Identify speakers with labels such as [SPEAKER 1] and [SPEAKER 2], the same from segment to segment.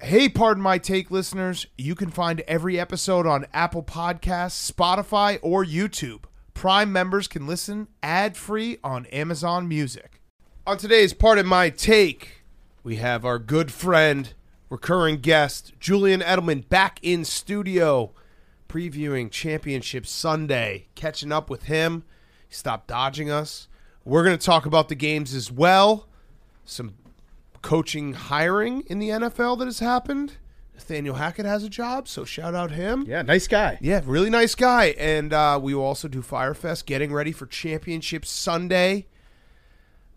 [SPEAKER 1] Hey, pardon my take, listeners. You can find every episode on Apple Podcasts, Spotify, or YouTube. Prime members can listen ad free on Amazon Music. On today's Pardon My Take, we have our good friend, recurring guest, Julian Edelman, back in studio previewing Championship Sunday, catching up with him. He stopped dodging us. We're going to talk about the games as well. Some coaching hiring in the NFL that has happened. Nathaniel Hackett has a job, so shout out him.
[SPEAKER 2] Yeah, nice guy.
[SPEAKER 1] Yeah, really nice guy. And uh, we will also do Firefest, getting ready for Championship Sunday.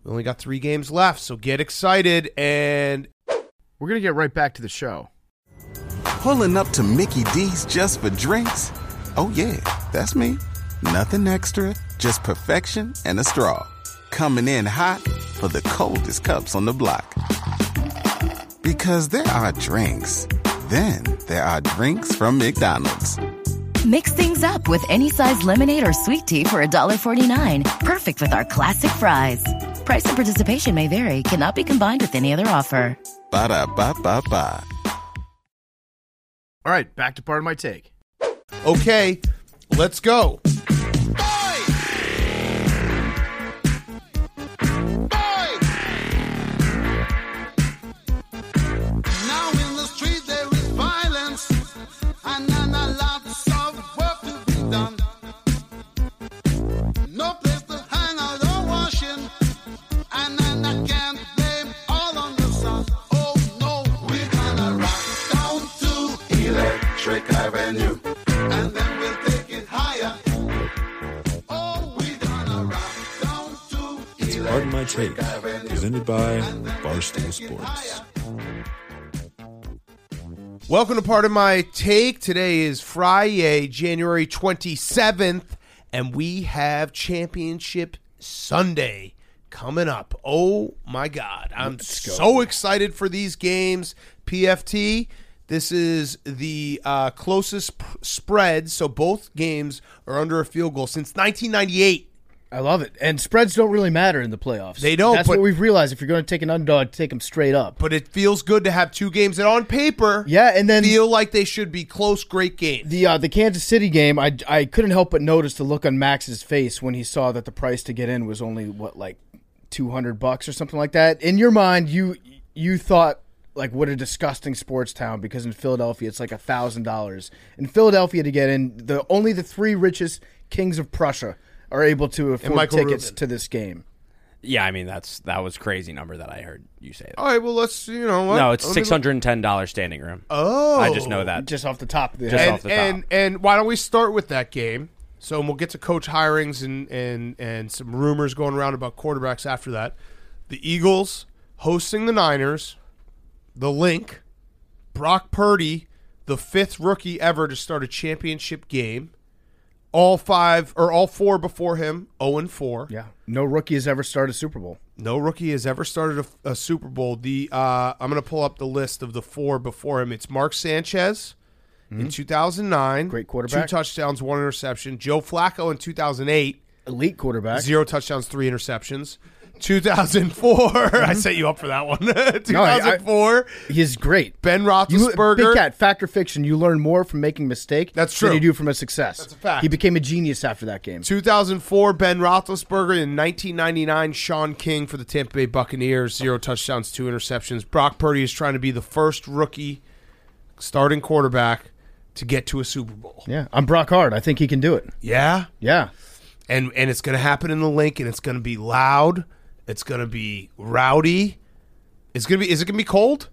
[SPEAKER 1] We only got three games left, so get excited. And
[SPEAKER 2] We're gonna get right back to the show.
[SPEAKER 3] Pulling up to Mickey D's just for drinks? Oh, yeah, that's me. Nothing extra, just perfection and a straw. Coming in hot for the coldest cups on the block. Because there are drinks, then there are drinks from McDonald's.
[SPEAKER 4] Mix things up with any size lemonade or sweet tea for $1.49. Perfect with our classic fries. Price and participation may vary, cannot be combined with any other offer.
[SPEAKER 3] Ba da ba ba ba.
[SPEAKER 2] All right, back to part of my take.
[SPEAKER 1] okay, let's go.
[SPEAKER 5] Now in the street there is violence and then a lots of work to be done. No place to hang out or washing, and then I can't blame all on the sun. Oh no, we're gonna rock down to Electric Avenue, and then we'll take it higher. Oh, we're gonna rock down to
[SPEAKER 6] Pardon My Take,
[SPEAKER 5] Electric Avenue.
[SPEAKER 6] presented by
[SPEAKER 5] and then we'll
[SPEAKER 6] Barstool
[SPEAKER 5] take it
[SPEAKER 6] Sports.
[SPEAKER 5] higher.
[SPEAKER 1] Welcome to part of my take. Today is Friday, January 27th, and we have Championship Sunday coming up. Oh my God. I'm so excited for these games. PFT, this is the uh, closest p- spread, so both games are under a field goal since 1998.
[SPEAKER 2] I love it. And spreads don't really matter in the playoffs.
[SPEAKER 1] They don't,
[SPEAKER 2] That's
[SPEAKER 1] but-
[SPEAKER 2] what we've realized. If you're gonna take an underdog, take them straight up.
[SPEAKER 1] But it feels good to have two games that on paper
[SPEAKER 2] Yeah, and then
[SPEAKER 1] feel like they should be close, great games.
[SPEAKER 2] the uh, the Kansas City game, I, I couldn't help but notice the look on Max's face when he saw that the price to get in was only what like two hundred bucks or something like that. In your mind, you you thought like what a disgusting sports town because in Philadelphia it's like a thousand dollars. In Philadelphia to get in, the only the three richest kings of Prussia are able to afford
[SPEAKER 1] Michael
[SPEAKER 2] tickets
[SPEAKER 1] Rubin.
[SPEAKER 2] to this game.
[SPEAKER 7] Yeah, I mean that's that was crazy number that I heard you say. That.
[SPEAKER 1] All right, well, let's, you know Oh, what?
[SPEAKER 7] no, it's
[SPEAKER 1] Let me
[SPEAKER 7] six hundred and ten dollars standing room.
[SPEAKER 1] Oh,
[SPEAKER 7] I just know that.
[SPEAKER 2] Just off the top of the
[SPEAKER 7] Just
[SPEAKER 2] head.
[SPEAKER 1] and,
[SPEAKER 7] off the top.
[SPEAKER 1] and and why don't we start with that game? So and we'll get to coach hirings and and and some rumors going around about quarterbacks after that. The Eagles hosting the Niners, the Link, Brock Purdy, the fifth rookie ever to start a championship game. All five or all four before him, zero and four.
[SPEAKER 2] yeah. No rookie has ever started a Super Bowl.
[SPEAKER 1] No rookie has ever started a, a Super Bowl. The uh, I'm going to pull up the list of the four before him. It's Mark Sanchez in 2009,
[SPEAKER 2] Hmm? Great quarterback.
[SPEAKER 1] two touchdowns, one interception. Joe Flacco in 2008,
[SPEAKER 2] Elite quarterback.
[SPEAKER 1] zero touchdowns, three interceptions. 2004, I set you up for that one. 2004,
[SPEAKER 2] He's great.
[SPEAKER 1] Ben
[SPEAKER 2] You,
[SPEAKER 1] Roethlisberger.
[SPEAKER 2] Big Cat, fact or fiction, you learn more from making mistake
[SPEAKER 1] That's
[SPEAKER 2] than
[SPEAKER 1] true.
[SPEAKER 2] you do from a success. That's
[SPEAKER 1] a fact.
[SPEAKER 2] He became a genius after that game.
[SPEAKER 1] 2004, Ben Roethlisberger. In 1999, Sean King for the Tampa Bay Buccaneers, zero touchdowns, two interceptions. Brock Purdy is trying to be the first rookie starting quarterback to get to a Super Bowl.
[SPEAKER 2] Yeah, I'm Brock Hard. I think he can do it.
[SPEAKER 1] Yeah,
[SPEAKER 2] Yeah.
[SPEAKER 1] and and it's going to happen in the link, and it's going to be loud. It's going to be rowdy. It's going to be. Is it going to be cold?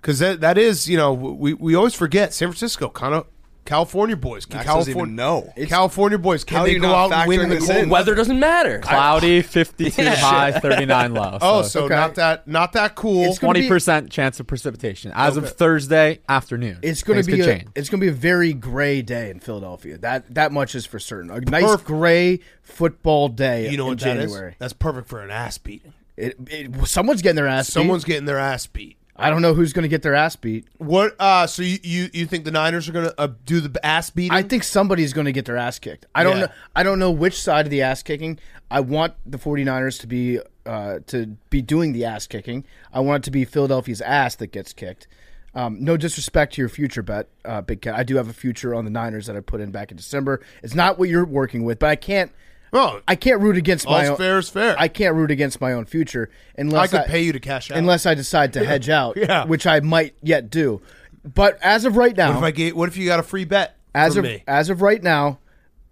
[SPEAKER 1] Because that that is, you know, we we always forget San Francisco, kind of. California boys, can
[SPEAKER 8] Max doesn't
[SPEAKER 1] California,
[SPEAKER 8] even know.
[SPEAKER 1] California boys, can
[SPEAKER 8] How
[SPEAKER 1] they
[SPEAKER 8] you
[SPEAKER 1] go out
[SPEAKER 8] not
[SPEAKER 1] and win in the
[SPEAKER 8] factoring this
[SPEAKER 1] cold?
[SPEAKER 8] in?
[SPEAKER 7] Weather doesn't matter.
[SPEAKER 9] Cloudy, 52 high, 39 low.
[SPEAKER 1] Oh, so
[SPEAKER 2] Okay.
[SPEAKER 1] not that not that cool.
[SPEAKER 2] It's gonna be-
[SPEAKER 9] 20% chance of precipitation as of Thursday afternoon.
[SPEAKER 2] It's going
[SPEAKER 9] Things
[SPEAKER 2] to be
[SPEAKER 9] could
[SPEAKER 2] a,
[SPEAKER 9] change.
[SPEAKER 2] it's going to be a very gray day in Philadelphia. That that much is for certain. A nice
[SPEAKER 1] Perfect.
[SPEAKER 2] gray football day
[SPEAKER 1] you know
[SPEAKER 2] in
[SPEAKER 1] what that is?
[SPEAKER 2] January.
[SPEAKER 1] That's perfect for an ass beating.
[SPEAKER 2] It, it, someone's getting their ass
[SPEAKER 1] Someone's
[SPEAKER 2] beat.
[SPEAKER 1] getting their ass beat.
[SPEAKER 2] I don't know who's going to get their ass beat.
[SPEAKER 1] What? Uh, so you you, you think the Niners are gonna uh, do the b- ass beating?
[SPEAKER 2] I think somebody's going to get their ass kicked. I don't
[SPEAKER 1] Yeah.
[SPEAKER 2] know. I don't know which side of the ass kicking. I want the 49ers to be uh, to be doing the ass kicking. I want it to be Philadelphia's ass that gets kicked. Um, no disrespect to your future bet, uh, Big Cat. I do have a future on the Niners that I put in back in December. It's not what you're working with, but I can't.
[SPEAKER 1] Well,
[SPEAKER 2] I can't root against my
[SPEAKER 1] All's
[SPEAKER 2] own.
[SPEAKER 1] fair is fair.
[SPEAKER 2] I can't root against my own future
[SPEAKER 1] I
[SPEAKER 2] unless
[SPEAKER 1] could pay you to cash out.
[SPEAKER 2] unless I decide to hedge out,
[SPEAKER 1] Yeah.
[SPEAKER 2] which I might yet do. But as of right now,
[SPEAKER 1] what if I gave, what if you got a free bet
[SPEAKER 2] as
[SPEAKER 1] from
[SPEAKER 2] of
[SPEAKER 1] me?
[SPEAKER 2] as of right now,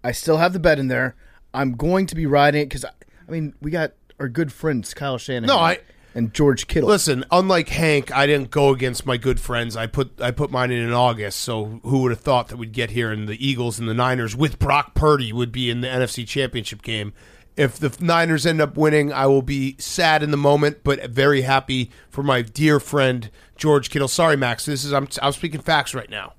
[SPEAKER 2] I still have the bet in there. I'm going to be riding it because I, I mean we got our good friends Kyle Shanahan,
[SPEAKER 1] No, I-
[SPEAKER 2] and George Kittle.
[SPEAKER 1] Listen, unlike Hank, I didn't go against my good friends. I put I put mine in in August. So who would have thought that we'd get here and the Eagles and the Niners with Brock Purdy would be in the NFC Championship game. If the Niners end up winning, I will be sad in the moment, but very happy for my dear friend George Kittle. Sorry, Max. This is I'm I'm speaking facts right now.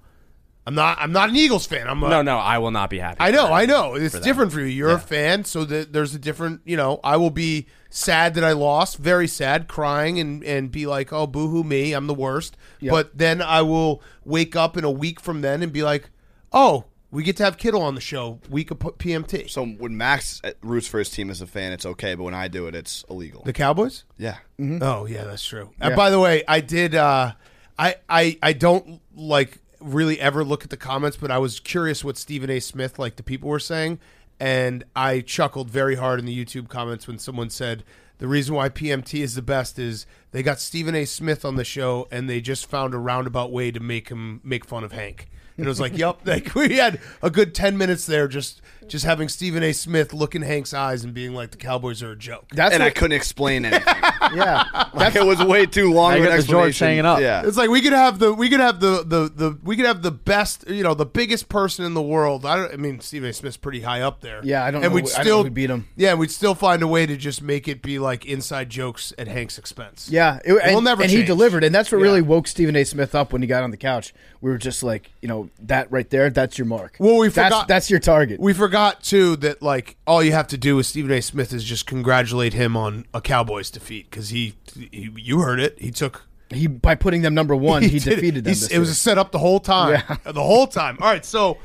[SPEAKER 1] I'm not I'm not an Eagles fan. I'm a,
[SPEAKER 7] No, no, I will not be happy.
[SPEAKER 1] I
[SPEAKER 7] for
[SPEAKER 1] know,
[SPEAKER 7] that.
[SPEAKER 1] I know. It's
[SPEAKER 7] for that.
[SPEAKER 1] different for you. You're a fan, so that there's a different. You know, I will be sad that I lost, very sad, crying, and and be like, "Oh, boohoo me, I'm the worst." But then I will wake up in a week from then and be like, "Oh, we get to have Kittle on the show week of P- PMT."
[SPEAKER 10] So when Max uh, roots for his team as a fan, it's okay, but when I do it, it's illegal.
[SPEAKER 1] the Cowboys.
[SPEAKER 10] yeah.
[SPEAKER 1] Oh yeah, that's true. And by the way, I did. Uh, I I I don't like really ever look at the comments, but I was curious what Stephen A. Smith like the people were saying, and I chuckled very hard in the YouTube comments when someone said. The reason why PMT is the best is they got Stephen A. Smith on the show, and they just found a roundabout way to make him make fun of Hank. And it was like, "Yep, like we had a good ten minutes there, just just having Stephen A. Smith look in Hank's eyes and being like, the Cowboys are a joke."
[SPEAKER 2] That's
[SPEAKER 10] and I
[SPEAKER 2] what,
[SPEAKER 10] couldn't explain anything.
[SPEAKER 2] yeah.
[SPEAKER 10] like, it was way too long
[SPEAKER 11] Now
[SPEAKER 10] of
[SPEAKER 11] you
[SPEAKER 10] an
[SPEAKER 11] got the George
[SPEAKER 10] explanation.
[SPEAKER 11] hanging up.
[SPEAKER 10] Yeah.
[SPEAKER 1] It's like we could have the we could have the the the we could have the best you know the biggest person in the world. I don't. I mean, Stephen A. Smith's pretty high up there.
[SPEAKER 2] Yeah, I don't
[SPEAKER 1] And
[SPEAKER 2] know
[SPEAKER 1] we'd
[SPEAKER 2] wh- I don't
[SPEAKER 1] still
[SPEAKER 2] know who'd beat him.
[SPEAKER 1] Yeah, we'd still find a way to just make it be like inside jokes at Hank's expense.
[SPEAKER 2] Yeah, it, and,
[SPEAKER 1] we'll never.
[SPEAKER 2] and he
[SPEAKER 1] change.
[SPEAKER 2] delivered, and that's what
[SPEAKER 1] Yeah.
[SPEAKER 2] really woke Stephen A. Smith up when he got on the couch. We were just like, you know, that right there, that's your mark.
[SPEAKER 1] Well, we
[SPEAKER 2] that's,
[SPEAKER 1] forgot-
[SPEAKER 2] that's your target.
[SPEAKER 1] We forgot too that like all you have to do with Stephen A. Smith is just congratulate him on a Cowboys defeat because he, he you heard it he took
[SPEAKER 2] he by putting them number one, he,
[SPEAKER 1] did it.
[SPEAKER 2] defeated them.
[SPEAKER 1] He's-
[SPEAKER 2] this
[SPEAKER 1] it was
[SPEAKER 2] year.
[SPEAKER 1] a setup the whole time.
[SPEAKER 2] Yeah.
[SPEAKER 1] The whole time. All right, so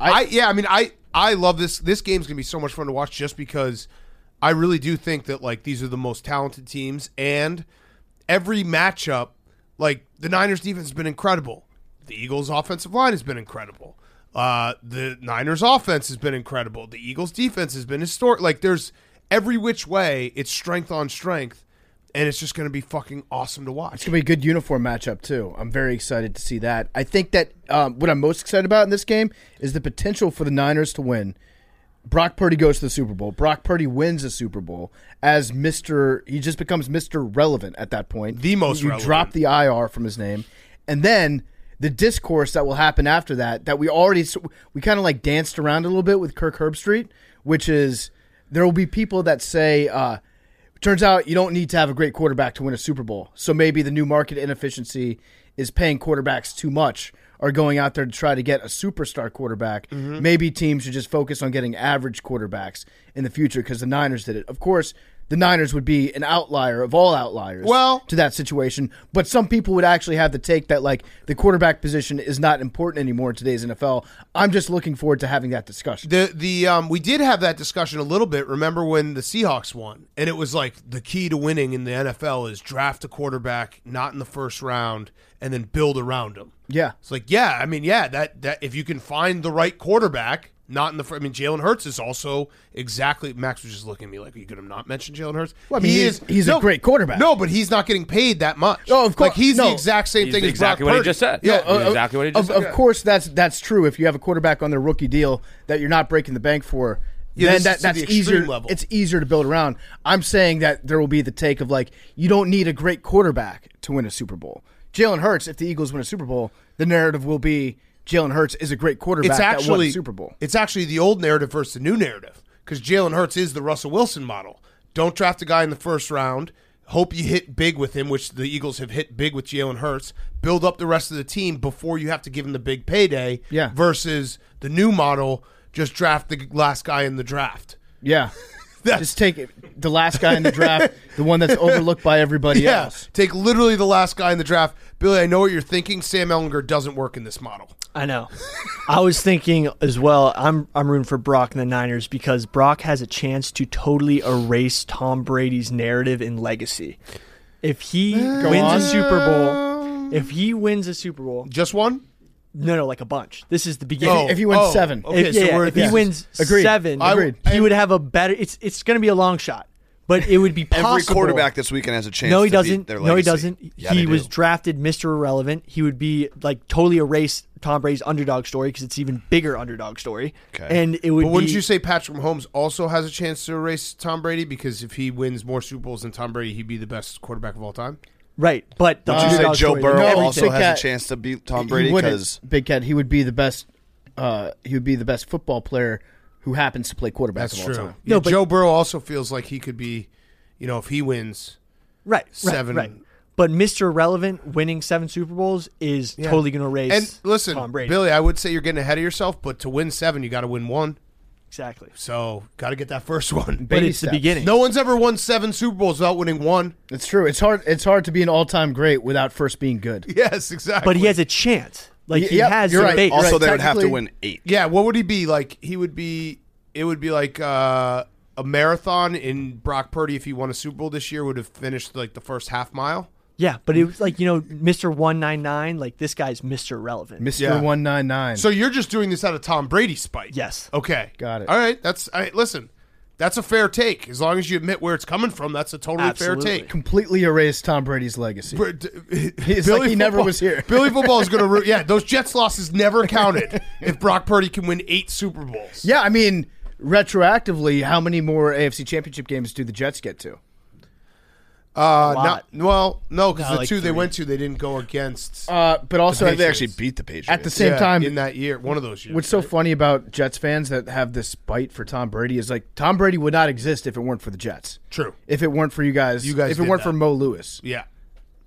[SPEAKER 1] I,
[SPEAKER 2] I-
[SPEAKER 1] yeah, I mean I I love this this game's going to be so much fun to watch just because I really do think that like these are the most talented teams and every matchup like the Niners defense has been incredible. The Eagles offensive line has been incredible. Uh, the Niners offense has been incredible. The Eagles defense has been historic. Like there's every which way, it's strength on strength, and it's just going to be fucking awesome to watch.
[SPEAKER 2] It's gonna be a good uniform matchup too. I'm very excited to see that. I think that um, what I'm most excited about in this game is the potential for the Niners to win. Brock Purdy goes to the Super Bowl. Brock Purdy wins the Super Bowl as Mr. He just becomes Mr. Relevant at that point.
[SPEAKER 1] The most
[SPEAKER 2] You
[SPEAKER 1] relevant.
[SPEAKER 2] drop the IR from his name. And then the discourse that will happen after that, that we already, s- we kind of like danced around a little bit with Kirk Herbstreit, which is there will be people that say, uh, turns out you don't need to have a great quarterback to win a Super Bowl. So maybe the new market inefficiency is paying quarterbacks too much or going out there to try to get a superstar quarterback. Maybe teams should just focus on getting average quarterbacks in the future because the Niners did it. Of course, the Niners would be an outlier of all outliers
[SPEAKER 1] Well-
[SPEAKER 2] to that situation, but some people would actually have the take that like the quarterback position is not important anymore in today's NFL. I'm just looking forward to having that discussion.
[SPEAKER 1] The the um we did have that discussion a little bit. Remember when the Seahawks won, and it was like the key to winning in the NFL is draft a quarterback not in the first round and then build around him.
[SPEAKER 2] yeah.
[SPEAKER 1] It's like yeah, I mean yeah that that if you can find the right quarterback. Not in the. fir- I mean, Jalen Hurts is also exactly. Max was just looking at me like, "You could have not mentioned Jalen Hurts."
[SPEAKER 2] Well, I mean, he's- he's a great quarterback.
[SPEAKER 1] No, but he's not getting paid that much.
[SPEAKER 2] Oh, of course-
[SPEAKER 1] Like he's the
[SPEAKER 2] no.
[SPEAKER 1] exact same
[SPEAKER 7] He's
[SPEAKER 1] thing. as
[SPEAKER 7] exactly
[SPEAKER 1] Brock
[SPEAKER 7] what he
[SPEAKER 1] Purdy.
[SPEAKER 7] just said.
[SPEAKER 1] Yeah,
[SPEAKER 7] No, uh, Exactly what he just
[SPEAKER 2] of,
[SPEAKER 7] said.
[SPEAKER 2] Of course, that's that's true. If you have a quarterback on their rookie deal that you're not breaking the bank for,
[SPEAKER 1] Yeah, this
[SPEAKER 2] then
[SPEAKER 1] is
[SPEAKER 2] that,
[SPEAKER 1] to
[SPEAKER 2] that's
[SPEAKER 1] the extreme
[SPEAKER 2] easier.
[SPEAKER 1] level.
[SPEAKER 2] It's easier to build around. I'm saying that there will be the take of like you don't need a great quarterback to win a Super Bowl. Jalen Hurts, if the Eagles win a Super Bowl, the narrative will be Jalen Hurts is a great quarterback
[SPEAKER 1] it's
[SPEAKER 2] that won
[SPEAKER 1] actually
[SPEAKER 2] a Super Bowl.
[SPEAKER 1] It's actually the old narrative versus the new narrative because Jalen Hurts is the Russell Wilson model. Don't draft a guy in the first round. Hope you hit big with him, which the Eagles have hit big with Jalen Hurts. Build up the rest of the team before you have to give him the big payday.
[SPEAKER 2] Yeah.
[SPEAKER 1] Versus the new model, just draft the last guy in the draft.
[SPEAKER 2] Yeah.
[SPEAKER 1] That's-
[SPEAKER 2] Just take it- the last guy in the draft, the one that's overlooked by everybody
[SPEAKER 1] Yeah.
[SPEAKER 2] else.
[SPEAKER 1] Take literally the last guy in the draft. Billy, I know what you're thinking. Sam Ellinger doesn't work in this model.
[SPEAKER 12] I know. I was thinking as well. I'm I'm rooting for Brock and the Niners because Brock has a chance to totally erase Tom Brady's narrative and legacy. If he wins
[SPEAKER 2] on.
[SPEAKER 12] a Super Bowl, If he wins a Super Bowl,
[SPEAKER 1] Just one?
[SPEAKER 12] no, no, like a bunch. This is the beginning.
[SPEAKER 1] Oh,
[SPEAKER 2] if he wins
[SPEAKER 1] oh,
[SPEAKER 2] seven.
[SPEAKER 1] Okay,
[SPEAKER 12] if,
[SPEAKER 1] so
[SPEAKER 12] yeah,
[SPEAKER 1] we're
[SPEAKER 12] if he
[SPEAKER 1] yeah.
[SPEAKER 12] wins
[SPEAKER 2] Agreed.
[SPEAKER 12] seven,
[SPEAKER 2] I- Agreed.
[SPEAKER 12] he would have a better. It's it's going to be a long shot, but it would be possible.
[SPEAKER 3] Every quarterback this weekend has a chance.
[SPEAKER 12] No, he
[SPEAKER 3] to beat
[SPEAKER 12] doesn't.
[SPEAKER 3] Their
[SPEAKER 12] No, he
[SPEAKER 3] legacy.
[SPEAKER 12] doesn't.
[SPEAKER 3] Yeah, they
[SPEAKER 12] he was
[SPEAKER 3] do.
[SPEAKER 12] drafted Mr. Irrelevant. He would be like totally erase Tom Brady's underdog story because it's even bigger underdog story.
[SPEAKER 3] Okay.
[SPEAKER 12] And it would.
[SPEAKER 1] But wouldn't
[SPEAKER 12] be-
[SPEAKER 1] you say Patrick Mahomes also has a chance to erase Tom Brady? Because if he wins more Super Bowls than Tom Brady, he'd be the best quarterback of all time.
[SPEAKER 12] right? But the
[SPEAKER 3] Did you say
[SPEAKER 12] underdog
[SPEAKER 3] Joe
[SPEAKER 12] story-
[SPEAKER 3] Burrow
[SPEAKER 2] No,
[SPEAKER 3] also
[SPEAKER 2] Big
[SPEAKER 3] has
[SPEAKER 2] Cat-
[SPEAKER 3] a chance to beat Tom
[SPEAKER 2] He
[SPEAKER 3] Brady?
[SPEAKER 2] wouldn't,
[SPEAKER 3] Because
[SPEAKER 2] Big Cat, he would be the best. Uh, he would be the best football player who happens to play quarterback of all time.
[SPEAKER 1] Yeah,
[SPEAKER 12] No, but-
[SPEAKER 1] Joe Burrow also feels like he could be, you know, if he wins.
[SPEAKER 12] Right. right,
[SPEAKER 1] Seven.
[SPEAKER 12] Right. But Mr. Irrelevant winning seven Super Bowls is
[SPEAKER 1] Yeah.
[SPEAKER 12] totally going to erase.
[SPEAKER 1] And listen,
[SPEAKER 12] Tom Brady.
[SPEAKER 1] Billy, I would say you're getting ahead of yourself, but to win seven, you got to win one.
[SPEAKER 12] exactly.
[SPEAKER 1] So got to get that first one.
[SPEAKER 12] But
[SPEAKER 2] Baby
[SPEAKER 12] it's
[SPEAKER 2] steps.
[SPEAKER 12] the beginning.
[SPEAKER 1] No one's ever won seven Super Bowls without winning one.
[SPEAKER 2] It's true. It's hard. It's hard to be an all-time great without first being good.
[SPEAKER 1] Yes, exactly.
[SPEAKER 12] but he has a chance. Like
[SPEAKER 2] Y-
[SPEAKER 12] he
[SPEAKER 2] yep,
[SPEAKER 12] has
[SPEAKER 2] you're
[SPEAKER 12] the
[SPEAKER 2] right.
[SPEAKER 12] bait.
[SPEAKER 3] also
[SPEAKER 2] Right,
[SPEAKER 3] they would have to
[SPEAKER 2] technically-
[SPEAKER 3] win eight.
[SPEAKER 1] Yeah, what would he be like? He would be. It would be like uh, a marathon in Brock Purdy if he won a Super Bowl this year would have finished like the first half mile.
[SPEAKER 12] yeah, but it was like you know, Mr. One Nine Nine. Like this guy's Mr. Relevant.
[SPEAKER 2] Mister
[SPEAKER 1] Yeah.
[SPEAKER 2] One Nine Nine.
[SPEAKER 1] So you're just doing this out of Tom Brady spite.
[SPEAKER 12] Yes.
[SPEAKER 1] Okay.
[SPEAKER 2] Got it.
[SPEAKER 1] All right. That's all right, listen. That's a fair take. As long as you admit where it's coming from, that's a totally
[SPEAKER 12] Absolutely.
[SPEAKER 1] fair take.
[SPEAKER 2] completely erased Tom Brady's legacy.
[SPEAKER 1] Br- d-
[SPEAKER 2] He's like he never was here.
[SPEAKER 1] Billy football is going to root. Yeah, those Jets losses never counted if Brock Purdy can win eight Super Bowls.
[SPEAKER 2] yeah, I mean, retroactively, how many more AFC Championship games do the Jets get to?
[SPEAKER 1] uh, not well, no, because
[SPEAKER 12] No,
[SPEAKER 1] the
[SPEAKER 12] like
[SPEAKER 1] two they
[SPEAKER 12] three.
[SPEAKER 1] went to, they didn't go against
[SPEAKER 2] Uh, but also,
[SPEAKER 3] I
[SPEAKER 2] at
[SPEAKER 3] think they
[SPEAKER 2] the,
[SPEAKER 3] actually beat the Patriots.
[SPEAKER 2] at the same
[SPEAKER 1] Yeah,
[SPEAKER 2] time,
[SPEAKER 1] in that year, one of those years.
[SPEAKER 2] what's so funny about Jets fans that have this spite for Tom Brady is like Tom Brady would not exist if it weren't for the Jets.
[SPEAKER 1] True.
[SPEAKER 2] If it weren't for you guys,
[SPEAKER 1] You guys
[SPEAKER 2] if it
[SPEAKER 1] did
[SPEAKER 2] weren't
[SPEAKER 1] that.
[SPEAKER 2] for Mo Lewis,
[SPEAKER 1] yeah.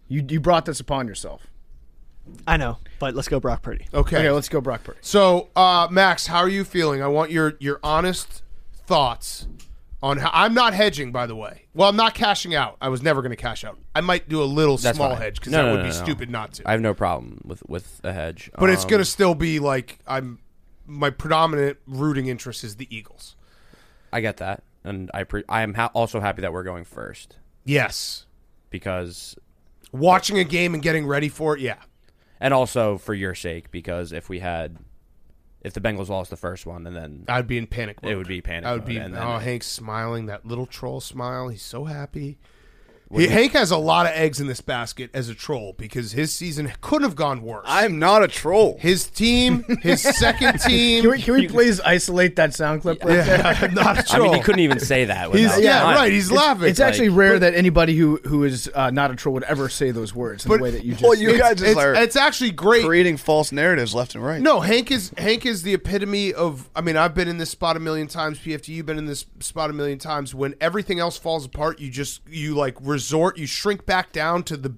[SPEAKER 2] you you brought this upon yourself.
[SPEAKER 12] I know, but let's go Brock Purdy.
[SPEAKER 1] Okay.
[SPEAKER 2] Okay, let's go Brock Purdy.
[SPEAKER 1] So, uh, Max, how are you feeling? I want your your honest thoughts on how I'm not hedging, by the way. Well, I'm not cashing out. I was never going to cash out. I might do a little
[SPEAKER 7] That's
[SPEAKER 1] small
[SPEAKER 7] fine.
[SPEAKER 1] hedge because
[SPEAKER 7] No,
[SPEAKER 1] that
[SPEAKER 7] no,
[SPEAKER 1] would
[SPEAKER 7] no,
[SPEAKER 1] be
[SPEAKER 7] no.
[SPEAKER 1] stupid not to.
[SPEAKER 7] I have no problem with with a hedge,
[SPEAKER 1] but it's
[SPEAKER 7] Um,
[SPEAKER 1] going to still be like I'm. My predominant rooting interest is the Eagles.
[SPEAKER 7] I get that, and I pre- I am ha- also happy that we're going first
[SPEAKER 1] Yes,
[SPEAKER 7] because,
[SPEAKER 1] watching a game and getting ready for it. Yeah,
[SPEAKER 7] and also for your sake, because if we had, if the Bengals lost the first one, and then
[SPEAKER 1] I'd be in panic. Mode.
[SPEAKER 7] It would be panic
[SPEAKER 1] I would
[SPEAKER 7] mode,
[SPEAKER 1] be.
[SPEAKER 7] and then-
[SPEAKER 1] oh, Hank's smiling that little troll smile. He's so happy. He, Hank has a lot of eggs in this basket as a troll because his season couldn't have gone worse.
[SPEAKER 3] I'm not a troll.
[SPEAKER 1] His team, his second team.
[SPEAKER 2] Can we, can we please isolate that sound clip? Right there?
[SPEAKER 1] yeah, I'm not a
[SPEAKER 7] I
[SPEAKER 1] troll.
[SPEAKER 7] mean, he couldn't even say that.
[SPEAKER 1] He's,
[SPEAKER 7] without-
[SPEAKER 1] yeah,
[SPEAKER 7] Come on.
[SPEAKER 1] right. He's laughing.
[SPEAKER 2] It's actually rare that anybody who who is uh, not a troll would ever say those words in
[SPEAKER 1] But- oh,
[SPEAKER 2] the way that you just.
[SPEAKER 3] Well, you
[SPEAKER 1] it's,
[SPEAKER 3] guys
[SPEAKER 1] it's,
[SPEAKER 3] just are
[SPEAKER 1] it's actually great.
[SPEAKER 3] creating false narratives left and right.
[SPEAKER 1] No, Hank is Hank is the epitome of. I mean, I've been in this spot a million times. PFT, you've been in this spot a million times. When everything else falls apart, you just you like resort, you shrink back down to the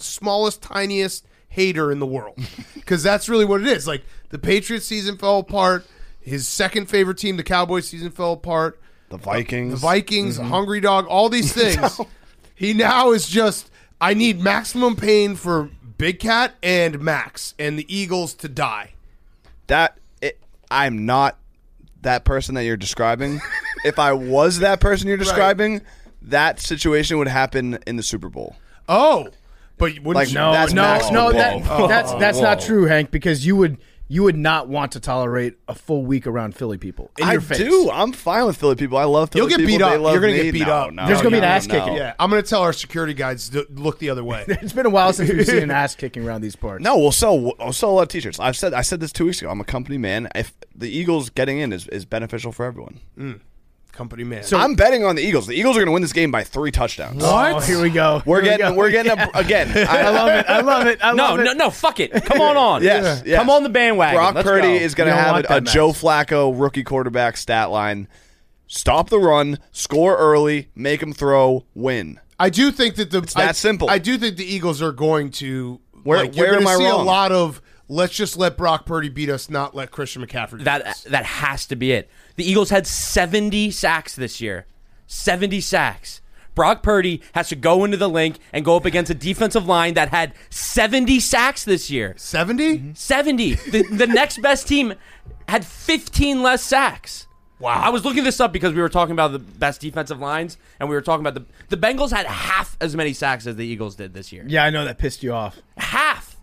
[SPEAKER 1] smallest, tiniest hater in the world, because that's really what it is. Like the Patriots season fell apart. His second favorite team, the Cowboys season fell apart.
[SPEAKER 3] the Vikings. Mm-hmm.
[SPEAKER 1] the Vikings, Hungry Dog, all these things. He now is just I need maximum pain for Big Cat and Max and the Eagles to die.
[SPEAKER 3] that it, I'm not that person that you're describing. if I was that person you're describing, that situation would happen in the Super Bowl.
[SPEAKER 1] Oh, but wouldn't
[SPEAKER 3] Like,
[SPEAKER 1] you-
[SPEAKER 3] no, That's
[SPEAKER 2] no,
[SPEAKER 3] maximum
[SPEAKER 2] no,
[SPEAKER 3] blow.
[SPEAKER 2] that,
[SPEAKER 3] Oh,
[SPEAKER 2] that's that's not
[SPEAKER 7] whoa.
[SPEAKER 2] true, Hank. Because you would you would not want to tolerate a full week around Philly people in
[SPEAKER 3] I
[SPEAKER 2] your face.
[SPEAKER 3] do. I'm fine with Philly people. I love Philly
[SPEAKER 1] You'll get
[SPEAKER 3] people.
[SPEAKER 1] beat
[SPEAKER 3] They
[SPEAKER 1] up.
[SPEAKER 3] love
[SPEAKER 1] You're gonna
[SPEAKER 3] me.
[SPEAKER 1] get beat
[SPEAKER 3] No,
[SPEAKER 1] up.
[SPEAKER 3] no,
[SPEAKER 2] There's gonna be an
[SPEAKER 3] no,
[SPEAKER 2] ass
[SPEAKER 3] no.
[SPEAKER 2] kicking.
[SPEAKER 1] Yeah, I'm gonna tell our security guys to look the other way.
[SPEAKER 2] It's been a while since we've seen an ass kicking around these parts.
[SPEAKER 3] No, we'll sell. I'll sell a lot of t-shirts. I've said. I said this two weeks ago. I'm a company man. If the Eagles getting in is, is beneficial for everyone,
[SPEAKER 1] Company man.
[SPEAKER 2] So-
[SPEAKER 3] I'm betting on the Eagles. The Eagles are going to win this game by three touchdowns.
[SPEAKER 2] Oh, here we go.
[SPEAKER 3] We're
[SPEAKER 2] Here we
[SPEAKER 3] getting.
[SPEAKER 2] go.
[SPEAKER 3] We're getting a, again. I, love it.
[SPEAKER 2] I love it. I
[SPEAKER 7] No,
[SPEAKER 2] love it.
[SPEAKER 7] no, no! Fuck it! Come on, on.
[SPEAKER 3] Yes, yes.
[SPEAKER 7] come on the bandwagon.
[SPEAKER 3] Brock
[SPEAKER 7] Let's
[SPEAKER 3] Purdy
[SPEAKER 7] go.
[SPEAKER 3] is going to
[SPEAKER 2] You don't
[SPEAKER 3] have
[SPEAKER 2] want
[SPEAKER 3] a
[SPEAKER 2] that, Max.
[SPEAKER 3] Joe Flacco rookie quarterback stat line. Stop the run, score early, make him throw, win.
[SPEAKER 1] I do think that the it's
[SPEAKER 3] that
[SPEAKER 1] I,
[SPEAKER 3] simple.
[SPEAKER 1] I do think the Eagles are going to.
[SPEAKER 3] Where-
[SPEAKER 1] like, you're
[SPEAKER 3] where
[SPEAKER 1] gonna
[SPEAKER 3] am I
[SPEAKER 1] see a
[SPEAKER 3] wrong?
[SPEAKER 1] lot of let's just let Brock Purdy beat us, not let Christian McCaffrey. Beat
[SPEAKER 7] That
[SPEAKER 1] us.
[SPEAKER 7] that has to be it. The Eagles had 70 sacks this year. 70 sacks. Brock Purdy has to go into the link and go up against a defensive line that had 70 sacks this year.
[SPEAKER 1] 70
[SPEAKER 2] Mhm.
[SPEAKER 7] 70. The, the next best team had 15 less sacks. Wow. I was looking this up because we were talking about the best defensive lines and we were talking about the the Bengals had half as many sacks as the Eagles did this year.
[SPEAKER 2] Yeah, I know that pissed you off.
[SPEAKER 7] Half.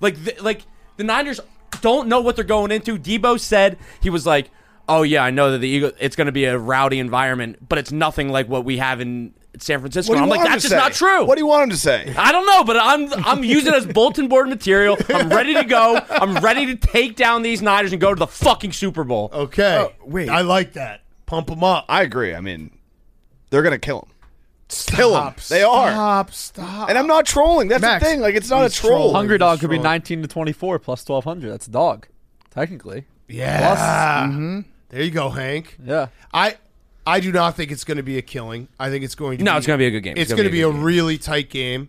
[SPEAKER 7] Like, the, like the Niners don't know what they're going into. Debo said he was like, "Oh yeah, I know that the Eagles. It's going to be a rowdy environment, but it's nothing like what we have in San Francisco."
[SPEAKER 5] What do
[SPEAKER 7] I'm
[SPEAKER 5] you
[SPEAKER 7] like,
[SPEAKER 5] want him
[SPEAKER 7] "That's
[SPEAKER 5] to
[SPEAKER 7] just not
[SPEAKER 5] say?
[SPEAKER 7] true."
[SPEAKER 5] What do you want him to say?
[SPEAKER 7] I don't know, but I'm I'm using it as bulletin board material. I'm ready to go. I'm ready to take down these Niners and go to the fucking Super Bowl.
[SPEAKER 1] Okay.
[SPEAKER 2] Oh, wait.
[SPEAKER 1] I like that. Pump them up.
[SPEAKER 5] I agree. I mean, they're gonna kill him. Kill him. They are.
[SPEAKER 3] Stop, stop.
[SPEAKER 5] And I'm not trolling. That's
[SPEAKER 3] Max,
[SPEAKER 5] the thing. Like, it's not a
[SPEAKER 3] he's
[SPEAKER 5] troll.
[SPEAKER 3] trolling.
[SPEAKER 11] Hungry dog could be
[SPEAKER 3] Destroy.
[SPEAKER 11] 19 to 24 plus 1200. That's a dog, technically.
[SPEAKER 1] Yeah.
[SPEAKER 11] Plus-
[SPEAKER 1] There you go, Hank.
[SPEAKER 11] Yeah.
[SPEAKER 1] I I do not think it's going to be a killing. I think it's going to
[SPEAKER 7] No,
[SPEAKER 1] be,
[SPEAKER 7] it's gonna be a good game.
[SPEAKER 1] It's,
[SPEAKER 7] It's
[SPEAKER 1] going
[SPEAKER 7] gonna
[SPEAKER 1] to
[SPEAKER 7] be
[SPEAKER 1] be
[SPEAKER 7] a
[SPEAKER 1] a
[SPEAKER 7] good game.
[SPEAKER 1] really tight game.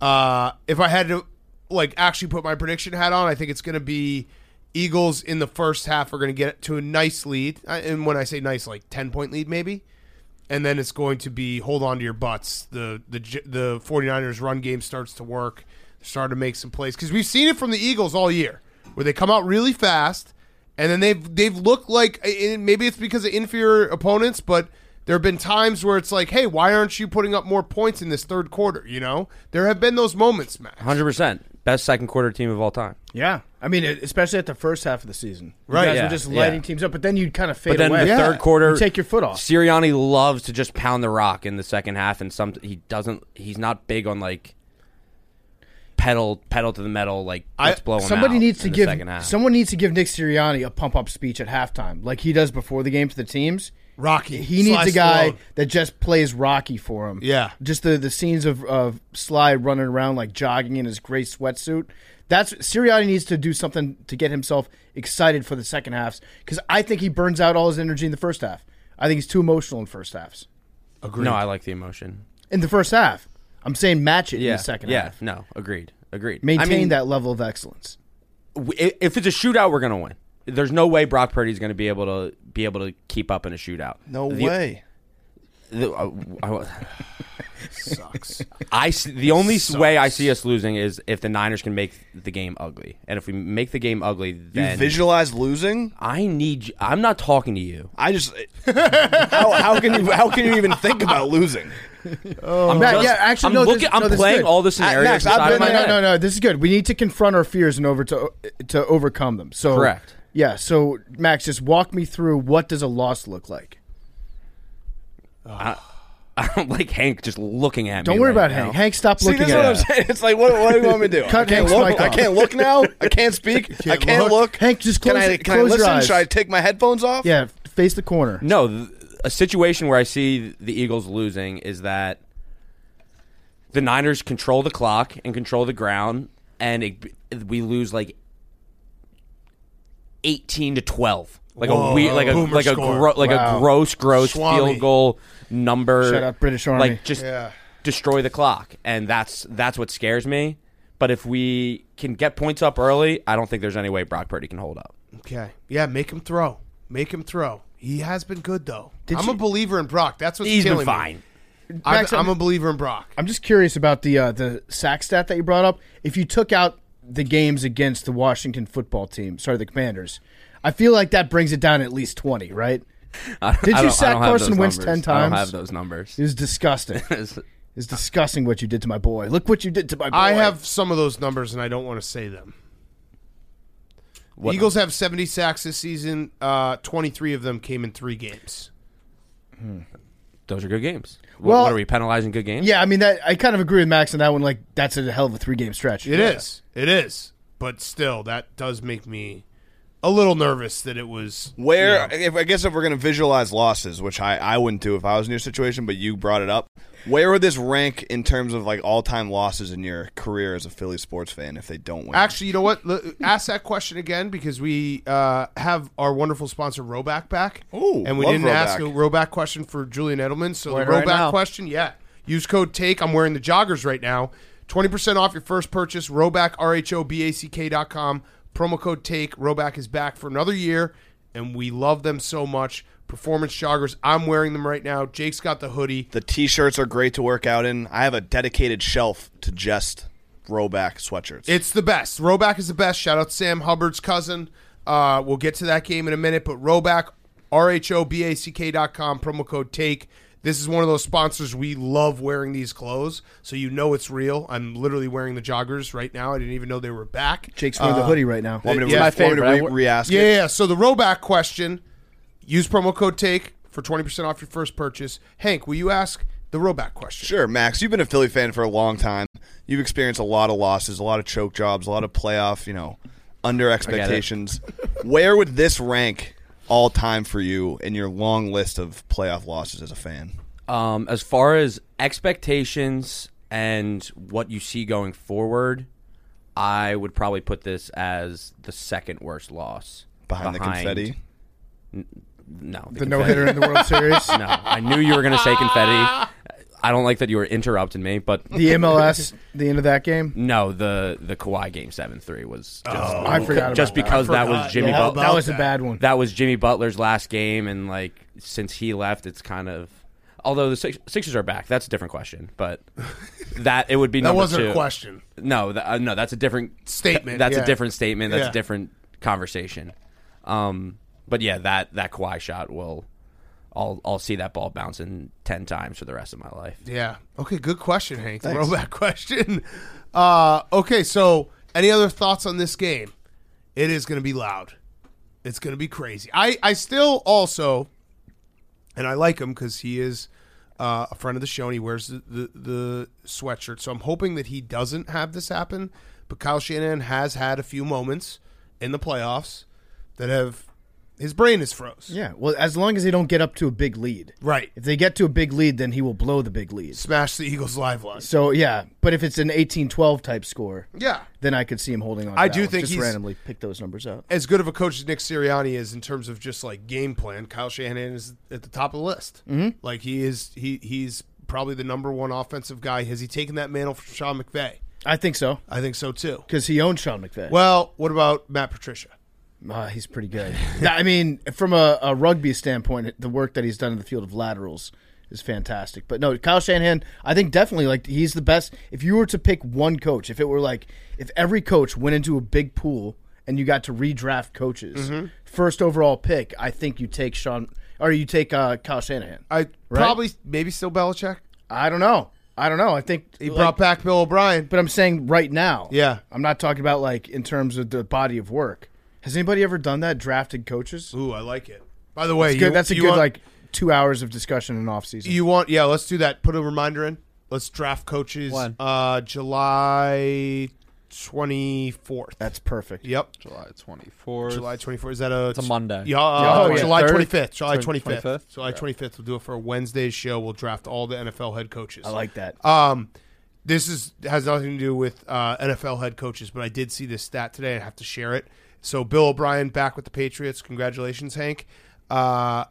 [SPEAKER 1] Uh, if I had to like actually put my prediction hat on, I think it's going to be Eagles in the first half are going to get to a nice lead, I- and when I say nice, like ten point lead maybe, and then it's going to be hold on to your butts. The the J- the 49ers run game starts to work, start to make some plays because we've seen it from the Eagles all year where they come out really fast and then they've they've looked like and maybe it's because of inferior opponents, but there have been times where it's like, hey, why aren't you putting up more points in this third quarter? You know, there have been those moments, Max.
[SPEAKER 7] Hundred percent, best second quarter team of all time.
[SPEAKER 2] Yeah, I mean, it- especially at the first half of the season, you
[SPEAKER 7] Right,
[SPEAKER 2] Guys
[SPEAKER 7] yeah,
[SPEAKER 2] were just lighting
[SPEAKER 7] yeah.
[SPEAKER 2] teams up, but then you'd kind of fade
[SPEAKER 7] But then
[SPEAKER 2] away.
[SPEAKER 7] the third quarter,
[SPEAKER 2] you take your foot off.
[SPEAKER 7] Sirianni loves to just pound the rock in the second half, and some he doesn't. He's not big on like pedal pedal to the metal. Like let's blow him
[SPEAKER 2] Somebody
[SPEAKER 7] out
[SPEAKER 2] needs
[SPEAKER 7] in
[SPEAKER 2] to
[SPEAKER 7] the
[SPEAKER 2] give
[SPEAKER 7] second half.
[SPEAKER 2] someone needs to give Nick Sirianni a pump up speech at halftime, like he does before the game to the teams.
[SPEAKER 1] Rocky,
[SPEAKER 2] He needs
[SPEAKER 1] Sly
[SPEAKER 2] a guy
[SPEAKER 1] Stallone.
[SPEAKER 2] that just plays Rocky for him.
[SPEAKER 1] Yeah.
[SPEAKER 2] just the the scenes of of Sly running around like jogging in his gray sweatsuit. That's Sirianni needs to do something to get himself excited for the second halves because I think he burns out all his energy in the first half. I think he's too emotional in first halves.
[SPEAKER 7] no, I like the emotion.
[SPEAKER 2] In the first half, I'm saying match it in the second
[SPEAKER 7] yeah.
[SPEAKER 2] half.
[SPEAKER 7] No, agreed, agreed.
[SPEAKER 2] Maintain
[SPEAKER 7] I mean,
[SPEAKER 2] that level of excellence.
[SPEAKER 7] w- i- if it's a shootout, we're gonna win. There's no way Brock Purdy's gonna be able to be able to keep up in a shootout.
[SPEAKER 5] no
[SPEAKER 7] The-
[SPEAKER 5] way.
[SPEAKER 7] the, I, I, sucks. I s- the only s way I see us losing is if the Niners can make the game ugly, and if we make the game ugly,
[SPEAKER 5] You
[SPEAKER 7] then
[SPEAKER 5] visualize losing?
[SPEAKER 7] I need. you- I'm not talking to you.
[SPEAKER 5] I just. how, how can you? How can you even think about losing?
[SPEAKER 7] I'm
[SPEAKER 2] Matt,
[SPEAKER 7] just-
[SPEAKER 2] yeah, actually,
[SPEAKER 7] I'm
[SPEAKER 2] no, this-
[SPEAKER 7] looking. I'm
[SPEAKER 2] no, this is
[SPEAKER 7] playing
[SPEAKER 2] good.
[SPEAKER 7] all the scenarios.
[SPEAKER 5] Max, I've
[SPEAKER 7] inside
[SPEAKER 5] been
[SPEAKER 7] of my
[SPEAKER 2] no,
[SPEAKER 5] there.
[SPEAKER 7] head.
[SPEAKER 2] no, no. This is good. We need to confront our fears and over to to overcome them. So
[SPEAKER 7] Correct.
[SPEAKER 2] Yeah. So Max, just walk me through what does a loss look like.
[SPEAKER 7] I don't like Hank just looking at me.
[SPEAKER 2] Don't worry
[SPEAKER 7] right
[SPEAKER 2] about
[SPEAKER 7] now.
[SPEAKER 2] Hank. Hank, stop
[SPEAKER 5] See,
[SPEAKER 2] looking
[SPEAKER 5] this is
[SPEAKER 2] at
[SPEAKER 5] what I'm
[SPEAKER 2] us.
[SPEAKER 5] saying. It's like, what, what do you want me to do?
[SPEAKER 2] Cut
[SPEAKER 5] I can't
[SPEAKER 2] Hank's mic
[SPEAKER 5] look. I
[SPEAKER 2] off.
[SPEAKER 5] can't look now. I can't speak. I can't
[SPEAKER 1] look.
[SPEAKER 5] look.
[SPEAKER 2] Hank, just
[SPEAKER 5] Can
[SPEAKER 2] close
[SPEAKER 5] I,
[SPEAKER 2] it-
[SPEAKER 5] can I
[SPEAKER 2] close your
[SPEAKER 5] listen?
[SPEAKER 2] eyes.
[SPEAKER 5] Should I take my headphones off?
[SPEAKER 2] Yeah, face the corner.
[SPEAKER 7] No, th- a situation where I see the Eagles losing is that the Niners control the clock and control the ground, and it, we lose like eighteen to twelve, like a
[SPEAKER 1] Whoa.
[SPEAKER 7] weird, like a
[SPEAKER 1] Boomer
[SPEAKER 7] like a
[SPEAKER 1] score.
[SPEAKER 7] gro- like
[SPEAKER 2] Wow.
[SPEAKER 7] a gross, gross
[SPEAKER 1] Swami.
[SPEAKER 7] field goal number.
[SPEAKER 2] Shout out British Army.
[SPEAKER 7] Like just
[SPEAKER 1] Yeah.
[SPEAKER 7] destroy the clock, and that's that's what scares me. But if we can get points up early, I don't think there's any way Brock Purdy can hold up.
[SPEAKER 1] Okay, yeah, make him throw, make him throw. He has been good though.
[SPEAKER 2] Did
[SPEAKER 1] I'm
[SPEAKER 2] you-
[SPEAKER 1] a believer in Brock. That's what's
[SPEAKER 7] He's
[SPEAKER 1] killing
[SPEAKER 7] been
[SPEAKER 1] Me.
[SPEAKER 7] fine.
[SPEAKER 1] I'm,
[SPEAKER 2] Max,
[SPEAKER 1] I'm a believer in Brock.
[SPEAKER 2] I'm just curious about the uh, the sack stat that you brought up. If you took out the games against the Washington football team, sorry, the Commanders, I feel like that brings it down at least twenty, right?
[SPEAKER 7] I don't-
[SPEAKER 2] Did
[SPEAKER 7] I
[SPEAKER 2] you
[SPEAKER 7] don't- I
[SPEAKER 2] sack
[SPEAKER 7] don't have
[SPEAKER 2] Carson
[SPEAKER 7] those
[SPEAKER 2] Wentz
[SPEAKER 7] numbers.
[SPEAKER 2] 10
[SPEAKER 7] I don't
[SPEAKER 2] times?
[SPEAKER 7] have those numbers.
[SPEAKER 2] It was disgusting. It's disgusting what you did to my boy. Look what you did to my boy.
[SPEAKER 1] I have some of those numbers, and I don't want to say them.
[SPEAKER 7] What-
[SPEAKER 1] Eagles have 70 sacks this season. Uh, 23 of them came in three games.
[SPEAKER 7] Those are good games. What,
[SPEAKER 2] Well-
[SPEAKER 7] what are we penalizing good games?
[SPEAKER 2] Yeah, I mean that. I kind of agree with Max on that one. Like that's a hell of a three game stretch.
[SPEAKER 1] It is, It is. But still, that does make me a little nervous that it was.
[SPEAKER 5] Where if, I guess if we're gonna visualize losses, which I, I wouldn't do if I was in your situation, but you brought it up. Where would this rank in terms of like all time losses in your career as a Philly sports fan if they don't win?
[SPEAKER 1] Actually, you know what? L- Ask that question again because we uh, have our wonderful sponsor Roback back,
[SPEAKER 5] Ooh,
[SPEAKER 1] and we
[SPEAKER 5] love
[SPEAKER 1] didn't ask a
[SPEAKER 5] Roback.
[SPEAKER 1] Roback question for Julian Edelman. So
[SPEAKER 11] Right,
[SPEAKER 1] the
[SPEAKER 11] right
[SPEAKER 1] Roback
[SPEAKER 11] now.
[SPEAKER 1] question, yeah. Use code Take. I'm wearing the joggers right now. Twenty percent off your first purchase. Roback R H O B A C K dot com. Promo code Take. Roback is back for another year, and we love them so much. Performance joggers. I'm wearing them right now. Jake's got the hoodie.
[SPEAKER 5] the t-shirts are great to work out in. I have a dedicated shelf to just rowback sweatshirts.
[SPEAKER 1] It's the best. Roback is the best. Shout out to Sam Hubbard's cousin. Uh, we'll get to that game in a minute, but Roback, R H O B A C K dot com, promo code TAKE. This is one of those sponsors we love wearing these clothes, so you know it's real. I'm literally wearing the joggers right now. I didn't even know they were back.
[SPEAKER 2] Jake's wearing the
[SPEAKER 1] Uh,
[SPEAKER 2] hoodie right now.
[SPEAKER 5] Want me to,
[SPEAKER 1] Yeah.
[SPEAKER 5] re-
[SPEAKER 1] My
[SPEAKER 5] want me to
[SPEAKER 11] favorite. I wa-
[SPEAKER 5] re- re-ask
[SPEAKER 1] Yeah,
[SPEAKER 5] it?
[SPEAKER 1] yeah, yeah. So the rollback question: use promo code take for twenty percent off your first purchase. Hank, will you ask the rollback question?
[SPEAKER 5] Sure, Max. You've been a Philly fan for a long time. You've experienced a lot of losses, a lot of choke jobs, a lot of playoff, you know, under expectations. Where would this rank all time for you in your long list of playoff losses as a fan?
[SPEAKER 13] Um, as far as expectations and what you see going forward, I would probably put this as the second worst loss
[SPEAKER 5] Behind, the confetti.
[SPEAKER 13] No,
[SPEAKER 2] The no hitter in the World Series.
[SPEAKER 13] No, I knew you were going to say confetti. I don't like that you were interrupting me, but
[SPEAKER 2] The MLS, the end of that game.
[SPEAKER 13] no, the the Kawhi game seven three was just,
[SPEAKER 2] I forgot
[SPEAKER 13] just
[SPEAKER 2] about that.
[SPEAKER 13] because that,
[SPEAKER 1] forgot.
[SPEAKER 13] was Jimmy
[SPEAKER 1] Yeah,
[SPEAKER 2] That,
[SPEAKER 1] How
[SPEAKER 13] Butler.
[SPEAKER 1] about
[SPEAKER 2] that was a
[SPEAKER 1] that?
[SPEAKER 2] bad one.
[SPEAKER 13] that was Jimmy Butler's last game, and like since he left, it's kind of. Although the Six- Sixers are back, that's a different question. But that it would be
[SPEAKER 1] That
[SPEAKER 13] number
[SPEAKER 1] wasn't
[SPEAKER 13] two.
[SPEAKER 1] a question.
[SPEAKER 13] No, th- uh, no, that's a different
[SPEAKER 1] Statement,
[SPEAKER 13] that's
[SPEAKER 1] yeah.
[SPEAKER 13] a different statement. That's
[SPEAKER 1] Yeah.
[SPEAKER 13] a different conversation. Um, but yeah, that that Kawhi shot will. I'll I'll see that ball bouncing ten times for the rest of my life.
[SPEAKER 1] Yeah. Okay. Good question, Hank. The Throwback question. Uh, okay. So, any other thoughts on this game? It is going to be loud. It's going to be crazy. I I still also, and I like him because he is uh, a friend of the show and he wears the, the the sweatshirt. So I'm hoping that he doesn't have this happen. But Kyle Shanahan has had a few moments in the playoffs that have his brain is froze.
[SPEAKER 2] Yeah. Well, as long as they don't get up to a big lead.
[SPEAKER 1] Right.
[SPEAKER 2] If they get to a big lead, then he will blow the big lead.
[SPEAKER 1] Smash the Eagles live line.
[SPEAKER 2] So yeah, but if it's an 18-12 type score,
[SPEAKER 1] Yeah.
[SPEAKER 2] then I could see him holding on. to
[SPEAKER 1] I
[SPEAKER 2] that
[SPEAKER 1] do
[SPEAKER 2] one.
[SPEAKER 1] think
[SPEAKER 2] just
[SPEAKER 1] he's-
[SPEAKER 2] randomly pick those numbers out.
[SPEAKER 1] as good of a coach as Nick Sirianni is in terms of just like game plan, Kyle Shanahan is at the top of the list. Mm-hmm. Like he is, he he's probably the number one offensive guy. Has he taken that mantle from Sean McVay?
[SPEAKER 2] I think so
[SPEAKER 1] I think so too.
[SPEAKER 2] because he owned Sean McVay.
[SPEAKER 1] Well, what about Matt Patricia?
[SPEAKER 2] Ah, he's pretty good. Nah, I mean, from a, a rugby standpoint, the work that he's done in the field of laterals is fantastic. But no, Kyle Shanahan, I think definitely like he's the best. If you were to pick one coach, if it were like if every coach went into a big pool and you got to redraft coaches, first overall pick, I think you take Sean or you take uh, Kyle Shanahan.
[SPEAKER 1] I probably maybe still Belichick.
[SPEAKER 2] I don't know. I don't know. I think
[SPEAKER 1] He brought back Bill O'Brien.
[SPEAKER 2] but I'm saying right now.
[SPEAKER 1] Yeah.
[SPEAKER 2] I'm not talking about like in terms of the body of work. Has anybody ever done that? Drafted coaches?
[SPEAKER 1] Ooh, I like it. By the way,
[SPEAKER 2] Good.
[SPEAKER 1] you-
[SPEAKER 2] that's a
[SPEAKER 1] you
[SPEAKER 2] good
[SPEAKER 1] want-
[SPEAKER 2] like two hours of discussion in off season.
[SPEAKER 1] You want? Yeah, let's do that. Put a reminder in. Let's draft coaches.
[SPEAKER 11] When?
[SPEAKER 1] Uh, July twenty fourth.
[SPEAKER 2] that's perfect.
[SPEAKER 1] Yep.
[SPEAKER 11] July 24th.
[SPEAKER 1] July 24th. Is that a?
[SPEAKER 11] It's a Monday.
[SPEAKER 1] Yeah, uh,
[SPEAKER 2] Oh, yeah.
[SPEAKER 1] July
[SPEAKER 11] Third?
[SPEAKER 1] 25th. July
[SPEAKER 11] Twen-
[SPEAKER 1] 25th.
[SPEAKER 11] 25th?
[SPEAKER 1] July 25th. We'll do it for Wednesday's show. We'll draft all the NFL head coaches.
[SPEAKER 2] I like that.
[SPEAKER 1] Um, this is has nothing to do with uh, NFL head coaches, but I did see this stat today. I have to share it. So Bill O'Brien back with the Patriots. Congratulations, Hank. Uh,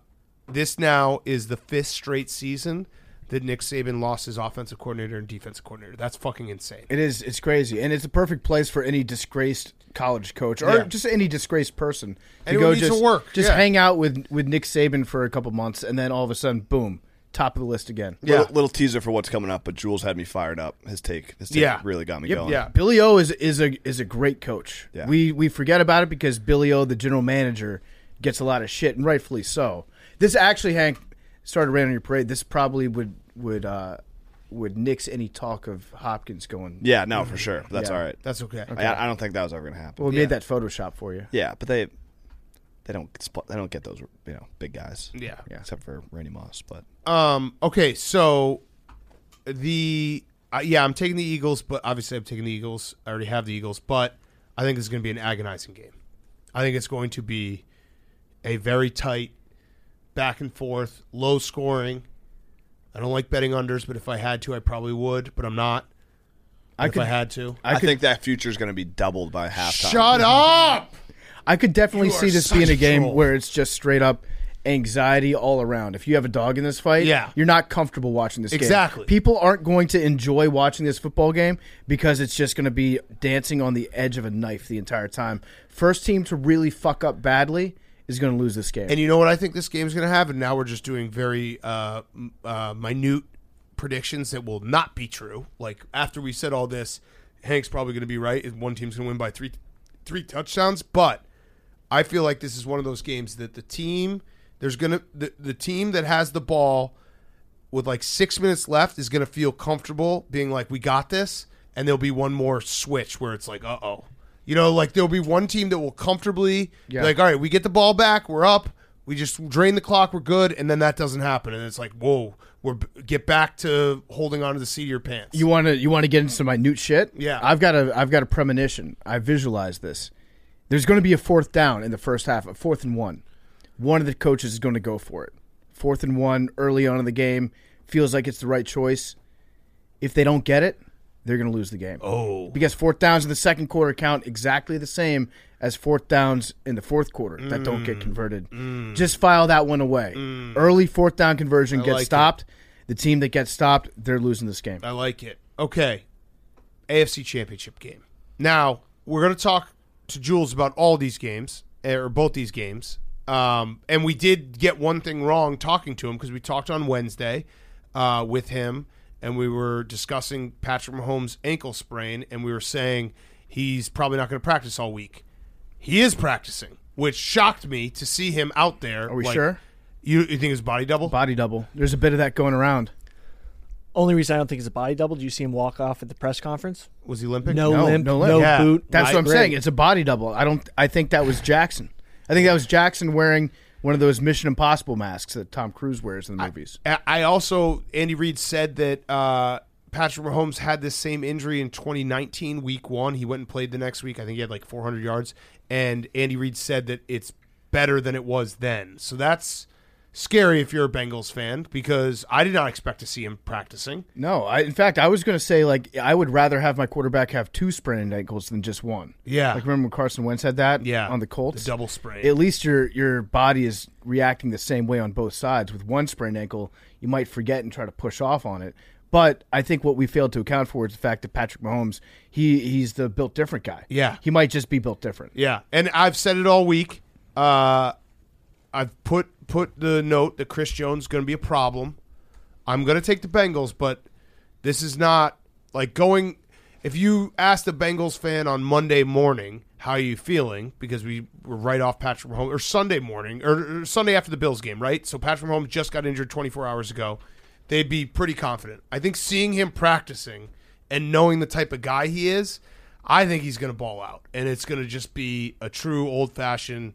[SPEAKER 1] this now is the fifth straight season that Nick Saban lost his offensive coordinator and defensive coordinator. That's fucking insane.
[SPEAKER 2] it is. It's crazy, and it's a perfect place for any disgraced college coach or
[SPEAKER 1] Yeah.
[SPEAKER 2] just any disgraced person to
[SPEAKER 1] Anyone
[SPEAKER 2] go
[SPEAKER 1] needs to
[SPEAKER 2] just
[SPEAKER 1] work,
[SPEAKER 2] Just
[SPEAKER 1] yeah.
[SPEAKER 2] hang out with with Nick Saban for a couple months, and then all of a sudden, boom, top of the list again.
[SPEAKER 5] Little, little teaser for what's coming up, but Jules had me fired up. His take, his take
[SPEAKER 1] Yeah.
[SPEAKER 5] really got me going.
[SPEAKER 1] Yeah.
[SPEAKER 2] Uh, Billy O is is a is a great coach.
[SPEAKER 5] Yeah.
[SPEAKER 2] We we forget about it because Billy O, the general manager, gets a lot of shit, and rightfully so. This actually, Hank, started rain on your parade. This probably would would uh, would nix any talk of Hopkins going.
[SPEAKER 5] Yeah, no, for sure. That's all right.
[SPEAKER 1] That's okay.
[SPEAKER 5] I, I don't think that was ever going to happen.
[SPEAKER 2] Well, we made that Photoshop for you.
[SPEAKER 5] yeah, but they they don't spl- they don't get those you know big guys.
[SPEAKER 1] Yeah.
[SPEAKER 5] except for Randy Moss. But
[SPEAKER 1] Um. Okay. So the uh, yeah, I'm taking the Eagles, but obviously I'm taking the Eagles. I already have the Eagles, but I think it's going to be an agonizing game. I think it's going to be a very tight, back and forth, low scoring. I don't like betting unders, but if I had to, I probably would. But I'm not.
[SPEAKER 2] I
[SPEAKER 1] if
[SPEAKER 2] could
[SPEAKER 1] I had to,
[SPEAKER 5] I, think that future is going to be doubled by halftime.
[SPEAKER 1] shut up.
[SPEAKER 2] I could definitely
[SPEAKER 1] You are
[SPEAKER 2] see this
[SPEAKER 1] such
[SPEAKER 2] being
[SPEAKER 1] a
[SPEAKER 2] a game
[SPEAKER 1] troll.
[SPEAKER 2] where it's just straight up anxiety all around. If you have a dog in this fight,
[SPEAKER 1] Yeah.
[SPEAKER 2] you're not comfortable watching this game.
[SPEAKER 1] Exactly.
[SPEAKER 2] People aren't going to enjoy watching this football game because it's just going to be dancing on the edge of a knife the entire time. First team to really fuck up badly is going to lose this game.
[SPEAKER 1] And you know what I think this game's going to have? And now we're just doing very uh, m- uh, minute predictions that will not be true. Like after we said all this, Hank's probably going to be right. and One team's going to win by three, three touchdowns. But I feel like this is one of those games that the team there's going to the, the team that has the ball with like six minutes left is going to feel comfortable being like, we got this. And there'll be one more switch where it's like, uh oh. You know, like there'll be one team that will comfortably, be
[SPEAKER 2] Yeah.
[SPEAKER 1] like, all right, we get the ball back, we're up, we just drain the clock, we're good. And then that doesn't happen. And it's like, whoa, we're get back to holding onto the seat of your pants.
[SPEAKER 2] You want to you want to get into some minute shit?
[SPEAKER 1] Yeah.
[SPEAKER 2] I've got a I've got a premonition. I visualize this. There's going to be a fourth down in the first half, a fourth and one. One of the coaches is going to go for it. Fourth and one early on in the game feels like it's the right choice. If they don't get it, they're going to lose the game. Oh, because fourth downs in the second quarter count exactly the same as fourth downs in the fourth quarter that don't
[SPEAKER 1] Mm.
[SPEAKER 2] get converted. Just file that one away. Early fourth down conversion gets
[SPEAKER 1] like it.
[SPEAKER 2] stopped. The team that gets stopped, they're losing this game.
[SPEAKER 1] I like it. Okay. AFC Championship game. Now, we're going to talk to Jules about all these games, eh, or both these games. Um, and we did get one thing wrong talking to him because we talked on Wednesday uh, with him and we were discussing Patrick Mahomes' ankle sprain and we were saying he's probably not going to practice all week. He is practicing, which shocked me to see him out there.
[SPEAKER 2] Are we sure?
[SPEAKER 1] You, you think it's body double?
[SPEAKER 2] Body double. There's a bit of that going around.
[SPEAKER 12] Only reason I don't think it's a body double. Do you see him walk off at the press conference?
[SPEAKER 1] Was he limping?
[SPEAKER 12] No, limp, no,
[SPEAKER 2] Yeah.
[SPEAKER 12] boot.
[SPEAKER 2] Oh, That's
[SPEAKER 12] not
[SPEAKER 2] what I'm
[SPEAKER 12] great.
[SPEAKER 2] saying. It's a body double. I don't. I think that was Jackson. I think that was Jackson wearing one of those Mission Impossible masks that Tom Cruise wears in the movies.
[SPEAKER 1] I I also Andy Reid said that uh, Patrick Mahomes had this same injury in 2019, Week One. He went and played the next week. I think he had like 400 yards, and Andy Reid said that it's better than it was then. So that's scary if you're a Bengals fan because I did not expect to see him practicing.
[SPEAKER 2] no, I, in fact, I was going to say like I would rather have my quarterback have two sprained ankles than just one.
[SPEAKER 1] Yeah.
[SPEAKER 2] Like remember when Carson Wentz had that?
[SPEAKER 1] Yeah,
[SPEAKER 2] On the Colts,
[SPEAKER 1] the double sprain.
[SPEAKER 2] At least your your body is reacting the same way on both sides. With one sprained ankle, you might forget and try to push off on it. But I think what we failed to account for is the fact that Patrick Mahomes, he he's the built different guy.
[SPEAKER 1] Yeah.
[SPEAKER 2] he might just be built different.
[SPEAKER 1] Yeah, and I've said it all week. Uh, I've put put the note that Chris Jones is going to be a problem. I'm going to take the Bengals, but this is not like going. If you asked a Bengals fan on Monday morning how are you feeling because we were right off Patrick Mahomes or Sunday morning or, or Sunday after the Bills game, right? So Patrick Mahomes just got injured 24 hours ago. They'd be pretty confident. I think seeing him practicing and knowing the type of guy he is, I think he's going to ball out, and it's going to just be a true old fashioned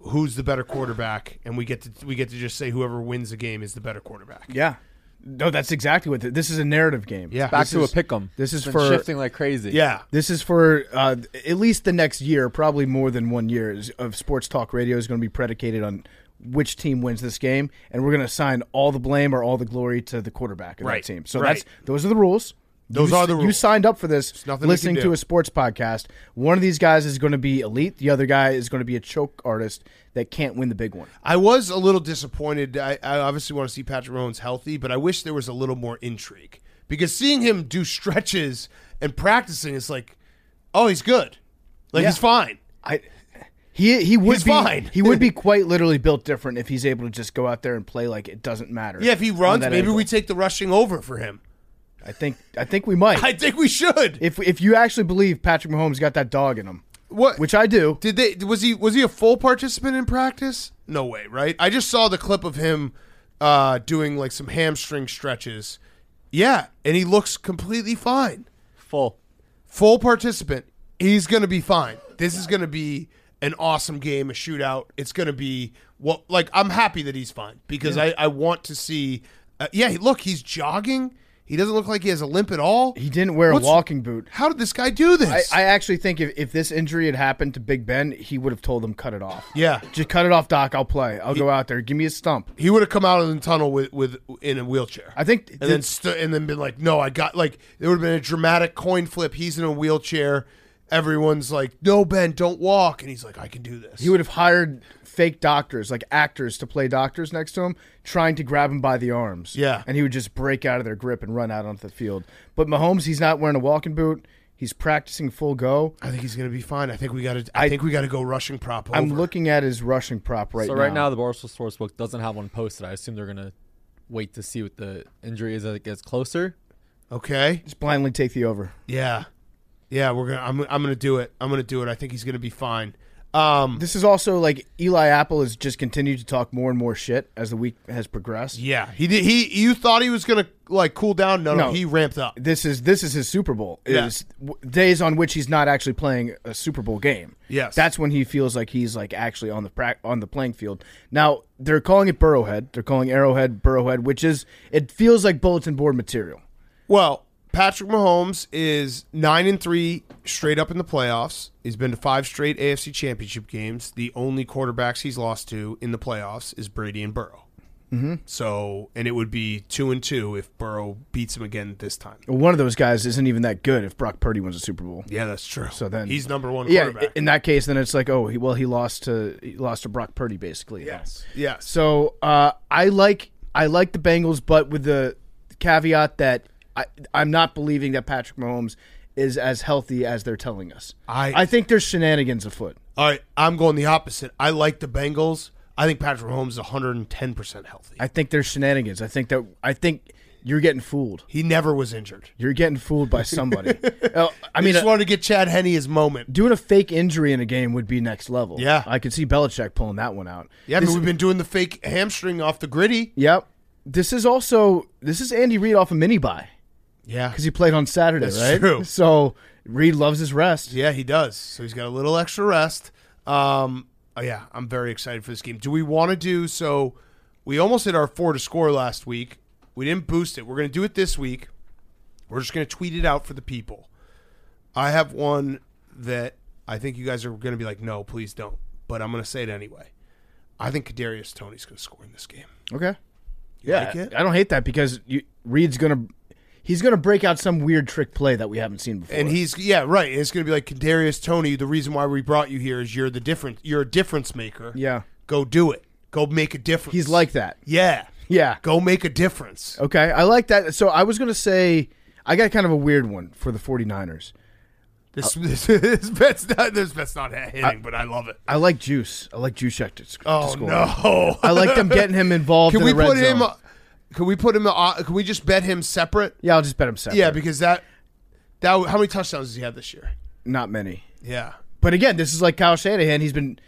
[SPEAKER 1] who's the better quarterback, and we get to we get to just say whoever wins the game is the better quarterback.
[SPEAKER 2] Yeah. No, that's exactly what. th- this is a narrative game.
[SPEAKER 1] Yeah.
[SPEAKER 11] Back
[SPEAKER 2] This
[SPEAKER 11] to
[SPEAKER 2] is-
[SPEAKER 11] a pick 'em.
[SPEAKER 2] This is
[SPEAKER 11] Been
[SPEAKER 2] for
[SPEAKER 11] shifting like crazy.
[SPEAKER 1] Yeah,
[SPEAKER 2] This is for uh, at least the next year, probably more than one year is- of sports talk radio is going to be predicated on which team wins this game, and we're going to assign all the blame or all the glory to the quarterback of
[SPEAKER 1] Right.
[SPEAKER 2] that team. So
[SPEAKER 1] Right.
[SPEAKER 2] that's those are the rules.
[SPEAKER 1] Those
[SPEAKER 2] You
[SPEAKER 1] are
[SPEAKER 2] s-
[SPEAKER 1] the
[SPEAKER 2] You
[SPEAKER 1] rules.
[SPEAKER 2] signed up for this.
[SPEAKER 1] nothing we
[SPEAKER 2] listening
[SPEAKER 1] can
[SPEAKER 2] to
[SPEAKER 1] do.
[SPEAKER 2] a sports podcast. One of these guys is going to be elite. The other guy is going to be a choke artist that can't win the big one.
[SPEAKER 1] I was a little disappointed. I, I obviously want to see Patrick Mahomes healthy, but I wish there was a little more intrigue because seeing him do stretches and practicing is like, oh, he's good, like he's fine.
[SPEAKER 2] I he he would
[SPEAKER 1] He's
[SPEAKER 2] be
[SPEAKER 1] fine.
[SPEAKER 2] he would be quite literally built different if he's able to just go out there and play like it doesn't matter.
[SPEAKER 1] Yeah, if he
[SPEAKER 2] on
[SPEAKER 1] runs,
[SPEAKER 2] that
[SPEAKER 1] maybe
[SPEAKER 2] angle.
[SPEAKER 1] we take the rushing over for him.
[SPEAKER 2] I think I think we might.
[SPEAKER 1] I think we should.
[SPEAKER 2] if if you actually believe Patrick Mahomes got that dog in him,
[SPEAKER 1] What?
[SPEAKER 2] which I do,
[SPEAKER 1] Did they? Was he? Was he a full participant in practice? No way, right? I just saw the clip of him uh, doing like some hamstring stretches. Yeah, and he looks completely fine.
[SPEAKER 11] Full.
[SPEAKER 1] Full participant. He's gonna be fine. This is gonna be an awesome game, a shootout. It's gonna be what? like I'm happy that he's fine because I I want to see. Uh, yeah, look, he's jogging. He doesn't look like he has a limp at all.
[SPEAKER 2] he didn't wear
[SPEAKER 1] What's-
[SPEAKER 2] a walking boot.
[SPEAKER 1] How did this guy do
[SPEAKER 2] I,
[SPEAKER 1] this?
[SPEAKER 2] I actually think if, if this injury had happened to Big Ben, he would have told him cut it off.
[SPEAKER 1] yeah,
[SPEAKER 2] Just cut it off, Doc. I'll play. I'll go out there. Give me a stump.
[SPEAKER 1] he would have come out of the tunnel with, with in a wheelchair.
[SPEAKER 2] I think
[SPEAKER 1] and then stu and then been like, no, I got like there would have been a dramatic coin flip. He's in a wheelchair. Everyone's like, no, Ben, don't walk, and he's like, I can do this.
[SPEAKER 2] he would have hired fake doctors, like actors, to play doctors next to him, trying to grab him by the arms.
[SPEAKER 1] Yeah.
[SPEAKER 2] and he would just break out of their grip and run out onto the field. But Mahomes, he's not wearing a walking boot. He's practicing full go.
[SPEAKER 1] I think he's gonna be fine. I think we got to. I,
[SPEAKER 2] I-
[SPEAKER 1] think we got to go rushing prop. Over.
[SPEAKER 2] I'm looking at his rushing prop right
[SPEAKER 11] so
[SPEAKER 2] now.
[SPEAKER 11] right now the Barstool Sportsbook doesn't have one posted. I assume they're gonna wait to see what the injury is as it gets closer.
[SPEAKER 1] Okay.
[SPEAKER 2] just blindly take the over.
[SPEAKER 1] Yeah. Yeah, we're gonna. I'm. I'm gonna do it. I'm gonna do it. I think he's gonna be fine. Um,
[SPEAKER 2] This is also like Eli Apple has just continued to talk more and more shit as the week has progressed.
[SPEAKER 1] yeah, he did. He you thought he was gonna like cool down? No, no,
[SPEAKER 2] No.
[SPEAKER 1] he ramped up.
[SPEAKER 2] This is this is his Super Bowl.
[SPEAKER 1] Yeah.
[SPEAKER 2] Is w- days on which he's not actually playing a Super Bowl game.
[SPEAKER 1] Yes.
[SPEAKER 2] that's when he feels like he's like actually on the prac on the playing field. Now they're calling it Burrowhead. They're calling Arrowhead Burrowhead, which is it feels like bulletin board material.
[SPEAKER 1] Well, Patrick Mahomes is nine and three straight up in the playoffs. He's been to five straight AFC Championship games. The only quarterbacks he's lost to in the playoffs is Brady and Burrow. Mm-hmm. So, and it would be two and two if Burrow beats him again this time.
[SPEAKER 2] One of those guys isn't even that good if Brock Purdy wins a Super Bowl.
[SPEAKER 1] Yeah, that's true.
[SPEAKER 2] So then
[SPEAKER 1] he's number one
[SPEAKER 2] Yeah,
[SPEAKER 1] quarterback.
[SPEAKER 2] in that case, then it's like, oh, he, well, he lost to he lost to Brock Purdy basically.
[SPEAKER 1] yes, yes.
[SPEAKER 2] So uh, I like I like the Bengals, but with the caveat that I, I'm not believing that Patrick Mahomes is as healthy as they're telling us.
[SPEAKER 1] I-
[SPEAKER 2] I think there's shenanigans afoot.
[SPEAKER 1] All right, I'm going the opposite. I like the Bengals. I think Patrick Mahomes is 110 percent healthy.
[SPEAKER 2] I think there's shenanigans. I think that I think you're getting fooled.
[SPEAKER 1] he never was injured.
[SPEAKER 2] You're getting fooled by somebody. Uh, I
[SPEAKER 1] I mean,
[SPEAKER 2] mean,
[SPEAKER 1] just
[SPEAKER 2] uh,
[SPEAKER 1] wanted to get Chad Henney his moment.
[SPEAKER 2] doing a fake injury in a game would be next level.
[SPEAKER 1] Yeah.
[SPEAKER 2] I could see Belichick pulling that one out.
[SPEAKER 1] Yeah, I
[SPEAKER 2] This-
[SPEAKER 1] mean, we've been doing the fake hamstring off the gritty.
[SPEAKER 2] Yep. This is also this is Andy Reid off a mini buy
[SPEAKER 1] Yeah,
[SPEAKER 2] because he played on Saturday,
[SPEAKER 1] That's
[SPEAKER 2] right?
[SPEAKER 1] true.
[SPEAKER 2] So Reid loves his rest.
[SPEAKER 1] Yeah, he does. So he's got a little extra rest. Um, oh yeah, I'm very excited for this game. Do we want to do so? We almost hit our four to score last week. We didn't boost it. We're going to do it this week. We're just going to tweet it out for the people. I have one that I think you guys are going to be like, no, please don't. But I'm going to say it anyway. I think Kadarius Tony's going to score in this game.
[SPEAKER 2] Okay.
[SPEAKER 1] You
[SPEAKER 2] yeah,
[SPEAKER 1] like it?
[SPEAKER 2] I don't hate that because you, Reed's gonna he's gonna break out some weird trick play that we haven't seen before.
[SPEAKER 1] And he's yeah right. It's going to be like Kadarius Tony. The reason why we brought you here is you're the different. You're a difference maker.
[SPEAKER 2] yeah,
[SPEAKER 1] Go do it. Go make a difference.
[SPEAKER 2] he's like that.
[SPEAKER 1] Yeah.
[SPEAKER 2] Yeah. Uh,
[SPEAKER 1] Go make a difference.
[SPEAKER 2] Okay, I like that. So I was gonna say I got kind of a weird one for the 49ers.
[SPEAKER 1] This, this, this bet's not this bet's not hitting, but I love it.
[SPEAKER 2] I like Juice. I like Juszek to, sc- to
[SPEAKER 1] Oh
[SPEAKER 2] score.
[SPEAKER 1] no!
[SPEAKER 2] I like them getting him involved.
[SPEAKER 1] Can
[SPEAKER 2] in
[SPEAKER 1] we
[SPEAKER 2] the red
[SPEAKER 1] put
[SPEAKER 2] zone.
[SPEAKER 1] him? Can we put him? uh, Can we just bet him separate?
[SPEAKER 2] Yeah, I'll just bet him seven.
[SPEAKER 1] Yeah, because that that how many touchdowns does he have this year?
[SPEAKER 2] not many.
[SPEAKER 1] Yeah,
[SPEAKER 2] But again, this is like Kyle Shanahan. He's been.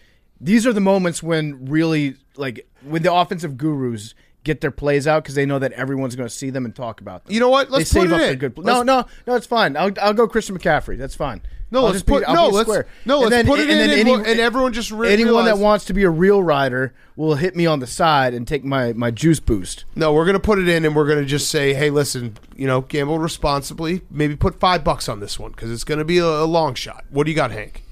[SPEAKER 2] These are the moments when really, like, when the offensive gurus get their plays out because they know that everyone's going to see them and talk about them.
[SPEAKER 1] You know what? Let's
[SPEAKER 2] they
[SPEAKER 1] put
[SPEAKER 2] save
[SPEAKER 1] it
[SPEAKER 2] up
[SPEAKER 1] in.
[SPEAKER 2] their good. Pl-
[SPEAKER 1] Let's-
[SPEAKER 2] no, no, no. It's fine. I'll, I'll go Christian McCaffrey. That's fine.
[SPEAKER 1] No,
[SPEAKER 2] I'll
[SPEAKER 1] let's
[SPEAKER 2] just be-
[SPEAKER 1] put-
[SPEAKER 2] I'll
[SPEAKER 1] no,
[SPEAKER 2] be
[SPEAKER 1] let's-
[SPEAKER 2] square.
[SPEAKER 1] no,
[SPEAKER 2] And
[SPEAKER 1] let's
[SPEAKER 2] then-
[SPEAKER 1] put it
[SPEAKER 2] and
[SPEAKER 1] in
[SPEAKER 2] then
[SPEAKER 1] and we'll- and everyone just re-
[SPEAKER 2] anyone that
[SPEAKER 1] realize-
[SPEAKER 2] wants to be a real rider will hit me on the side and take my my juice boost.
[SPEAKER 1] no, we're gonna put it in, and we're gonna just say, hey, listen, you know, gamble responsibly. Maybe put five bucks on this one because it's gonna be a, a long shot. What do you got, Hank?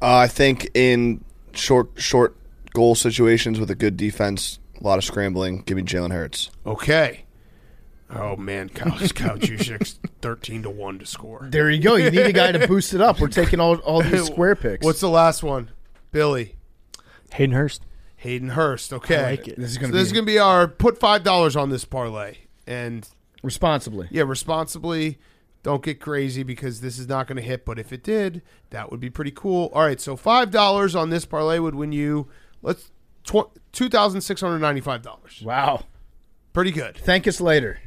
[SPEAKER 5] Uh, I think in short short goal situations with a good defense, a lot of scrambling. Give me Jalen Hurts.
[SPEAKER 1] Okay. Oh man, Kyle, Kyle Juszyk's thirteen to one to score.
[SPEAKER 2] There you go. You need a guy to boost it up. We're taking all all these square picks.
[SPEAKER 1] What's the last one? Billy.
[SPEAKER 12] Hayden Hurst.
[SPEAKER 1] Hayden Hurst. Okay.
[SPEAKER 12] like it.
[SPEAKER 2] this is
[SPEAKER 1] So
[SPEAKER 2] going to
[SPEAKER 1] this is
[SPEAKER 2] be
[SPEAKER 1] going to be our put $5 on this parlay. And
[SPEAKER 2] responsibly.
[SPEAKER 1] yeah, responsibly. Don't get crazy because this is not going to hit. But if it did, that would be pretty cool. All right. So $5 on this parlay would win you, let's, tw- $2,695.
[SPEAKER 2] Wow.
[SPEAKER 1] Pretty good.
[SPEAKER 2] Thank us later.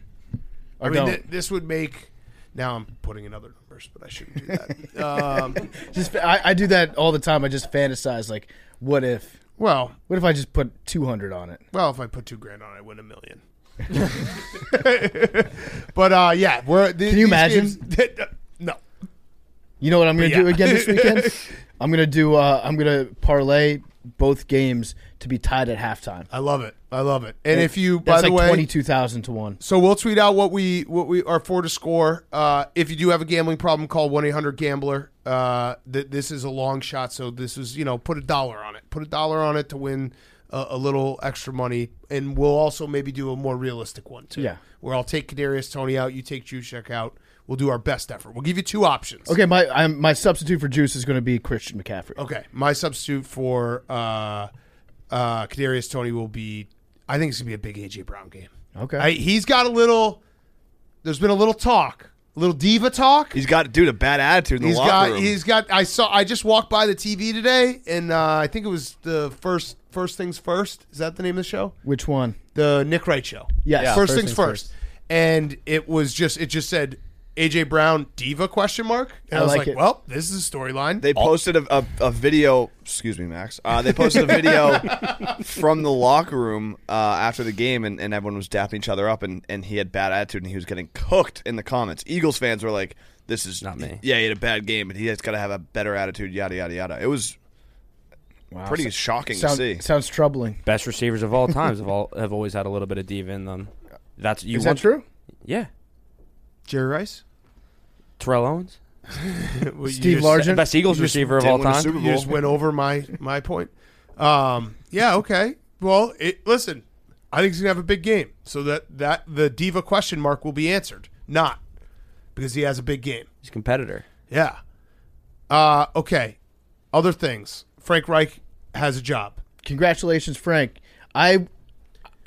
[SPEAKER 2] Or
[SPEAKER 1] I mean,
[SPEAKER 2] don't.
[SPEAKER 1] th- this would make. Now I'm putting in other numbers, but I shouldn't do that. um,
[SPEAKER 2] Just I, I do that all the time. I just fantasize like, what if?
[SPEAKER 1] well,
[SPEAKER 2] What if I just put two hundred on it?
[SPEAKER 1] Well, if I put two grand on, it, I win a million. but uh, yeah, we're. th-
[SPEAKER 2] Can
[SPEAKER 1] these
[SPEAKER 2] you imagine?
[SPEAKER 1] games- no.
[SPEAKER 2] You know what I'm going to do
[SPEAKER 1] Yeah.
[SPEAKER 2] again this weekend? I'm going to do. Uh, I'm going to parlay both games to be tied at halftime.
[SPEAKER 1] I love it. I love it. And if you, by
[SPEAKER 2] That's
[SPEAKER 1] the
[SPEAKER 2] like
[SPEAKER 1] way,
[SPEAKER 2] twenty two thousand to one.
[SPEAKER 1] so we'll tweet out what we what we are for to score. Uh, if you do have a gambling problem, call one eight hundred gambler. Uh, th- this is a long shot, so this is you know put a dollar on it. Put a dollar on it to win a, a little extra money, and we'll also maybe do a more realistic one too.
[SPEAKER 2] Yeah.
[SPEAKER 1] where I'll take Kadarius Tony out, you take Juszczyk out. We'll do our best effort. We'll give you two options.
[SPEAKER 2] Okay, my I'm, my substitute for juice is going to be Christian McCaffrey.
[SPEAKER 1] Okay, my substitute for uh, uh, Kadarius Tony will be. I think it's gonna be a big AJ Brown game.
[SPEAKER 2] Okay.
[SPEAKER 1] I, he's got a little. There's been a little talk, a little diva talk.
[SPEAKER 5] He's got dude a bad attitude in the
[SPEAKER 1] He's
[SPEAKER 5] locker
[SPEAKER 1] got.
[SPEAKER 5] room.
[SPEAKER 1] He's got. I saw. I just walked by the TV today, and uh, I think it was the first. First things first. Is that the name of the show?
[SPEAKER 2] Which one?
[SPEAKER 1] The Nick Wright show.
[SPEAKER 2] Yes. Yeah,
[SPEAKER 1] first,
[SPEAKER 2] First
[SPEAKER 1] things,
[SPEAKER 2] Things
[SPEAKER 1] first. And it was just. It just said AJ Brown diva question mark. And
[SPEAKER 2] I
[SPEAKER 1] I, was
[SPEAKER 2] like
[SPEAKER 1] like,
[SPEAKER 2] it.
[SPEAKER 1] well, this is a storyline.
[SPEAKER 5] They posted a, a, a video. Excuse me, Max. Uh, they posted a video from the locker room uh, after the game, and, and everyone was dapping each other up, and, and he had bad attitude, and he was getting cooked in the comments. Eagles fans were like, "This is
[SPEAKER 13] Not me.
[SPEAKER 5] Yeah, he had a bad game, but he has got to have a better attitude. Yada yada yada. It was pretty shocking
[SPEAKER 2] Sound-
[SPEAKER 5] to see.
[SPEAKER 2] Sounds troubling.
[SPEAKER 13] Best receivers of all times have all have always had a little bit of diva in them. That's you
[SPEAKER 2] Is
[SPEAKER 13] want
[SPEAKER 2] that true?
[SPEAKER 13] Yeah,
[SPEAKER 1] Jerry Rice.
[SPEAKER 13] Terrell Owens,
[SPEAKER 1] Well, you
[SPEAKER 2] Steve
[SPEAKER 1] just-
[SPEAKER 2] Largent.
[SPEAKER 13] best Eagles
[SPEAKER 1] you just
[SPEAKER 13] receiver of
[SPEAKER 5] didn't
[SPEAKER 13] all
[SPEAKER 5] win a
[SPEAKER 13] time.
[SPEAKER 5] Super
[SPEAKER 1] You just
[SPEAKER 5] Bowl.
[SPEAKER 1] went over my my point. Um, yeah. Okay. Well, it, listen, I think he's gonna have a big game, so that that the diva question mark will be answered, not because he has a big game.
[SPEAKER 13] He's a competitor.
[SPEAKER 1] Yeah. Uh, okay. Other things. Frank Reich has a job.
[SPEAKER 2] Congratulations, Frank. I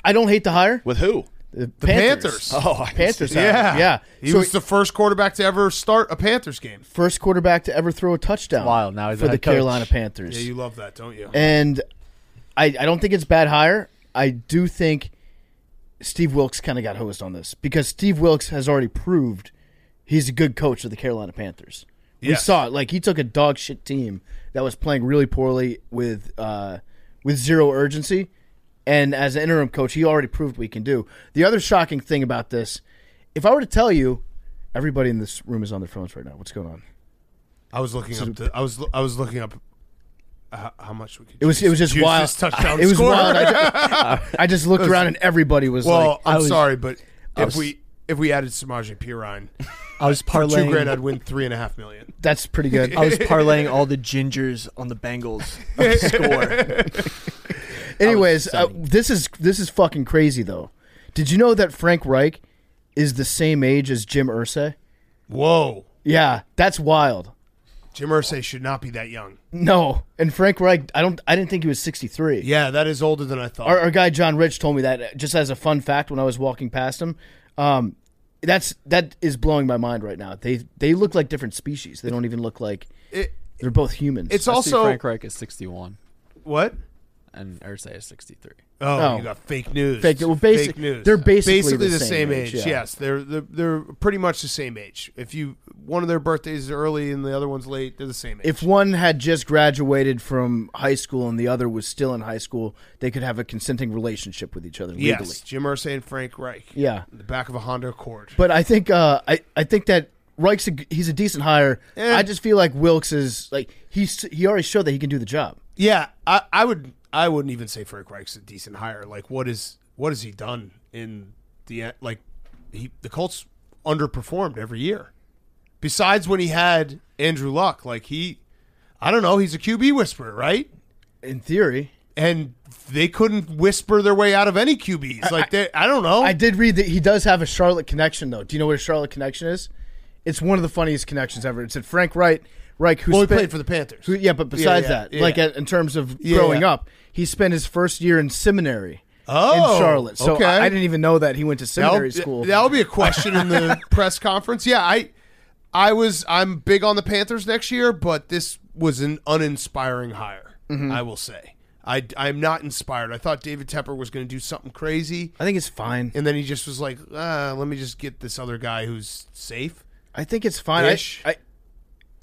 [SPEAKER 2] I don't hate the hire.
[SPEAKER 5] With who?
[SPEAKER 2] The,
[SPEAKER 1] The Panthers.
[SPEAKER 5] Oh, I
[SPEAKER 2] Panthers. hire.
[SPEAKER 1] Yeah.
[SPEAKER 2] yeah.
[SPEAKER 1] He
[SPEAKER 2] so
[SPEAKER 1] was the first quarterback to ever start a Panthers game.
[SPEAKER 2] first quarterback to ever throw a touchdown.
[SPEAKER 11] Wild. Now he's
[SPEAKER 2] for
[SPEAKER 11] the
[SPEAKER 2] the
[SPEAKER 11] head coach.
[SPEAKER 2] Carolina Panthers.
[SPEAKER 1] Yeah, you love that, don't you?
[SPEAKER 2] and I, I don't think it's bad hire. I do think Steve Wilkes kind of got hosed on this because Steve Wilkes has already proved he's a good coach of the Carolina Panthers. We
[SPEAKER 1] Yes.
[SPEAKER 2] saw it. Like he took a dog shit team that was playing really poorly with uh, with zero urgency, and as an interim coach, he already proved what he can do. The other shocking thing about this, if I were to tell you, everybody in this room is on their phones right now. What's going on?
[SPEAKER 1] I was looking up. The, I was I was looking up how, how much we could.
[SPEAKER 2] It was it was just
[SPEAKER 1] juice
[SPEAKER 2] wild.
[SPEAKER 1] this touchdown
[SPEAKER 2] it was
[SPEAKER 1] score.
[SPEAKER 2] wild. I just, I just looked around and everybody was
[SPEAKER 1] Well,
[SPEAKER 2] like,
[SPEAKER 1] I'm
[SPEAKER 12] was-
[SPEAKER 1] sorry, but if
[SPEAKER 2] was-
[SPEAKER 1] we if we added Samaje Pirine,
[SPEAKER 12] I was
[SPEAKER 1] two grand,
[SPEAKER 12] parlaying.
[SPEAKER 1] I'd win three and a half million.
[SPEAKER 2] "That's pretty good."
[SPEAKER 12] I was parlaying all the gingers on the Bengals to score.
[SPEAKER 2] Anyways, uh, this is this is fucking crazy though. Did you know that Frank Reich is the same age as Jim Ursay?
[SPEAKER 1] Whoa,
[SPEAKER 2] Yeah, that's wild.
[SPEAKER 1] Jim Irsay should not be that young.
[SPEAKER 2] No, and Frank Reich, I don't, I didn't think he was sixty three.
[SPEAKER 1] Yeah, that is older than I thought.
[SPEAKER 2] Our, our guy John Rich told me that uh, just as a fun fact when I was walking past him. Um, that's that is blowing my mind right now. They they look like different species. They don't even look like
[SPEAKER 1] It-
[SPEAKER 2] they're both humans.
[SPEAKER 1] it's
[SPEAKER 11] I see
[SPEAKER 1] also
[SPEAKER 11] Frank Reich is 61
[SPEAKER 1] what?
[SPEAKER 11] and Ursay is 63.
[SPEAKER 1] Oh,
[SPEAKER 2] No.
[SPEAKER 1] you got fake news.
[SPEAKER 2] Fake- well, basi-
[SPEAKER 1] news.
[SPEAKER 2] they're basically the
[SPEAKER 1] the
[SPEAKER 2] same
[SPEAKER 1] same,
[SPEAKER 2] age,
[SPEAKER 1] age.
[SPEAKER 2] yeah.
[SPEAKER 1] Yes, they're, they're they're pretty much the same age. If you one of their birthdays is early and the other one's late, they're the same age.
[SPEAKER 2] if one had just graduated from high school and the other was still in high school, they could have a consenting relationship with each other legally.
[SPEAKER 1] yes, Jim Irsay and Frank Reich.
[SPEAKER 2] Yeah.
[SPEAKER 1] the back of a Honda Accord.
[SPEAKER 2] But I think uh, I I think that Reich's a, g- he's a decent hire.
[SPEAKER 1] Eh.
[SPEAKER 2] I just feel like Wilkes is like he's he already showed that he can do the job.
[SPEAKER 1] Yeah, I, I would I wouldn't even say Frank Reich's a decent hire. Like what is what has he done in the en- like he the Colts underperformed every year. Besides when he had Andrew Luck, like he I don't know, he's a QB whisperer, right?
[SPEAKER 2] In theory,
[SPEAKER 1] And they couldn't whisper their way out of any QBs. Like they I don't know.
[SPEAKER 2] I did read that he does have a Charlotte connection though. Do you know what a Charlotte connection is? It's one of the funniest connections ever. It's at Frank Reich, Reich who
[SPEAKER 1] well, he
[SPEAKER 2] spent-
[SPEAKER 1] played for the Panthers.
[SPEAKER 2] Who, yeah, but besides
[SPEAKER 1] yeah,
[SPEAKER 2] that,
[SPEAKER 1] yeah.
[SPEAKER 2] like at, in terms of
[SPEAKER 1] Yeah,
[SPEAKER 2] growing
[SPEAKER 1] yeah.
[SPEAKER 2] up, he spent his first year in seminary
[SPEAKER 1] Oh,
[SPEAKER 2] in Charlotte. So
[SPEAKER 1] okay.
[SPEAKER 2] I, I didn't even know that he went to seminary
[SPEAKER 1] that'll,
[SPEAKER 2] school.
[SPEAKER 1] That'll be a question in the press conference. Yeah, I I was I'm big on the Panthers next year, but this was an uninspiring hire. I will say. I I'm not inspired. I thought David Tepper was going to do something crazy,
[SPEAKER 2] I think it's fine.
[SPEAKER 1] and then he just was like, uh, "Let me just get this other guy who's safe."
[SPEAKER 2] I think it's fine. I,
[SPEAKER 1] Ish.
[SPEAKER 2] I,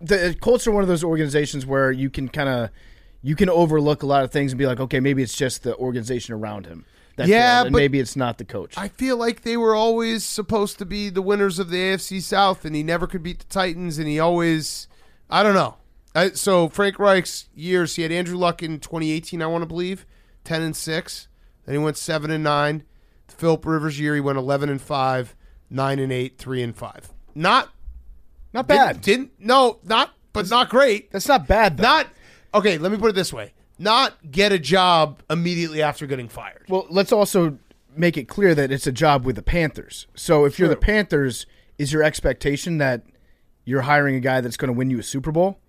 [SPEAKER 2] the Colts are one of those organizations where you can kind of you can overlook a lot of things and be like, okay, maybe it's just the organization around him. That
[SPEAKER 1] Yeah,
[SPEAKER 2] failed, and
[SPEAKER 1] but-
[SPEAKER 2] maybe it's not the coach.
[SPEAKER 1] I feel like they were always supposed to be the winners of the AFC South, and he never could beat the Titans, and he always, I don't know. I, so Frank Reich's years, he had Andrew Luck in 2018, I want to believe, 10 and six. Then he went seven and nine. The Philip Rivers year, he went 11 and five, nine and eight, three and five. Not
[SPEAKER 2] not
[SPEAKER 1] didn't,
[SPEAKER 2] bad.
[SPEAKER 1] didn't no, not but not great.
[SPEAKER 2] That's not bad. Though.
[SPEAKER 1] Not okay. Let me put it this way: not get a job immediately after getting fired.
[SPEAKER 2] well. Let's also make it clear that it's a job with the Panthers. So if you're the Panthers, is your expectation that you're hiring a guy that's going to win you a Super Bowl?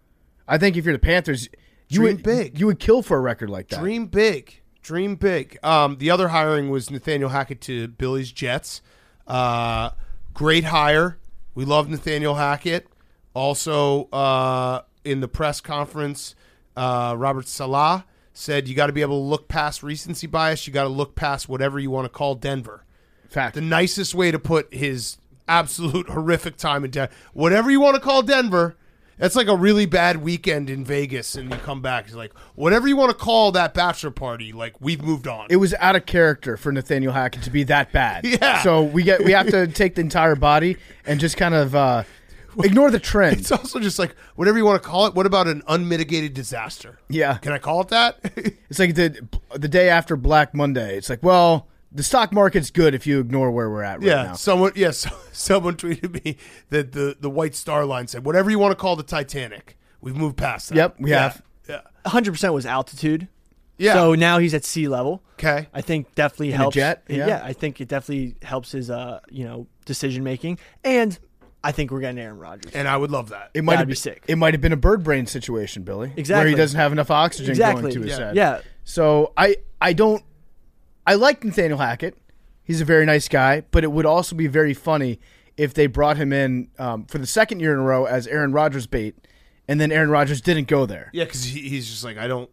[SPEAKER 2] I think if you're the Panthers, you
[SPEAKER 1] Dream
[SPEAKER 2] would
[SPEAKER 1] big.
[SPEAKER 2] You would kill for a record like that.
[SPEAKER 1] Dream big. Dream big. Um, the other hiring was Nathaniel Hackett to Billy's Jets. Uh, great hire. We love Nathaniel Hackett. Also, uh, in the press conference, uh, Robert Salah said, You got to be able to look past recency bias. You got to look past whatever you want to call Denver.
[SPEAKER 2] Fact.
[SPEAKER 1] The nicest way to put his absolute horrific time in Denver. Whatever you want to call Denver, that's like a really bad weekend in Vegas, and you come back. It's like whatever you want to call that bachelor party. Like we've moved on.
[SPEAKER 2] It was out of character for Nathaniel Hackett to be that bad.
[SPEAKER 1] Yeah.
[SPEAKER 2] So we get we have to take the entire body and just kind of uh, ignore the trend.
[SPEAKER 1] It's also just like whatever you want to call it. What about an unmitigated disaster?
[SPEAKER 2] Yeah.
[SPEAKER 1] Can I call it that?
[SPEAKER 2] It's like the the day after Black Monday. It's like, well, the stock market's good if you ignore where we're at right
[SPEAKER 1] yeah.
[SPEAKER 2] now.
[SPEAKER 1] Someone yes, someone tweeted me that the the White Star Line said whatever you want to call the Titanic. We've moved past that.
[SPEAKER 2] Yep, we
[SPEAKER 1] Yeah.
[SPEAKER 2] have.
[SPEAKER 1] Yeah.
[SPEAKER 12] 100% was altitude.
[SPEAKER 1] Yeah.
[SPEAKER 12] So now he's at sea level.
[SPEAKER 1] okay.
[SPEAKER 12] I think definitely
[SPEAKER 2] a
[SPEAKER 12] helps.
[SPEAKER 2] jet, yeah.
[SPEAKER 12] yeah. I think it definitely helps his uh, you know, decision making. And I think we're getting Aaron Rodgers.
[SPEAKER 1] And I would love that.
[SPEAKER 2] It might have
[SPEAKER 12] That'd be
[SPEAKER 2] been-
[SPEAKER 12] sick.
[SPEAKER 2] It might have been a bird brain situation, Billy. Where
[SPEAKER 12] Exactly.
[SPEAKER 2] he doesn't have enough oxygen
[SPEAKER 12] Exactly.
[SPEAKER 2] going to his
[SPEAKER 12] yeah.
[SPEAKER 2] head.
[SPEAKER 12] yeah.
[SPEAKER 2] So I I don't I like Nathaniel Hackett. He's a very nice guy, but it would also be very funny if they brought him in um, for the second year in a row as Aaron Rodgers bait, and then Aaron Rodgers didn't go there.
[SPEAKER 1] Yeah, because he, he's just like I don't.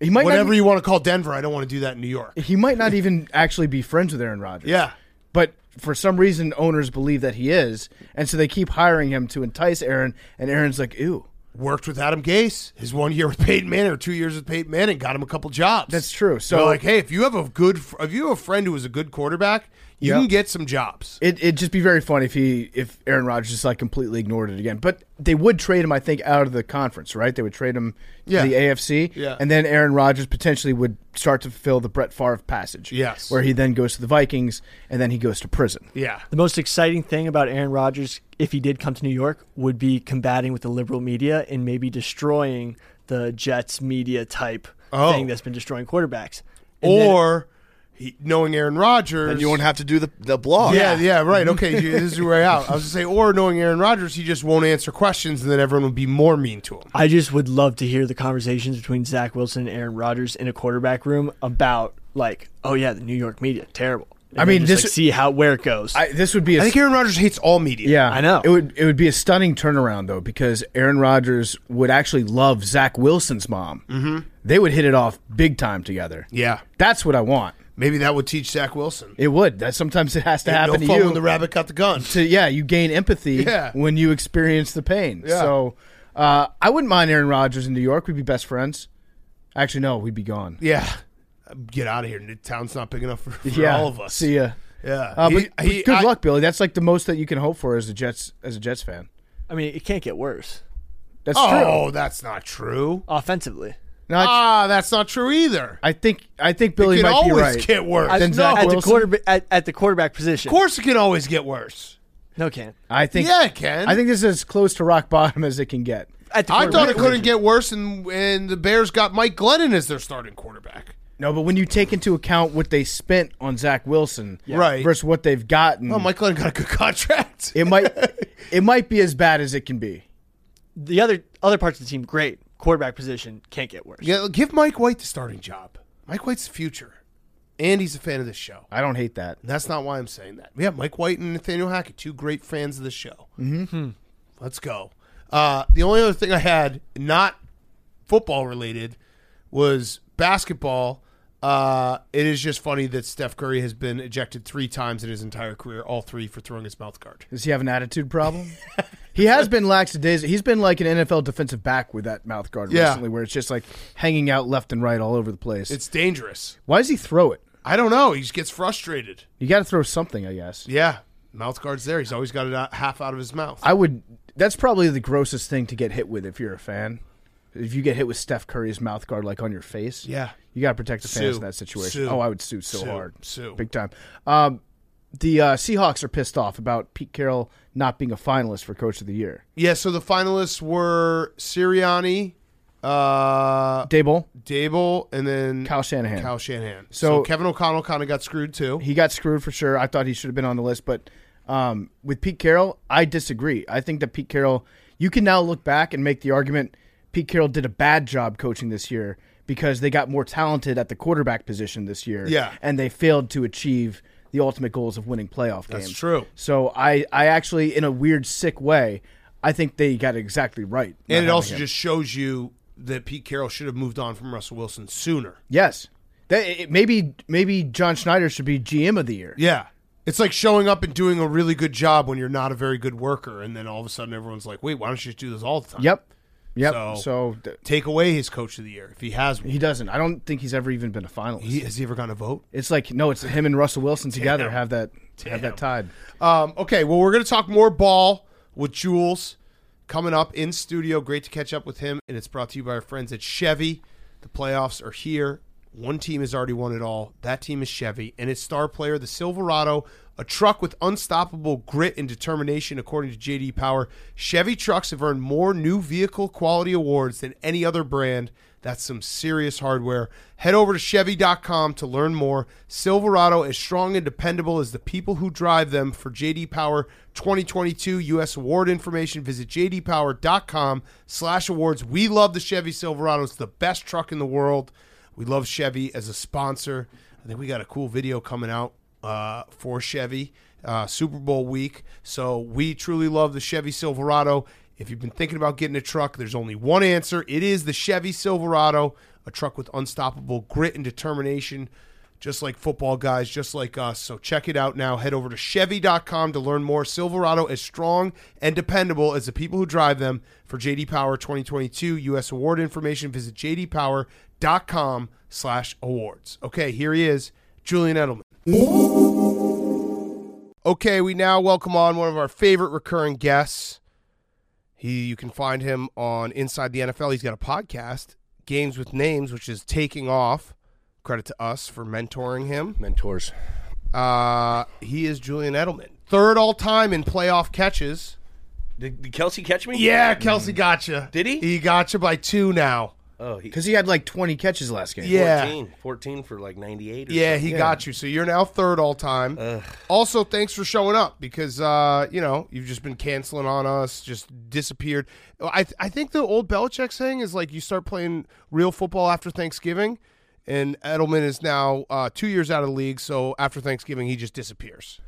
[SPEAKER 2] He might
[SPEAKER 1] Whatever
[SPEAKER 2] not,
[SPEAKER 1] you want to call Denver, I don't want to do that in New York.
[SPEAKER 2] he might not even actually be friends with Aaron Rodgers.
[SPEAKER 1] Yeah.
[SPEAKER 2] But for some reason, owners believe that he is, and so they keep hiring him to entice Aaron. And Aaron's like, "Ooh,
[SPEAKER 1] Worked with Adam Gase, his one year with Peyton Manning or two years with Peyton Manning, got him a couple jobs.
[SPEAKER 2] That's true. So-
[SPEAKER 1] They're like, hey, if you have a good, fr- if you have a friend who is a good quarterback, you
[SPEAKER 2] Yep.
[SPEAKER 1] can get some jobs.
[SPEAKER 2] It, it'd just be very funny if he if Aaron Rodgers just like completely ignored it again. But they would trade him, I think, out of the conference, right? They would trade him to
[SPEAKER 1] Yeah.
[SPEAKER 2] the AFC,
[SPEAKER 1] Yeah.
[SPEAKER 2] and then Aaron Rodgers potentially would start to fulfill the Brett Favre passage,
[SPEAKER 1] Yes.
[SPEAKER 2] where he then goes to the Vikings and then he goes to prison.
[SPEAKER 1] Yeah.
[SPEAKER 12] The most exciting thing about Aaron Rodgers, if he did come to New York, would be combating with the liberal media and maybe destroying the Jets media type
[SPEAKER 1] Oh.
[SPEAKER 12] thing that's been destroying quarterbacks. And then-
[SPEAKER 1] Or he, knowing Aaron Rodgers,
[SPEAKER 5] And you won't have to do the, the blog.
[SPEAKER 1] Yeah, yeah, right. Okay, you- this is your way out. I was to say, or knowing Aaron Rodgers, he just won't answer questions, and then everyone will be more mean to him.
[SPEAKER 12] I just would love to hear the conversations between Zach Wilson and Aaron Rodgers in a quarterback room about like, oh yeah, the New York media terrible. And
[SPEAKER 2] I
[SPEAKER 12] then
[SPEAKER 2] mean,
[SPEAKER 12] just,
[SPEAKER 2] this-
[SPEAKER 12] like, see how where it goes.
[SPEAKER 2] I, this would be a
[SPEAKER 1] I think Aaron Rodgers hates all media.
[SPEAKER 2] yeah,
[SPEAKER 12] I know.
[SPEAKER 2] it would it would be a stunning turnaround though because Aaron Rodgers would actually love Zach Wilson's mom. Mm-hmm. They would hit it off big time together.
[SPEAKER 1] yeah.
[SPEAKER 2] That's what I want.
[SPEAKER 1] Maybe that would teach Zach Wilson.
[SPEAKER 2] It would. That sometimes it has to
[SPEAKER 1] Ain't
[SPEAKER 2] happen
[SPEAKER 1] no
[SPEAKER 2] to
[SPEAKER 1] fun
[SPEAKER 2] you.
[SPEAKER 1] when the rabbit got the gun.
[SPEAKER 2] to yeah, you gain empathy
[SPEAKER 1] Yeah.
[SPEAKER 2] when you experience the pain. So uh, I wouldn't mind Aaron Rodgers in New York. We'd be best friends. Actually, no, we'd be gone.
[SPEAKER 1] Yeah, get out of here. The town's not big enough for, for
[SPEAKER 2] yeah,
[SPEAKER 1] all of us.
[SPEAKER 2] See ya.
[SPEAKER 1] Yeah,
[SPEAKER 2] Uh,
[SPEAKER 1] He-
[SPEAKER 2] but,
[SPEAKER 1] he-
[SPEAKER 2] but good
[SPEAKER 1] I-
[SPEAKER 2] luck, Billy. That's like the most that you can hope for as a Jets as a Jets fan.
[SPEAKER 12] I mean, it can't get worse
[SPEAKER 2] That's
[SPEAKER 1] Oh,
[SPEAKER 2] true.
[SPEAKER 1] that's not true.
[SPEAKER 12] offensively.
[SPEAKER 2] No, I,
[SPEAKER 1] Ah, that's not true either.
[SPEAKER 2] I think I think
[SPEAKER 1] It
[SPEAKER 2] Billy
[SPEAKER 1] can
[SPEAKER 2] might be
[SPEAKER 1] always
[SPEAKER 2] right.
[SPEAKER 1] get worse.
[SPEAKER 12] At,
[SPEAKER 2] Then Zach
[SPEAKER 12] at the
[SPEAKER 2] Wilson?
[SPEAKER 12] quarterback at, at the quarterback position.
[SPEAKER 1] of course, it can always get worse.
[SPEAKER 12] no, it can't.
[SPEAKER 2] I think
[SPEAKER 1] yeah, it can.
[SPEAKER 2] I think this is as close to rock bottom as it can get.
[SPEAKER 12] At the
[SPEAKER 1] I thought it
[SPEAKER 12] quarterback
[SPEAKER 1] couldn't
[SPEAKER 12] position.
[SPEAKER 1] get worse, and and the Bears got Mike Glennon as their starting quarterback.
[SPEAKER 2] No, but when you take into account what they spent on Zach Wilson
[SPEAKER 1] Right.
[SPEAKER 2] versus what they've gotten,
[SPEAKER 1] Oh, Mike Glennon got a good contract.
[SPEAKER 2] it might it might be as bad as it can be.
[SPEAKER 12] the other other parts of the team great. Quarterback position can't get worse.
[SPEAKER 1] Yeah, give Mike White the starting job. Mike White's the future, and he's a fan of this show.
[SPEAKER 2] I don't hate that.
[SPEAKER 1] And that's not why I'm saying that. We have Mike White and Nathaniel Hackett, two great fans of the show. Mm-hmm. Let's go. Uh, the only other thing I had, not football related, was basketball. Uh, it is just funny that Steph Curry has been ejected three times in his entire career, all three for throwing his mouth guard.
[SPEAKER 2] Does he have an attitude problem? he has been lackadaisical. He's been like an NFL defensive back with that mouth guard
[SPEAKER 1] Yeah.
[SPEAKER 2] recently, where it's just like hanging out left and right all over the place.
[SPEAKER 1] It's dangerous.
[SPEAKER 2] Why does he throw it?
[SPEAKER 1] I don't know. He just gets frustrated.
[SPEAKER 2] You got to throw something, I guess.
[SPEAKER 1] Yeah, mouth guard's there. He's always got it out, half out of his mouth.
[SPEAKER 2] I would. That's probably the grossest thing to get hit with if you're a fan. If you get hit with Steph Curry's mouth guard like on your face,
[SPEAKER 1] Yeah.
[SPEAKER 2] you got to protect the fans
[SPEAKER 1] Sue.
[SPEAKER 2] in that situation.
[SPEAKER 1] Sue.
[SPEAKER 2] Oh, I would sue so
[SPEAKER 1] Sue.
[SPEAKER 2] hard,
[SPEAKER 1] Sue.
[SPEAKER 2] big time. Um, the uh, Seahawks are pissed off about Pete Carroll not being a finalist for Coach of the Year.
[SPEAKER 1] yeah, so the finalists were Sirianni, uh,
[SPEAKER 2] Dable,
[SPEAKER 1] Dable, and then
[SPEAKER 2] Kyle Shanahan.
[SPEAKER 1] Kyle Shanahan. So,
[SPEAKER 2] So-
[SPEAKER 1] Kevin O'Connell kind of got screwed too.
[SPEAKER 2] he got screwed for sure. I thought he should have been on the list, but um, with Pete Carroll, I disagree. I think that Pete Carroll, you can now look back and make the argument Pete Carroll did a bad job coaching this year because they got more talented at the quarterback position this year,
[SPEAKER 1] Yeah.
[SPEAKER 2] and they failed to achieve the ultimate goals of winning playoff games.
[SPEAKER 1] That's true.
[SPEAKER 2] So I, I actually, in a weird, sick way, I think they got it exactly right.
[SPEAKER 1] and it
[SPEAKER 2] not having
[SPEAKER 1] also
[SPEAKER 2] him.
[SPEAKER 1] just shows you that Pete Carroll should have moved on from Russell Wilson sooner.
[SPEAKER 2] yes, that, it, maybe maybe John Schneider should be GM of the year.
[SPEAKER 1] Yeah. It's like showing up and doing a really good job when you're not a very good worker, and then all of a sudden everyone's like, "Wait, why don't you just do this all the time?"
[SPEAKER 2] Yep. Yep.
[SPEAKER 1] So-
[SPEAKER 2] So, th-
[SPEAKER 1] Take away his coach of the year if he has one.
[SPEAKER 2] he doesn't. I don't think he's ever even been a finalist.
[SPEAKER 1] He, has he ever gotten a vote?
[SPEAKER 2] it's like no, it's him and Russell Wilson together have that have that tied.
[SPEAKER 1] Um, okay, well, we're going to talk more ball with Jules coming up in studio. Great to catch up with him, and it's brought to you by our friends at Chevy. The playoffs are here. One team has already won it all. That team is Chevy, and its star player, the Silverado, a truck with unstoppable grit and determination, according to JD Power. Chevy trucks have earned more new vehicle quality awards than any other brand. That's some serious hardware. Head over to Chevy.com to learn more. Silverado as strong and dependable as the people who drive them. For JD Power 2022 U.S. award information, visit jdpower.com/awards. We love the Chevy Silverado. It's the best truck in the world. We love Chevy as a sponsor. I think we got a cool video coming out uh, for Chevy uh, Super Bowl week. So we truly love the Chevy Silverado. If you've been thinking about getting a truck, there's only one answer. It is the Chevy Silverado, a truck with unstoppable grit and determination, just like football guys, just like us. So check it out now. Head over to Chevy.com to learn more. Silverado is strong and dependable as the people who drive them. For JD Power 2022 U.S. award information, visit jdpower.com slash awards. Okay, here he is, Julian Edelman. Okay, we now welcome on one of our favorite recurring guests. He you can find him on Inside the NFL. He's got a podcast, Games with Names, which is taking off. Credit to us for mentoring him.
[SPEAKER 7] Mentors.
[SPEAKER 1] Uh, he is Julian Edelman, third all time in playoff catches.
[SPEAKER 7] Did, did Kelsey catch me?
[SPEAKER 1] Yeah, Kelsey gotcha.
[SPEAKER 7] Did he?
[SPEAKER 1] He gotcha by two now.
[SPEAKER 7] Oh, he,
[SPEAKER 2] Because he had like 20 catches last game.
[SPEAKER 1] Yeah.
[SPEAKER 7] 14, 14 for like 98 or
[SPEAKER 1] Yeah,
[SPEAKER 7] something.
[SPEAKER 1] he got you. So you're now third all time. Also, thanks for showing up because uh, you know you've just been canceling on us, just disappeared. I I think the old Belichick saying is like you start playing real football after Thanksgiving, and Edelman is now uh, two years out of the league. So after Thanksgiving, he just disappears.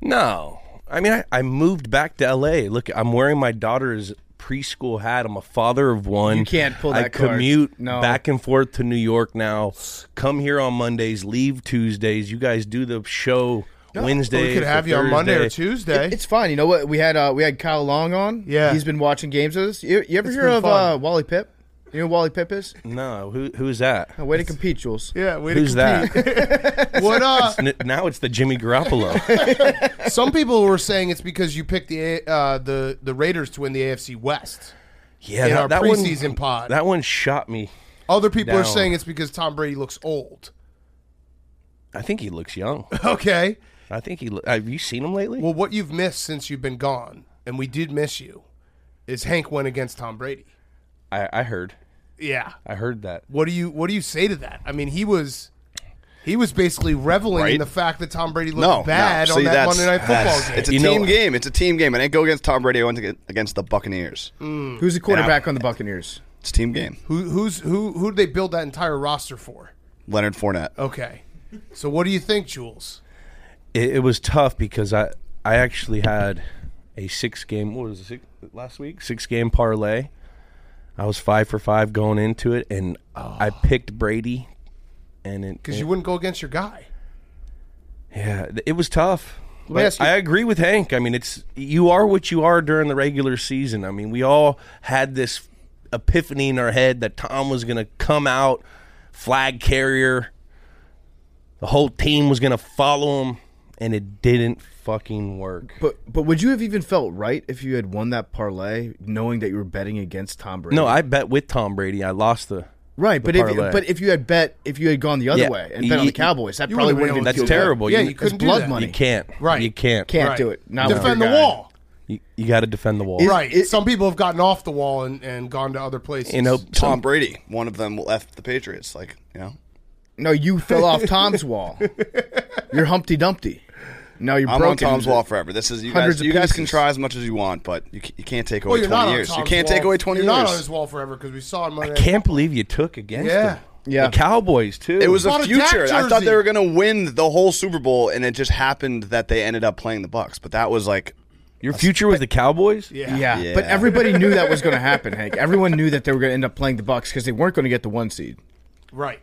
[SPEAKER 7] No. I mean, I, I moved back to LA. Look, I'm wearing my daughter's preschool hat. I'm a father of one.
[SPEAKER 2] You can't pull
[SPEAKER 7] I
[SPEAKER 2] that card.
[SPEAKER 7] commute
[SPEAKER 2] No.
[SPEAKER 7] back and forth to New York now. Come here on Mondays, leave Tuesdays. You guys do the show Wednesday.
[SPEAKER 1] we could have you on Monday or Tuesday.
[SPEAKER 2] It- it's fine. You know what? We had uh, we had Kyle Long on.
[SPEAKER 1] Yeah.
[SPEAKER 2] he's been watching games with us. You, you ever
[SPEAKER 1] It's
[SPEAKER 2] hear
[SPEAKER 1] been
[SPEAKER 2] of
[SPEAKER 1] fun.
[SPEAKER 2] uh, Wally Pip? You know who Wally Pip is?
[SPEAKER 7] No, who who's that?
[SPEAKER 2] No, way to compete, Jules.
[SPEAKER 1] yeah, way to
[SPEAKER 7] Who's that?
[SPEAKER 1] compete. what uh,
[SPEAKER 7] N- now it's the Jimmy Garoppolo.
[SPEAKER 1] some people were saying it's because you picked the A- uh, the the Raiders to win the AFC West.
[SPEAKER 7] Yeah,
[SPEAKER 1] In our
[SPEAKER 7] that, that
[SPEAKER 1] preseason
[SPEAKER 7] one,
[SPEAKER 1] pod.
[SPEAKER 7] That one shot me.
[SPEAKER 1] Other people are
[SPEAKER 7] Down.
[SPEAKER 1] saying it's because Tom Brady looks old.
[SPEAKER 7] I think he looks young.
[SPEAKER 1] Okay.
[SPEAKER 7] I think he. Lo- have you seen him lately?
[SPEAKER 1] Well, what you've missed since you've been gone, and we did miss you, is Hank went against Tom Brady.
[SPEAKER 7] I, I heard.
[SPEAKER 1] Yeah.
[SPEAKER 7] I heard that.
[SPEAKER 1] What do you What do you say to that? I mean, he was he was basically reveling in
[SPEAKER 5] Right.
[SPEAKER 1] the fact that Tom Brady looked
[SPEAKER 5] No,
[SPEAKER 1] bad
[SPEAKER 5] no.
[SPEAKER 1] on
[SPEAKER 5] See,
[SPEAKER 1] that
[SPEAKER 5] that's-
[SPEAKER 1] Monday Night Football
[SPEAKER 7] that's-
[SPEAKER 1] game.
[SPEAKER 5] It's a
[SPEAKER 7] You know-
[SPEAKER 5] team game. It's a team game. I didn't go against Tom Brady. I went ag- against the Buccaneers.
[SPEAKER 2] Who's the quarterback on the Buccaneers?
[SPEAKER 5] It's a team game.
[SPEAKER 1] who who's who who did they build that entire roster for?
[SPEAKER 5] Leonard Fournette.
[SPEAKER 1] Okay. So what do you think, Jules?
[SPEAKER 7] It, it was tough because I I actually had a six game. What was it six, last week? Six game parlay. I was five for five going into it, and I picked Brady, and it
[SPEAKER 1] Because you wouldn't go against your guy.
[SPEAKER 7] yeah, th- it was tough.
[SPEAKER 2] me
[SPEAKER 7] But
[SPEAKER 2] ask you-
[SPEAKER 7] I agree with Hank. I mean, it's you are what you are during the regular season. I mean, we all had this epiphany in our head that Tom was going to come out flag carrier. The whole team was going to follow him, and it didn't fucking work.
[SPEAKER 2] But but would you have even felt right if you had won that parlay, knowing that you were betting against Tom Brady?
[SPEAKER 7] No, I bet with Tom Brady. I lost the.
[SPEAKER 2] right.
[SPEAKER 7] the
[SPEAKER 2] But if
[SPEAKER 7] parlay.
[SPEAKER 2] but if you had bet if you had gone the other
[SPEAKER 7] Yeah.
[SPEAKER 2] way and bet on
[SPEAKER 7] You-
[SPEAKER 2] the Cowboys, that
[SPEAKER 1] you
[SPEAKER 2] probably
[SPEAKER 1] wouldn't
[SPEAKER 2] wouldn't
[SPEAKER 1] have been able
[SPEAKER 2] have been too
[SPEAKER 7] That's
[SPEAKER 1] to do that.
[SPEAKER 7] terrible.
[SPEAKER 1] Yeah,
[SPEAKER 7] you,
[SPEAKER 1] you couldn't do
[SPEAKER 2] blood
[SPEAKER 1] that.
[SPEAKER 2] money.
[SPEAKER 7] you can't.
[SPEAKER 1] Right.
[SPEAKER 7] You can't.
[SPEAKER 2] Can't
[SPEAKER 1] Right.
[SPEAKER 2] do it. Not with
[SPEAKER 1] Defend the
[SPEAKER 2] your guy.
[SPEAKER 1] wall.
[SPEAKER 7] You, you got to defend the wall.
[SPEAKER 1] right.
[SPEAKER 2] it-
[SPEAKER 1] Some people have gotten off the wall and, and gone to other places.
[SPEAKER 7] You know,
[SPEAKER 5] Tom
[SPEAKER 7] Tom.
[SPEAKER 5] Brady. One of them left the Patriots. Like you know,
[SPEAKER 2] No, you fell off Tom's wall. You're Humpty Dumpty. No, you're
[SPEAKER 5] I'm on
[SPEAKER 2] broken.
[SPEAKER 5] Tom's wall forever. This is you
[SPEAKER 2] Hundreds
[SPEAKER 5] guys.
[SPEAKER 2] of
[SPEAKER 5] You guys can
[SPEAKER 2] pieces.
[SPEAKER 5] try as much as you want, but you, c- you can't take away
[SPEAKER 1] Well, you're not
[SPEAKER 5] twenty
[SPEAKER 1] on
[SPEAKER 5] years. You
[SPEAKER 1] Tom's
[SPEAKER 5] can't
[SPEAKER 1] wall.
[SPEAKER 5] take away 20
[SPEAKER 1] You're
[SPEAKER 5] years.
[SPEAKER 1] not on his wall forever because we saw him. Monday
[SPEAKER 7] I
[SPEAKER 1] Night
[SPEAKER 7] can't believe you took against
[SPEAKER 1] Yeah.
[SPEAKER 7] him.
[SPEAKER 2] Yeah.
[SPEAKER 7] The Cowboys too.
[SPEAKER 5] It was
[SPEAKER 1] Bought
[SPEAKER 5] a
[SPEAKER 1] a Dak
[SPEAKER 5] future. I thought
[SPEAKER 1] jersey.
[SPEAKER 5] they were going to win the whole Super Bowl, and it just happened that they ended up playing the Bucks. But that was like,
[SPEAKER 7] your future with the Cowboys.
[SPEAKER 1] Yeah.
[SPEAKER 2] Yeah,
[SPEAKER 5] Yeah.
[SPEAKER 2] but everybody knew that was going to happen, Hank. Everyone knew that they were going to end up playing the Bucks because they weren't going to get the one seed.
[SPEAKER 1] Right.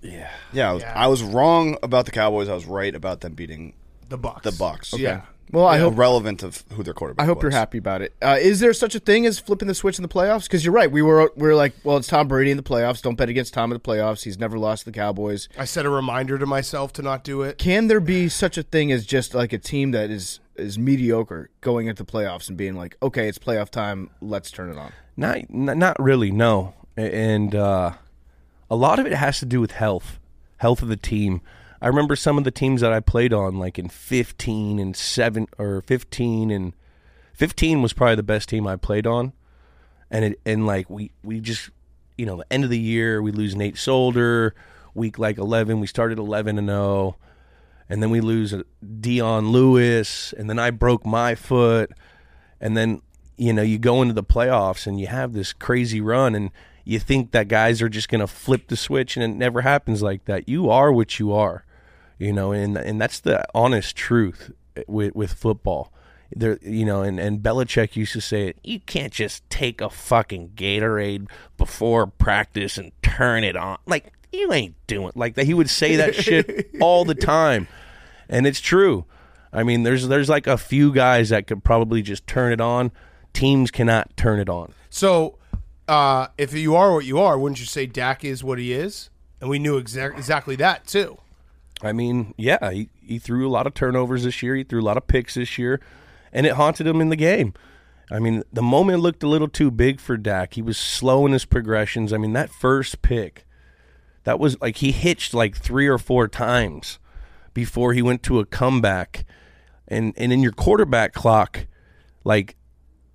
[SPEAKER 5] yeah, I was, I was wrong about the Cowboys. I was right about them beating
[SPEAKER 14] The Bucks.
[SPEAKER 5] the Bucks.
[SPEAKER 14] Yeah.
[SPEAKER 2] Well, I
[SPEAKER 5] Yeah,
[SPEAKER 2] hope
[SPEAKER 5] relevant of who their quarterback.
[SPEAKER 2] I hope you're
[SPEAKER 5] was.
[SPEAKER 2] happy about it. Uh, is there such a thing as flipping the switch in the playoffs? Because you're right. We were we were like, well, it's Tom Brady in the playoffs. Don't bet against Tom in the playoffs. He's never lost to the Cowboys.
[SPEAKER 14] I set a reminder to myself to not do it.
[SPEAKER 2] Can there be such a thing as just like a team that is is mediocre going into the playoffs and being like, okay, it's playoff time. Let's turn it on.
[SPEAKER 7] Not, n- not really. No, A- and uh, a lot of it has to do with health, health of the team. I remember some of the teams that I played on, like in fifteen and seven or fifteen and fifteen was probably the best team I played on, and it and like we we just you know the end of the year we lose Nate Solder week like eleven we started eleven and zero. And then we lose Dion Lewis, and then I broke my foot and then you know you go into the playoffs and you have this crazy run and you think that guys are just going to flip the switch and it never happens like that you are what you are you know and and that's the honest truth with with football there you know and and Belichick used to say it you can't just take a fucking Gatorade before practice and turn it on like you ain't doing like that he would say that shit all the time and it's true. I mean, there's there's like a few guys that could probably just turn it on. Teams cannot turn it on.
[SPEAKER 14] So, uh, if you are what you are, wouldn't you say Dak is what he is? And we knew exa- exactly that too.
[SPEAKER 7] I mean, yeah, he, he threw a lot of turnovers this year. He threw a lot of picks this year, and it haunted him in the game. I mean, the moment looked a little too big for Dak. He was slow in his progressions. I mean, that first pick, that was like he hitched like three or four times before he went to a comeback. And and in your quarterback clock, like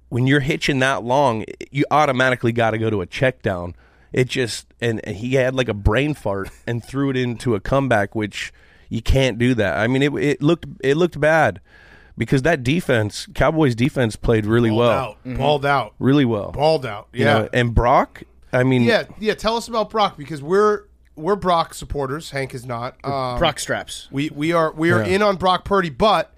[SPEAKER 7] when you're hitching that long, you automatically got to go to a check down. It just and, and he had like a brain fart and threw it into a comeback, which you can't do that. I mean, it it looked it looked bad because that defense, Cowboys defense, played really
[SPEAKER 14] Balled
[SPEAKER 7] well,
[SPEAKER 14] out,
[SPEAKER 5] mm-hmm.
[SPEAKER 14] balled out,
[SPEAKER 7] really well.
[SPEAKER 14] balled out.
[SPEAKER 7] You
[SPEAKER 14] Yeah,
[SPEAKER 7] know, and Brock, I mean,
[SPEAKER 14] yeah, yeah. Tell us about Brock because we're we're Brock supporters. Hank is not. Um,
[SPEAKER 2] Brock straps.
[SPEAKER 14] We we are we are
[SPEAKER 7] Yeah.
[SPEAKER 14] in on Brock Purdy, but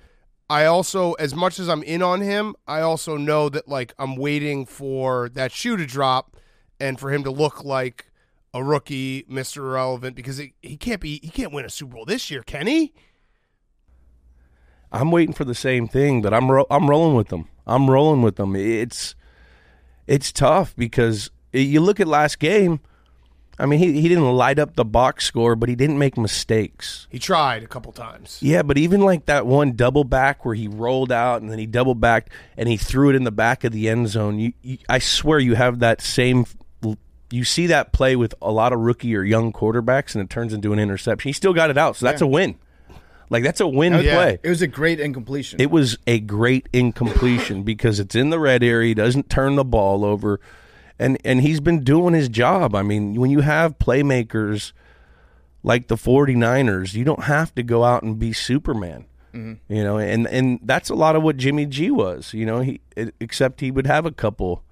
[SPEAKER 14] I also, as much as I'm in on him, I also know that like I'm waiting for that shoe to drop and for him to look like a rookie, Mister Irrelevant, because he he can't be he can't win a Super Bowl this year, can he?
[SPEAKER 7] I'm waiting for the same thing, but I'm ro- I'm rolling with them. I'm rolling with them. It's it's tough because i you look at last game. I mean, he, he didn't light up the box score, but he didn't make mistakes.
[SPEAKER 14] He tried a couple times.
[SPEAKER 7] Yeah, but even like that one double back where he rolled out and then he double backed and he threw it in the back of the end zone. You, you I swear you have that same. You see that play with a lot of rookie or young quarterbacks, and it turns into an interception. He still got it out, so that's a win. Like that's a win play.
[SPEAKER 2] It was a great incompletion.
[SPEAKER 7] It was a great incompletion because it's in the red area. He doesn't turn the ball over, and and he's been doing his job. I mean, when you have playmakers like the 49ers, you don't have to go out and be Superman. You know, and and that's a lot of what Jimmy G was. You know, he except he would have a couple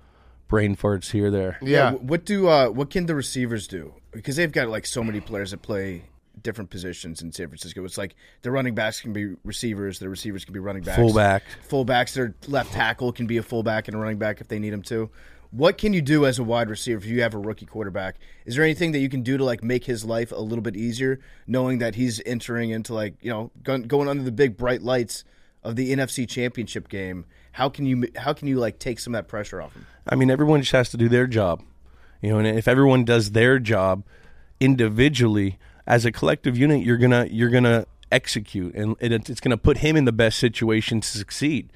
[SPEAKER 7] brain farts here or there.
[SPEAKER 14] Yeah,
[SPEAKER 2] wh- What do uh, what can the receivers do? Because they've got like so many players that play different positions in San Francisco. It's like the running backs can be receivers, the receivers can be running backs,
[SPEAKER 7] Fullback.
[SPEAKER 2] fullbacks. Their left tackle can be a fullback and a running back if they need him to. What can you do as a wide receiver if you have a rookie quarterback? Is there anything that you can do to like make his life a little bit easier, knowing that he's entering into like you know gon- going under the big bright lights of the NFC Championship game? How can you how can you like take some of that pressure off him?
[SPEAKER 7] I mean, everyone just has to do their job, you know. And if everyone does their job individually as a collective unit, you're gonna you're gonna execute, and it, it's gonna put him in the best situation to succeed.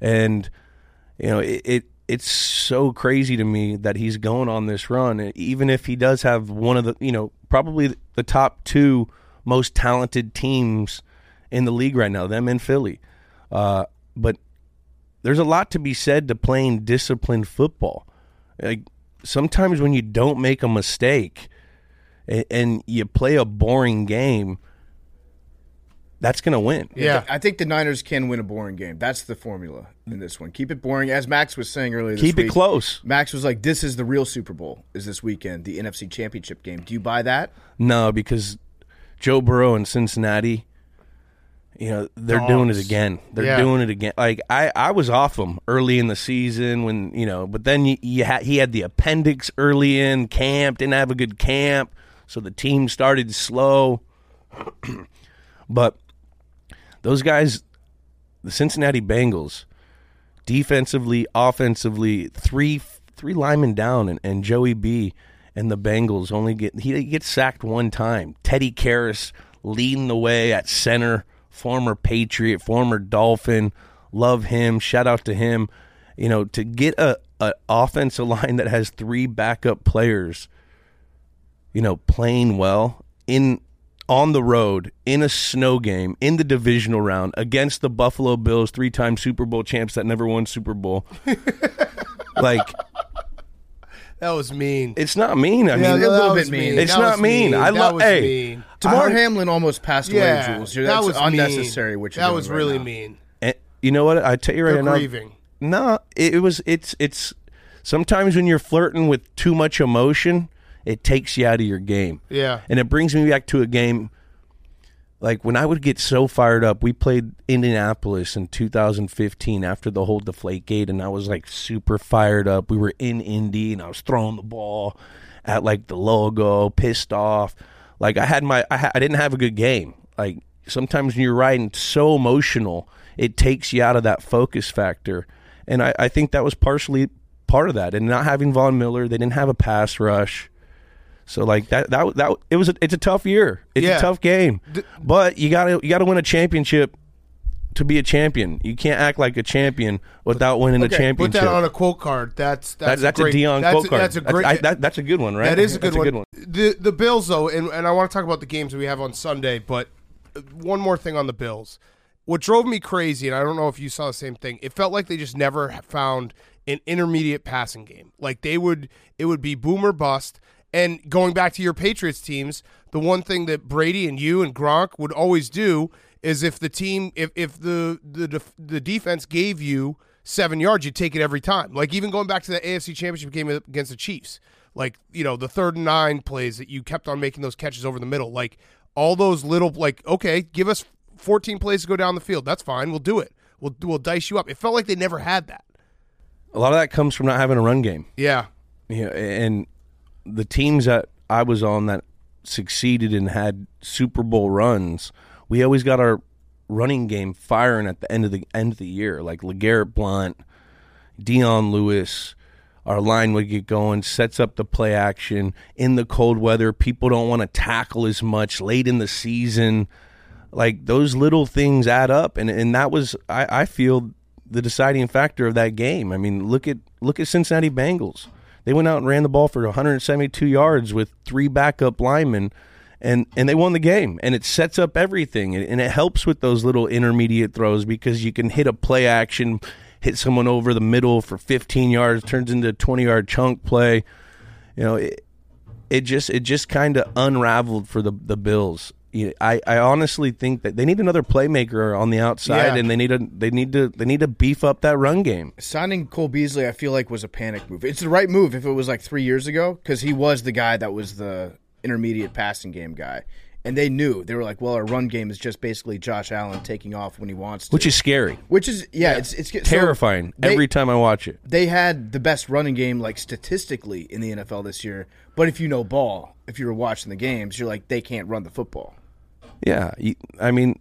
[SPEAKER 7] And you know, it, it it's so crazy to me that he's going on this run, even if he does have one of the you know probably the top two most talented teams in the league right now, them and Philly. Uh, but there's a lot to be said to playing disciplined football. Like sometimes when you don't make a mistake and, and you play a boring game, that's gonna win.
[SPEAKER 14] yeah.
[SPEAKER 2] I think the Niners can win a boring game. That's the formula in this one. Keep it boring, as Max was saying earlier. This
[SPEAKER 7] Keep it
[SPEAKER 2] week,
[SPEAKER 7] close.
[SPEAKER 2] Max was like, "This is the real Super Bowl. Is this weekend the NFC Championship game? Do you buy that?
[SPEAKER 7] No, because Joe Burrow and Cincinnati, you know, they're doing it again. They're
[SPEAKER 14] Yeah.
[SPEAKER 7] doing it again. Like I, I was off him early in the season when you know, but then you, you ha- he had the appendix early in camp. Didn't have a good camp, so the team started slow. but Those guys, the Cincinnati Bengals, defensively, offensively, three three linemen down, and, and Joey B and the Bengals only get he gets sacked one time. Teddy Karras leading the way at center, former Patriot, former Dolphin. Love him. Shout out to him. You know, to get a, a offensive line that has three backup players, you know, playing well in on the road in a snow game in the divisional round against the Buffalo Bills, three time Super Bowl champs that never won Super Bowl. like
[SPEAKER 1] That was mean.
[SPEAKER 7] it's not mean. I
[SPEAKER 1] Yeah,
[SPEAKER 7] mean,
[SPEAKER 1] that
[SPEAKER 2] a little
[SPEAKER 1] was
[SPEAKER 2] bit mean.
[SPEAKER 7] It's
[SPEAKER 1] That
[SPEAKER 7] not
[SPEAKER 1] was
[SPEAKER 7] mean. I
[SPEAKER 1] That
[SPEAKER 7] love-
[SPEAKER 1] was
[SPEAKER 7] hey.
[SPEAKER 1] mean.
[SPEAKER 2] Tamar Hamlin almost passed away,
[SPEAKER 1] Yeah,
[SPEAKER 2] Jules. You're,
[SPEAKER 1] that
[SPEAKER 2] that's
[SPEAKER 1] was
[SPEAKER 2] unnecessary.
[SPEAKER 1] Mean.
[SPEAKER 2] What you're
[SPEAKER 1] that
[SPEAKER 2] doing
[SPEAKER 1] was
[SPEAKER 2] right
[SPEAKER 1] really
[SPEAKER 2] now.
[SPEAKER 1] mean.
[SPEAKER 7] and you know what? I tell you right
[SPEAKER 1] They're
[SPEAKER 7] now.
[SPEAKER 1] grieving.
[SPEAKER 7] No, it, it was. It's it's sometimes when you're flirting with too much emotion, it takes you out of your game.
[SPEAKER 1] Yeah.
[SPEAKER 7] and it brings me back to a game. Like when I would get so fired up, we played Indianapolis in 2015 after the whole deflate gate, and I was like super fired up. We were in Indy, and I was throwing the ball at like the logo, pissed off. Like I had my, I, ha- I didn't have a good game. Like sometimes when you're riding so emotional, it takes you out of that focus factor, and I, I think that was partially part of that. And not having Von Miller, they didn't have a pass rush. So like that that that it was a, it's a tough year. It's
[SPEAKER 1] Yeah.
[SPEAKER 7] a tough game. But you got to you got to win a championship to be a champion. You can't act like a champion without winning a
[SPEAKER 1] Put
[SPEAKER 7] championship.
[SPEAKER 1] that on a quote card. That's
[SPEAKER 7] That-
[SPEAKER 1] that's
[SPEAKER 7] that's
[SPEAKER 1] great.
[SPEAKER 7] a Dion
[SPEAKER 1] that's,
[SPEAKER 7] quote card.
[SPEAKER 1] That's a great.
[SPEAKER 7] I- that- that's a good one, right?
[SPEAKER 1] That is a good,
[SPEAKER 7] That's
[SPEAKER 1] one. The the Bills though, and, and I want to talk about the games that we have on Sunday, but uh, one more thing on the Bills. What drove me crazy, and I don't know if you saw the same thing, it felt like they just never found an intermediate passing game. Like they would it would be boom or bust. And going back to your Patriots teams, the one thing that Brady and you and Gronk would always do is if the team if if the the def, the defense gave you 7 yards, you take it every time. Like even going back to the AFC Championship game against the Chiefs like you know the third and nine plays that you kept on making those catches over the middle like all those little like okay give us 14 plays to go down the field that's fine we'll do it we'll we'll dice you up it felt like they never had that
[SPEAKER 7] A lot of that comes from not having a run game.
[SPEAKER 1] yeah
[SPEAKER 7] You know, and the teams that I was on that succeeded and had Super Bowl runs, we always got our running game firing at the end of the end of the year. Like Legarrette Blunt, Dion Lewis, our line would get going, sets up the play action in the cold weather. People don't want to tackle as much late in the season. Like those little things add up, and and that was I, I feel the deciding factor of that game. I mean, look at look at Cincinnati Bengals. They went out and ran the ball for 172 yards with three backup linemen, and and they won the game. And it sets up everything, and, and it helps with those little intermediate throws because you can hit a play action, hit someone over the middle for 15 yards, turns into a 20 yard chunk play. You know, it, it just it just kind of unraveled for the the Bills. You- I, I honestly think that they need another playmaker on the
[SPEAKER 1] Yeah.
[SPEAKER 7] outside, and they need a they need to they need to beef up that run game.
[SPEAKER 2] Signing Cole Beasley, I feel like, was a panic move. It's the right move if it was like three years ago, because he was the guy that was the intermediate passing game guy. And they knew. They were like, well, our run game is just basically Josh Allen taking off when he wants to.
[SPEAKER 7] which is scary,
[SPEAKER 2] Which is, yeah, it's it's so
[SPEAKER 7] terrifying
[SPEAKER 2] they-
[SPEAKER 7] every time I watch it.
[SPEAKER 2] They had the best running game, like statistically, in the NFL this year. But if you know ball, if you were watching the games, you're like, they can't run the football.
[SPEAKER 7] Yeah, you, I mean,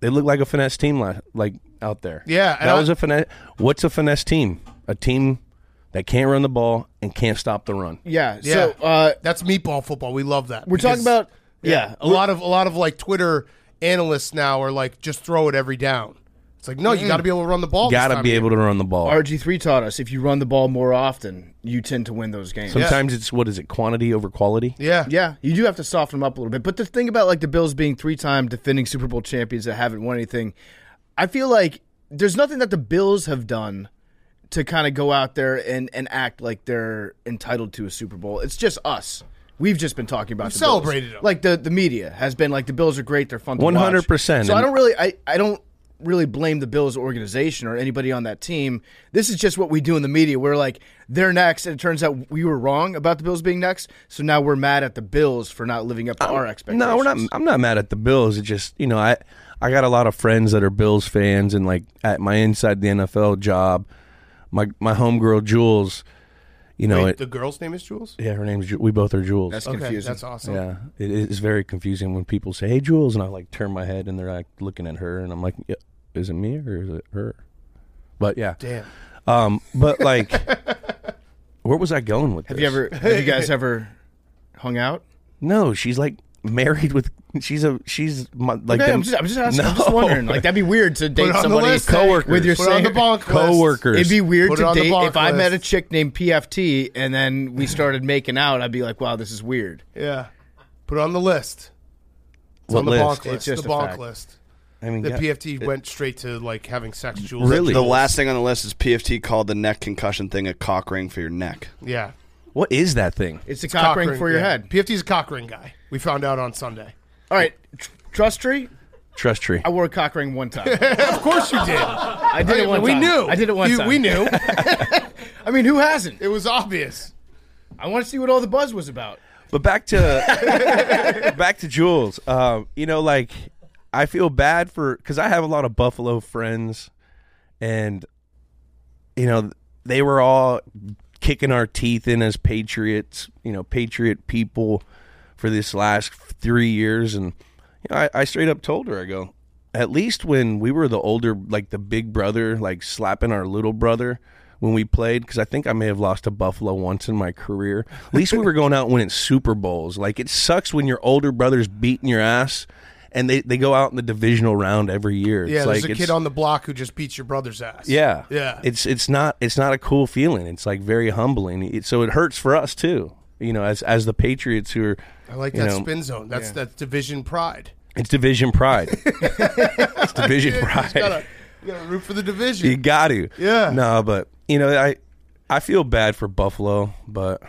[SPEAKER 7] they look like a finesse team, la- like out there.
[SPEAKER 1] Yeah, and
[SPEAKER 7] that
[SPEAKER 1] I-
[SPEAKER 7] was a finesse. What's a finesse team? A team that can't run the ball and can't stop the run.
[SPEAKER 2] Yeah.
[SPEAKER 1] yeah
[SPEAKER 2] So uh,
[SPEAKER 1] that's meatball football we love that
[SPEAKER 2] we're talking
[SPEAKER 1] Because-
[SPEAKER 2] about
[SPEAKER 1] yeah, a lot of a lot of like twitter analysts now are like just throw it every down it's like no you got to be able to run the ball
[SPEAKER 7] Got to Mm. be able to run the ball.
[SPEAKER 2] RG three taught us if you run the ball more often, you tend to win those games.
[SPEAKER 7] Sometimes it's what is it? Quantity over quality.
[SPEAKER 1] yeah
[SPEAKER 2] Yeah, you do have to soften them up a little bit. But the thing about like the Bills being three time defending Super Bowl champions that haven't won anything, I feel like there's nothing that the Bills have done to kind of go out there and, and act like they're entitled to a Super Bowl. It's just us. We've just been talking about the Bills.
[SPEAKER 1] celebrated 'em.
[SPEAKER 2] Like the, the media has been like the Bills are great, they're fun to watch.
[SPEAKER 7] 100%.
[SPEAKER 2] So I don't really I, I don't really blame the Bills organization or anybody on that team. This is just what we do in the media. We're like, they're next, and it turns out we were wrong about the Bills being next. So now we're mad at the Bills for not living up to our expectations.
[SPEAKER 7] Um, No, we're not. I'm not mad at the Bills. It just you know I I got a lot of friends that are Bills fans, and like at my inside the NFL job, my my homegirl Jules, you know
[SPEAKER 1] Wait,
[SPEAKER 7] it,
[SPEAKER 1] the girl's name is Jules.
[SPEAKER 7] yeah her name's Ju- we both are Jules.
[SPEAKER 5] That's
[SPEAKER 1] Okay,
[SPEAKER 5] confusing.
[SPEAKER 1] that's awesome.
[SPEAKER 7] yeah, it is very confusing when people say "Hey Jules," and I like turn my head and they're like looking at her, and I'm like, yeah, "Is it me or is it her?" But yeah,
[SPEAKER 1] Damn.
[SPEAKER 7] Um, but like, where was I going with
[SPEAKER 2] Have
[SPEAKER 7] this?
[SPEAKER 2] you ever? Have you guys ever hung out?
[SPEAKER 7] No, she's like married with. She's a. She's my, like.
[SPEAKER 2] Okay,
[SPEAKER 7] them-
[SPEAKER 2] I'm just, I'm just asking. I'm just wondering. Like that'd be weird to date
[SPEAKER 1] it on the
[SPEAKER 2] somebody
[SPEAKER 1] list, coworkers.
[SPEAKER 2] with your
[SPEAKER 1] Put it on
[SPEAKER 2] same
[SPEAKER 1] the bonk list.
[SPEAKER 7] coworkers.
[SPEAKER 2] It'd be weird
[SPEAKER 1] Put it
[SPEAKER 2] to
[SPEAKER 1] on the
[SPEAKER 2] date
[SPEAKER 1] block
[SPEAKER 2] if I met a
[SPEAKER 1] list.
[SPEAKER 2] chick named PFT and then we started making out. I'd be like, wow, this is weird.
[SPEAKER 1] Yeah, put it on the list. It's
[SPEAKER 7] What
[SPEAKER 1] on the
[SPEAKER 7] list?
[SPEAKER 1] bonk list.
[SPEAKER 2] It's just
[SPEAKER 1] the
[SPEAKER 2] a
[SPEAKER 1] bonk
[SPEAKER 2] fact.
[SPEAKER 1] list.
[SPEAKER 7] I mean,
[SPEAKER 1] The
[SPEAKER 7] yeah.
[SPEAKER 1] PFT went straight to like having sex. Jules.
[SPEAKER 7] Really?
[SPEAKER 5] The last thing on the list is PFT called the neck concussion thing a cock ring for your neck.
[SPEAKER 1] Yeah.
[SPEAKER 7] What is that thing?
[SPEAKER 2] It's a cock ring
[SPEAKER 1] Cochran,
[SPEAKER 2] for your
[SPEAKER 1] yeah.
[SPEAKER 2] head.
[SPEAKER 1] PFT's a cock ring guy. We found out on Sunday.
[SPEAKER 2] All right, tr- trust tree.
[SPEAKER 7] Trust tree.
[SPEAKER 2] I wore a cock ring one time.
[SPEAKER 1] Of course you did.
[SPEAKER 2] I did it one
[SPEAKER 1] we
[SPEAKER 2] time.
[SPEAKER 1] knew.
[SPEAKER 2] I did it one
[SPEAKER 1] You-
[SPEAKER 2] time.
[SPEAKER 1] We knew.
[SPEAKER 2] I mean, who hasn't?
[SPEAKER 1] It was obvious.
[SPEAKER 2] I want to see what all the buzz was about.
[SPEAKER 7] But back to back to Jules. Um, you know, like I feel bad for because I have a lot of Buffalo friends, and you know they were all kicking our teeth in as patriots. You know, patriot people for this last three years, and you know, I, I straight up told her, I go, at least when we were the older, like the big brother, like slapping our little brother when we played, because I think I may have lost to Buffalo once in my career. At least we were going out and winning Super Bowls. Like it sucks when your older brother's beating your ass, and they, they go out in the divisional round every year.
[SPEAKER 1] Yeah,
[SPEAKER 7] it's
[SPEAKER 1] there's
[SPEAKER 7] like
[SPEAKER 1] a
[SPEAKER 7] it's,
[SPEAKER 1] kid on the block who just beats your brother's ass.
[SPEAKER 7] yeah,
[SPEAKER 1] Yeah.
[SPEAKER 7] It's it's not it's not a cool feeling. It's like very humbling. It, so it hurts for us too. You know, as as the Patriots who are.
[SPEAKER 1] I like
[SPEAKER 7] you
[SPEAKER 1] that
[SPEAKER 7] know,
[SPEAKER 1] spin zone. That's that's division pride.
[SPEAKER 7] It's division pride. it's division pride.
[SPEAKER 1] Gotta, you gotta root for the
[SPEAKER 7] You
[SPEAKER 1] division.
[SPEAKER 7] got to.
[SPEAKER 1] Yeah.
[SPEAKER 7] No, but you know, I I feel bad for Buffalo, but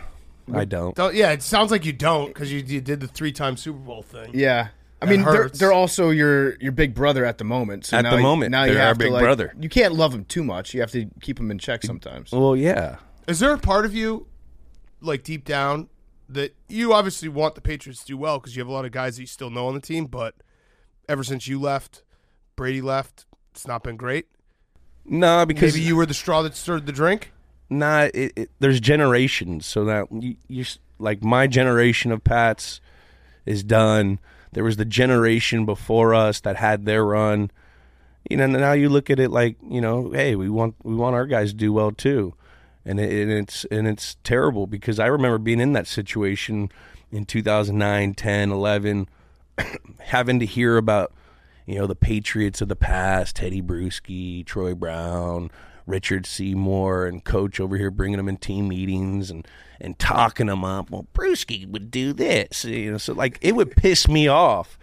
[SPEAKER 7] I don't.
[SPEAKER 1] Don't- yeah, it sounds like you don't because you, you did the three time Super Bowl thing.
[SPEAKER 2] Yeah. I
[SPEAKER 1] That
[SPEAKER 2] mean, they're,
[SPEAKER 1] hurts.
[SPEAKER 2] they're also your your big brother at the moment. So
[SPEAKER 7] At
[SPEAKER 2] now
[SPEAKER 7] the
[SPEAKER 2] you-
[SPEAKER 7] moment,
[SPEAKER 2] now you
[SPEAKER 7] they're our
[SPEAKER 2] have to,
[SPEAKER 7] big
[SPEAKER 2] like-
[SPEAKER 7] brother.
[SPEAKER 2] You can't love them too much. You have to keep them in check sometimes.
[SPEAKER 7] Well, yeah.
[SPEAKER 1] Is there a part of you, like deep down, that you obviously want the Patriots to do well because you have a lot of guys that you still know on the team, but ever since you left, Brady left, it's not been great.
[SPEAKER 7] No, because
[SPEAKER 1] Maybe you were the straw that stirred the drink.
[SPEAKER 7] Nah, it, it, there's generations. So that you, you s- like my generation of Pats is done. There was the generation before us that had their run. You know, now you look at it like you know, hey, we want we want our guys to do well too, and, it, and it's and it's terrible because I remember being in that situation in 2009, 10, 11, having to hear about you know the Patriots of the past, Teddy Bruschi, Troy Brown, Richard Seymour, and Coach over here bringing them in team meetings and and talking them up. Well, Bruschi would do this, you know, so like it would piss me off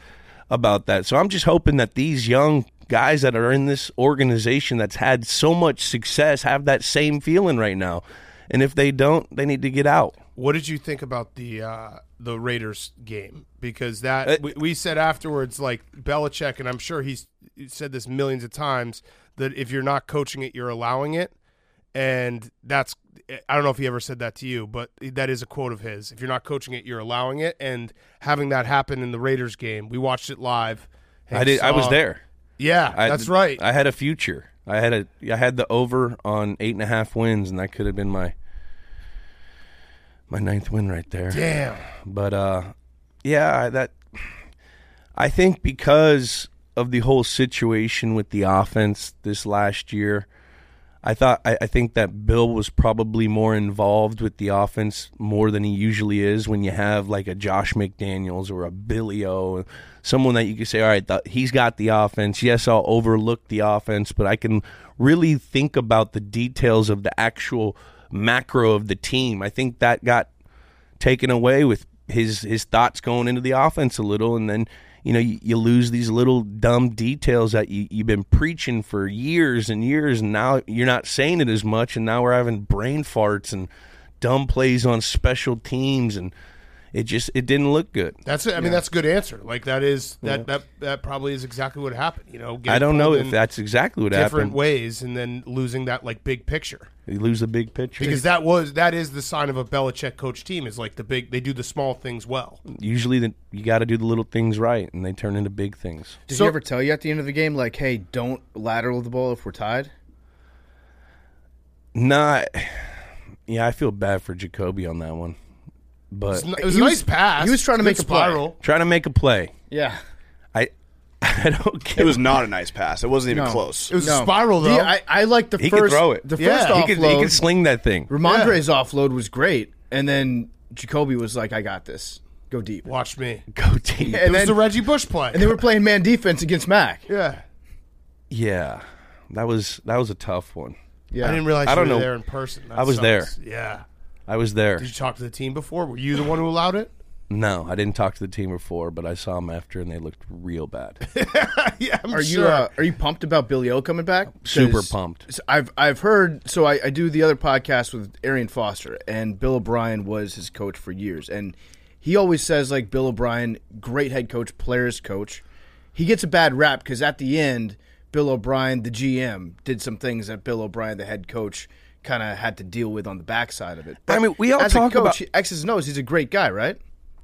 [SPEAKER 7] about that. So I'm just hoping that these young guys that are in this organization that's had so much success have that same feeling right now. And if they don't, they need to get out.
[SPEAKER 1] What did you think about the uh, the Raiders game? Because that
[SPEAKER 7] Uh,
[SPEAKER 1] we, we said afterwards, like Belichick, and I'm sure he's said this millions of times that if you're not coaching it, you're allowing it, and that's I don't know if he ever said that to you, but that is a quote of his. If you're not coaching it, you're allowing it, and having that happen in the Raiders game, we watched it live.
[SPEAKER 7] I did. I was
[SPEAKER 1] Saw-
[SPEAKER 7] there.
[SPEAKER 1] Yeah,
[SPEAKER 7] I-
[SPEAKER 1] that's right.
[SPEAKER 7] I had a future. I had a I had the over on eight and a half wins, and that could have been my my ninth win right there.
[SPEAKER 1] Damn.
[SPEAKER 7] But uh, yeah, I- that I think because of the whole situation with the offense this last year, I thought I, I think that Bill was probably more involved with the offense more than he usually is when you have like a Josh McDaniels or a Billy O, someone that you could say, all right, th- he's got the offense. Yes, I'll overlook the offense, but I can really think about the details of the actual macro of the team. I think that got taken away with his his thoughts going into the offense a little, and then you know you, you lose these little dumb details that you, you've been preaching for years and years, and now you're not saying it as much, and now we're having brain farts and dumb plays on special teams, and it just it didn't look good.
[SPEAKER 1] That's it. I mean, that's a good answer. Like that is that that that probably is exactly what happened. You know, getting
[SPEAKER 7] I don't know
[SPEAKER 1] pulled
[SPEAKER 7] if
[SPEAKER 1] in
[SPEAKER 7] that's exactly what
[SPEAKER 1] different
[SPEAKER 7] happened.
[SPEAKER 1] ways, and then losing that like big picture
[SPEAKER 7] You lose the big picture
[SPEAKER 1] because that was that is the sign of a Belichick coach team is like the big they do the small things well.
[SPEAKER 7] usually the, you got to do the little things right, and they turn into big things.
[SPEAKER 2] Did he ever tell you at the end of the game, like, hey, don't lateral the ball if we're tied?
[SPEAKER 7] Nah, Yeah, I feel bad for Jacoby on that one, but
[SPEAKER 1] It was a nice pass.
[SPEAKER 2] he was trying to
[SPEAKER 1] Good
[SPEAKER 2] make a play.
[SPEAKER 1] spiral.
[SPEAKER 7] trying to make a play.
[SPEAKER 2] Yeah.
[SPEAKER 7] I I don't care.
[SPEAKER 5] It was not a nice pass. It wasn't even
[SPEAKER 2] No.
[SPEAKER 5] close.
[SPEAKER 1] It was a spiral though.
[SPEAKER 2] The- I, I like the
[SPEAKER 7] He
[SPEAKER 2] first.
[SPEAKER 7] could throw it.
[SPEAKER 2] The first
[SPEAKER 1] Yeah.
[SPEAKER 2] offload.
[SPEAKER 7] he could, he could sling that thing.
[SPEAKER 2] Ramondre's offload was great, and then Jacoby was like, "I got this. Go deep."
[SPEAKER 1] Watch me.
[SPEAKER 7] Go deep.
[SPEAKER 2] And
[SPEAKER 1] it was
[SPEAKER 2] then
[SPEAKER 1] the Reggie Bush play.
[SPEAKER 2] and they were playing man defense against Mac.
[SPEAKER 1] yeah.
[SPEAKER 7] Yeah, that was that was a tough one.
[SPEAKER 2] Yeah.
[SPEAKER 1] I didn't realize
[SPEAKER 7] I
[SPEAKER 1] you
[SPEAKER 7] don't
[SPEAKER 1] were
[SPEAKER 7] know.
[SPEAKER 1] there in person. That
[SPEAKER 7] I was
[SPEAKER 1] sucks. Yeah.
[SPEAKER 7] I was there.
[SPEAKER 1] Did you talk to the team before? Were you the one who allowed it?
[SPEAKER 7] No, I didn't talk to the team before, but I saw them after, and they looked real bad.
[SPEAKER 1] yeah, I'm
[SPEAKER 2] Are you
[SPEAKER 1] sure.
[SPEAKER 2] uh, are you pumped about Billy O coming back? 'Cause
[SPEAKER 7] Super pumped.
[SPEAKER 2] s- I've I've heard so I, I do the other podcast with Arian Foster and Bill O'Brien was his coach for years and he always says like Bill O'Brien great head coach players coach. He gets a bad rap because at the end Bill O'Brien the GM did some things that Bill O'Brien the head coach kind of had to deal with on the backside of it.
[SPEAKER 7] I mean, we all
[SPEAKER 2] as
[SPEAKER 7] talk
[SPEAKER 2] a coach,
[SPEAKER 7] about-
[SPEAKER 2] he- X's and O's. He's a great guy, right?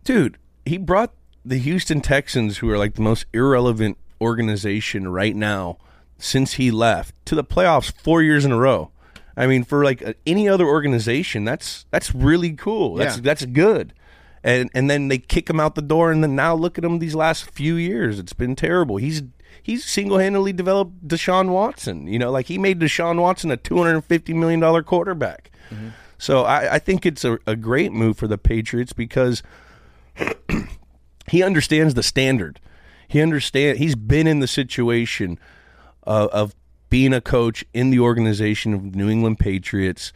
[SPEAKER 7] Dude, he brought the Houston Texans, who are like the most irrelevant organization right now since he left, to the playoffs four years in a row. I mean, for like a, any other organization, that's that's really cool. That's
[SPEAKER 2] Yeah.
[SPEAKER 7] that's good. And and then they kick him out the door, and then now look at him these last few years. It's been terrible. He's he's single handedly developed Deshaun Watson. You know, like he made Deshaun Watson a two hundred and fifty million dollar quarterback. So I, I think it's a, a great move for the Patriots because he understands the standard. He understand. He's been in the situation uh, of being a coach in the organization of New England Patriots,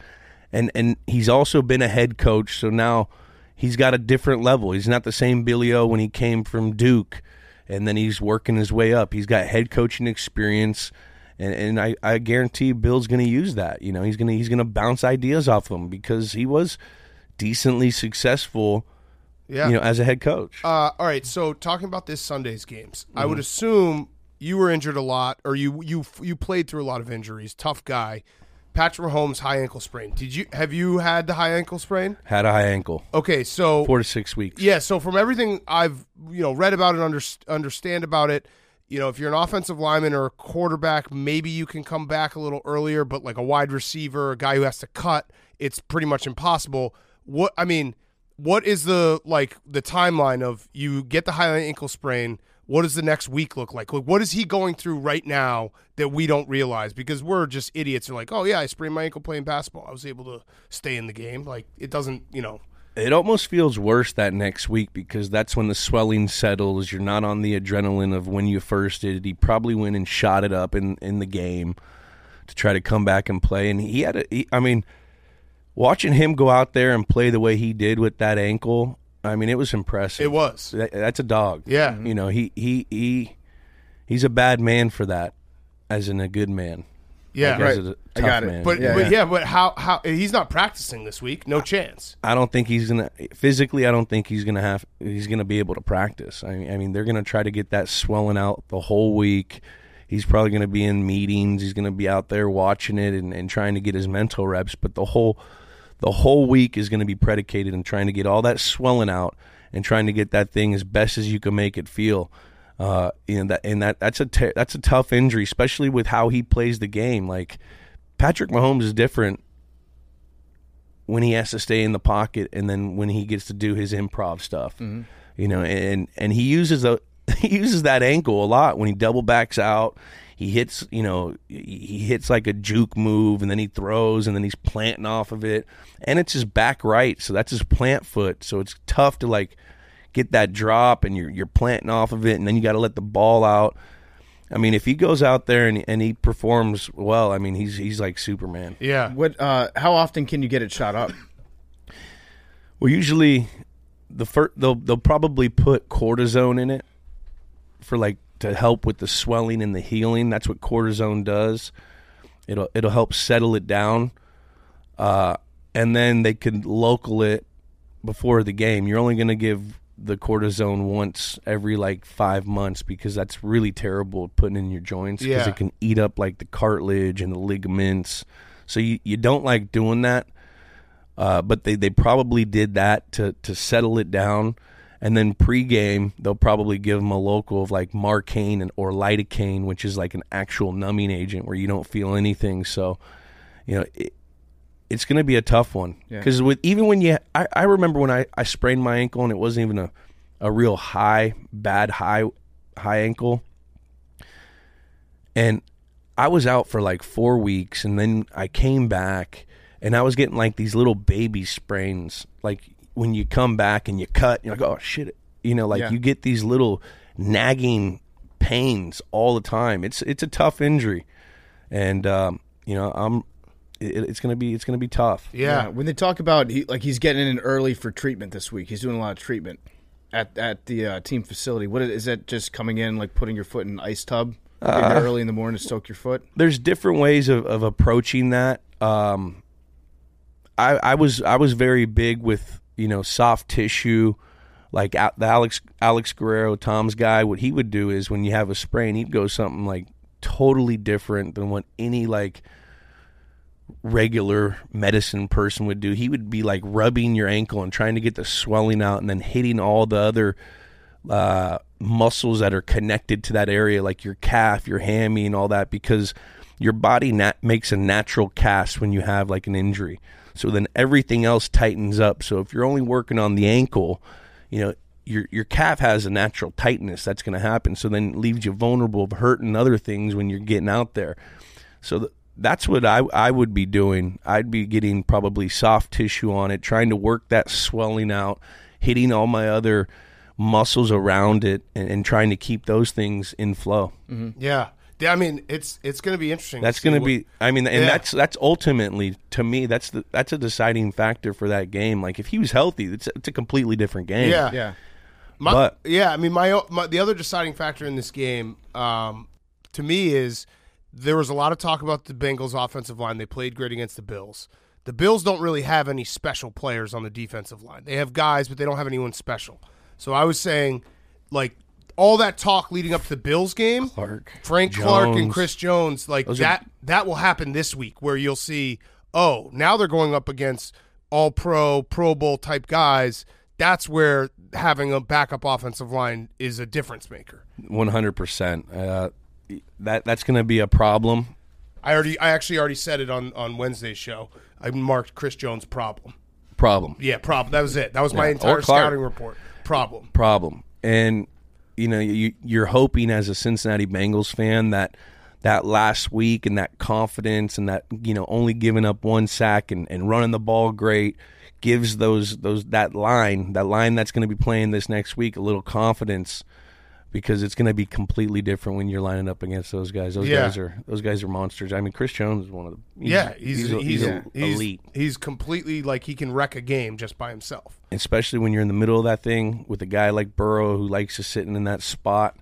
[SPEAKER 7] and and he's also been a head coach. So now he's got a different level. He's not the same Billy O when he came from Duke, and then he's working his way up. He's got head coaching experience. And, and I, I guarantee Bill's going to use that. You know, he's going to he's going to bounce ideas off him because he was decently successful.
[SPEAKER 1] Yeah.
[SPEAKER 7] You know, as a head coach.
[SPEAKER 1] Uh, all right. So talking about this Sunday's games, I
[SPEAKER 7] Mm-hmm.
[SPEAKER 1] would assume you were injured a lot, or you you you played through a lot of injuries. Tough guy. Patrick Mahomes high ankle sprain. Did you have you had the high ankle sprain?
[SPEAKER 7] had a high ankle.
[SPEAKER 1] Okay, so
[SPEAKER 7] Four to six weeks.
[SPEAKER 1] yeah. So from everything I've you know read about it, under, understand about it, you know if you're an offensive lineman or a quarterback, maybe you can come back a little earlier. But like a wide receiver, a guy who has to cut, it's pretty much impossible. What I mean, what is the like the timeline of you get the high ankle sprain? What does the next week look like? Like, what is he going through right now that we don't realize? Because we're just idiots. You're like, oh yeah, I sprained my ankle playing basketball. I was able to stay in the game. Like, it doesn't, you know,
[SPEAKER 7] It almost feels worse that next week because that's when the swelling settles. You're not on the adrenaline of when you first did it. He probably went and shot it up in, in the game to try to come back and play. And he had a, he, I mean, watching him go out there and play the way he did with that ankle, I mean, it was impressive.
[SPEAKER 1] it was.
[SPEAKER 7] That, that's a dog.
[SPEAKER 1] Yeah.
[SPEAKER 2] Mm-hmm.
[SPEAKER 7] You know, he, he, he, he's a bad man for that as in a good man.
[SPEAKER 1] Yeah,
[SPEAKER 7] Like, as
[SPEAKER 2] Right.
[SPEAKER 7] a
[SPEAKER 2] I
[SPEAKER 7] tough
[SPEAKER 2] got it.
[SPEAKER 7] man.
[SPEAKER 1] But
[SPEAKER 2] Yeah,
[SPEAKER 1] but
[SPEAKER 2] yeah.
[SPEAKER 1] yeah. but how how he's not practicing this week? No chance.
[SPEAKER 7] I don't think he's gonna physically. I don't think he's gonna have. He's gonna be able to practice. I mean, I mean, they're gonna try to get that swelling out the whole week. He's probably gonna be in meetings. He's gonna be out there watching it and, and trying to get his mental reps. But the whole the whole week is gonna be predicated in trying to get all that swelling out and trying to get that thing as best as you can make it feel. Uh, and that and that that's a ter- that's a tough injury, especially with how he plays the game. Like Patrick Mahomes is different when he has to stay in the pocket and then when he gets to do his improv stuff. You know, and and he uses the he uses that ankle a lot when he double backs out. He hits, you know, he he hits like a juke move and then he throws and then he's planting off of it. And it's his back right, so that's his plant foot. So it's tough to like get that drop and you're you're planting off of it and then you got to let the ball out. I mean, if he goes out there and, and he performs well, I mean, he's he's like Superman.
[SPEAKER 1] Yeah,
[SPEAKER 2] What? Uh, how often can you get it shot up?
[SPEAKER 7] Well, usually the first they'll they'll probably put cortisone in it for like to help with the swelling and the healing. That's what cortisone does. It'll it'll help settle it down, uh, and then they can local it before the game. You're only going to give the cortisone once every like five months because that's really terrible putting in your joints because
[SPEAKER 1] Yeah.
[SPEAKER 7] it can eat up like the cartilage and the ligaments. So you, you don't like doing that. Uh, but they, they probably did that to, to settle it down. And then pregame, they'll probably give them a local of like Marcaine and or lidocaine, which is like an actual numbing agent where you don't feel anything. So, you know, it, it's going to be a tough one
[SPEAKER 2] Yeah.
[SPEAKER 7] because with even when you, I, I remember when I, I sprained my ankle and it wasn't even a, a real high bad high high ankle, and I was out for like four weeks and then I came back and I was getting like these little baby sprains like when you come back and you cut you're like oh shit you know like
[SPEAKER 2] Yeah.
[SPEAKER 7] you get these little nagging pains all the time it's it's a tough injury and um, you know I'm it, it's gonna be it's gonna be tough
[SPEAKER 1] Yeah.
[SPEAKER 2] When they talk about he, like he's getting in early for treatment this week, he's doing a lot of treatment at at the uh, team facility. What is, is that? Just coming in like putting your foot in an ice tub getting there early in the morning to soak your foot.
[SPEAKER 7] there's different ways of, of approaching that. Um, I I was I was very big with you know soft tissue, like Al- the Alex Alex Guerrero Tom's guy. What he would do is when you have a sprain, he'd go something like totally different than what any like regular medicine person would do. He would be like rubbing your ankle and trying to get the swelling out, and then hitting all the other uh, muscles that are connected to that area, like your calf, your hammy, and all that, because your body nat- makes a natural cast when you have like an injury. So then everything else tightens up. So if you're only working on the ankle, you know your your calf has a natural tightness that's going to happen. So then it leaves you vulnerable of hurting other things when you're getting out there. So th- that's what I I would be doing. I'd be getting probably soft tissue on it, trying to work that swelling out, hitting all my other muscles around it, and, and trying to keep those things in flow.
[SPEAKER 2] Mm-hmm.
[SPEAKER 1] Yeah. Yeah, I mean, it's it's going to be interesting.
[SPEAKER 7] That's
[SPEAKER 1] see
[SPEAKER 7] going to
[SPEAKER 1] what-
[SPEAKER 7] be. I mean, and
[SPEAKER 1] Yeah.
[SPEAKER 7] that's that's ultimately to me that's the that's a deciding factor for that game. Like if he was healthy, it's it's a completely different game.
[SPEAKER 1] Yeah.
[SPEAKER 2] Yeah.
[SPEAKER 1] My,
[SPEAKER 7] But-
[SPEAKER 1] yeah, I mean, my, o- my the other deciding factor in this game, um, to me, is there was a lot of talk about the Bengals' offensive line. They played great against the Bills. The Bills don't really have any special players on the defensive line. They have guys, but they don't have anyone special. So I was saying, like all that talk leading up to the Bills game,
[SPEAKER 7] Clark,
[SPEAKER 1] Frank Clark and
[SPEAKER 7] Jones.
[SPEAKER 1] Chris Jones, like
[SPEAKER 7] Those are-
[SPEAKER 1] that that will happen this week where you'll see, oh, now they're going up against all pro, Pro Bowl type guys. That's where having a backup offensive line is a difference maker.
[SPEAKER 7] one hundred percent. Uh, That that's going to be a problem.
[SPEAKER 1] I already I actually already said it on, on Wednesday's show. I marked Chris Jones problem.
[SPEAKER 7] Problem.
[SPEAKER 1] Yeah, problem. That was it. That was my
[SPEAKER 7] Yeah, or
[SPEAKER 1] entire
[SPEAKER 7] Clark.
[SPEAKER 1] scouting report. Problem.
[SPEAKER 7] problem. And you know, you you're hoping as a Cincinnati Bengals fan that that last week and that confidence and that you know only giving up one sack and, and running the ball great gives those those that line that line that's going to be playing this next week a little confidence because it's going to be completely different when you're lining up against those guys. Those
[SPEAKER 1] Yeah.
[SPEAKER 7] guys are those guys are monsters. I mean, Chris Jones is one of the he's-
[SPEAKER 1] yeah, he's he's
[SPEAKER 7] a-
[SPEAKER 1] he's,
[SPEAKER 7] a-
[SPEAKER 1] he's-
[SPEAKER 7] elite.
[SPEAKER 1] he's completely like he can wreck a game just by himself.
[SPEAKER 7] especially when you're in the middle of that thing with a guy like Burrow who likes to sit in that spot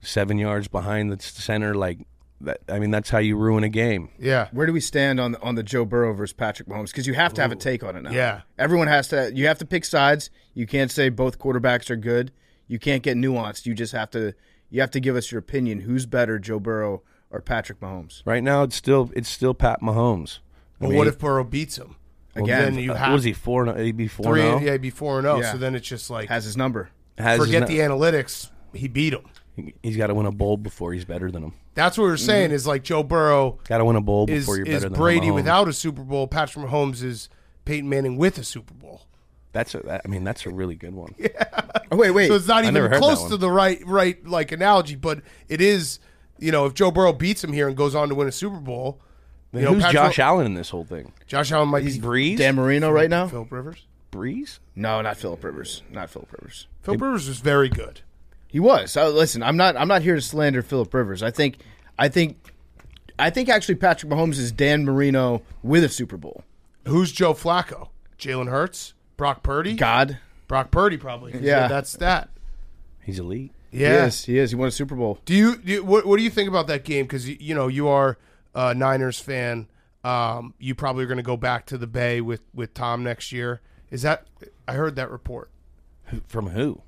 [SPEAKER 7] seven yards behind the s- center. Like, that, I mean, that's how you ruin a game.
[SPEAKER 1] Yeah.
[SPEAKER 2] Where do we stand on on the Joe Burrow versus Patrick Mahomes? Because you have to have a take on it now.
[SPEAKER 1] yeah.
[SPEAKER 2] everyone has to. You have to pick sides. You can't say both quarterbacks are good. You can't get nuanced. You just have to. You have to give us your opinion. Who's better, Joe Burrow or Patrick Mahomes?
[SPEAKER 7] Right now, it's still it's still Pat Mahomes. I
[SPEAKER 1] But
[SPEAKER 7] mean,
[SPEAKER 1] what if Burrow beats him?
[SPEAKER 2] Again,
[SPEAKER 1] then you
[SPEAKER 7] uh,
[SPEAKER 1] have
[SPEAKER 7] what was he four? and- He'd be four.
[SPEAKER 1] three,
[SPEAKER 7] now?
[SPEAKER 1] yeah, he'd be four and zero.
[SPEAKER 2] Yeah.
[SPEAKER 1] So then it's just like
[SPEAKER 2] Has his number.
[SPEAKER 7] Has his
[SPEAKER 1] forget
[SPEAKER 7] na-
[SPEAKER 1] the analytics. He beat him.
[SPEAKER 7] He's got to win a bowl before he's better than him.
[SPEAKER 1] That's what we were saying. Is like Joe Burrow
[SPEAKER 7] Got to win a bowl
[SPEAKER 1] is
[SPEAKER 7] Mm-hmm. before you're
[SPEAKER 1] is
[SPEAKER 7] better than
[SPEAKER 1] Brady
[SPEAKER 7] Mahomes.
[SPEAKER 1] without a Super Bowl. Patrick Mahomes is Peyton Manning with a Super Bowl.
[SPEAKER 7] That's a, that, I mean, that's a really good one.
[SPEAKER 2] Oh wait, wait.
[SPEAKER 1] So it's not
[SPEAKER 7] I never
[SPEAKER 1] even
[SPEAKER 7] heard that
[SPEAKER 1] close
[SPEAKER 7] one.
[SPEAKER 1] to the right right like analogy, but it is. You know, if Joe Burrow beats him here and goes on to win a Super Bowl, you know,
[SPEAKER 7] Who's
[SPEAKER 1] Patrick-
[SPEAKER 7] Josh Allen in this whole thing?
[SPEAKER 1] Josh Allen might be
[SPEAKER 7] Breeze.
[SPEAKER 2] Dan Marino right now?
[SPEAKER 1] Philip Rivers.
[SPEAKER 7] Breeze.
[SPEAKER 2] No, not Philip Rivers. Not Philip Rivers.
[SPEAKER 1] Philip Rivers was very good.
[SPEAKER 2] He was. Uh, listen, I'm not. I'm not here to slander Philip Rivers. I think. I think. I think actually Patrick Mahomes is Dan Marino with a Super Bowl.
[SPEAKER 1] Who's Joe Flacco? Jalen Hurts, Brock Purdy,
[SPEAKER 2] God.
[SPEAKER 1] Brock Purdy probably.
[SPEAKER 2] Yeah.
[SPEAKER 1] that's that.
[SPEAKER 7] He's elite.
[SPEAKER 1] Yeah.
[SPEAKER 2] He is. He is. He won a Super Bowl.
[SPEAKER 1] Do you, do you- what, what do you think about that game? Because you, you know you are a Niners fan. Um, you probably are going to go back to the Bay with with Tom next year. Is that? I heard that report.
[SPEAKER 7] From who?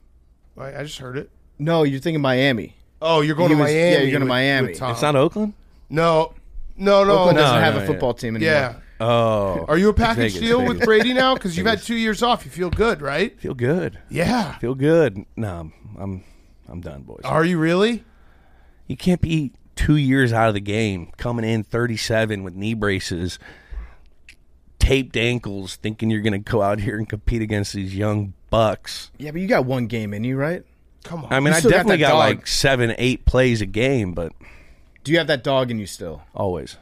[SPEAKER 1] Uh-huh. I, I just heard it.
[SPEAKER 2] No, you're thinking Miami.
[SPEAKER 1] Oh, you're going
[SPEAKER 2] He
[SPEAKER 1] to
[SPEAKER 2] was- yeah,
[SPEAKER 1] Miami.
[SPEAKER 2] you're going to
[SPEAKER 1] with-
[SPEAKER 2] Miami.
[SPEAKER 1] with Tom.
[SPEAKER 7] It's not Oakland.
[SPEAKER 1] no, no, no.
[SPEAKER 2] Oakland doesn't
[SPEAKER 7] Oh, no,
[SPEAKER 2] have
[SPEAKER 7] no,
[SPEAKER 2] a
[SPEAKER 7] yeah.
[SPEAKER 2] football team anymore.
[SPEAKER 1] yeah.
[SPEAKER 7] Oh,
[SPEAKER 1] Are you a package
[SPEAKER 7] Vegas,
[SPEAKER 1] deal with
[SPEAKER 7] Vegas.
[SPEAKER 1] Brady now? Because you've had two years off. You feel good, right?
[SPEAKER 7] feel good?
[SPEAKER 1] Yeah.
[SPEAKER 7] Feel good. No, I'm I'm, I'm done, boys.
[SPEAKER 1] Are you really?
[SPEAKER 7] You can't be two years out of the game, coming in 37 with knee braces, taped ankles thinking you're going to go out here and compete against these young bucks.
[SPEAKER 2] Yeah, but you got one game in you, right?
[SPEAKER 1] Come on.
[SPEAKER 7] I mean, I
[SPEAKER 2] still got
[SPEAKER 7] definitely
[SPEAKER 2] that
[SPEAKER 7] got,
[SPEAKER 2] dog.
[SPEAKER 7] like seven, eight plays a game, but
[SPEAKER 2] Do you have that dog in you still?
[SPEAKER 7] always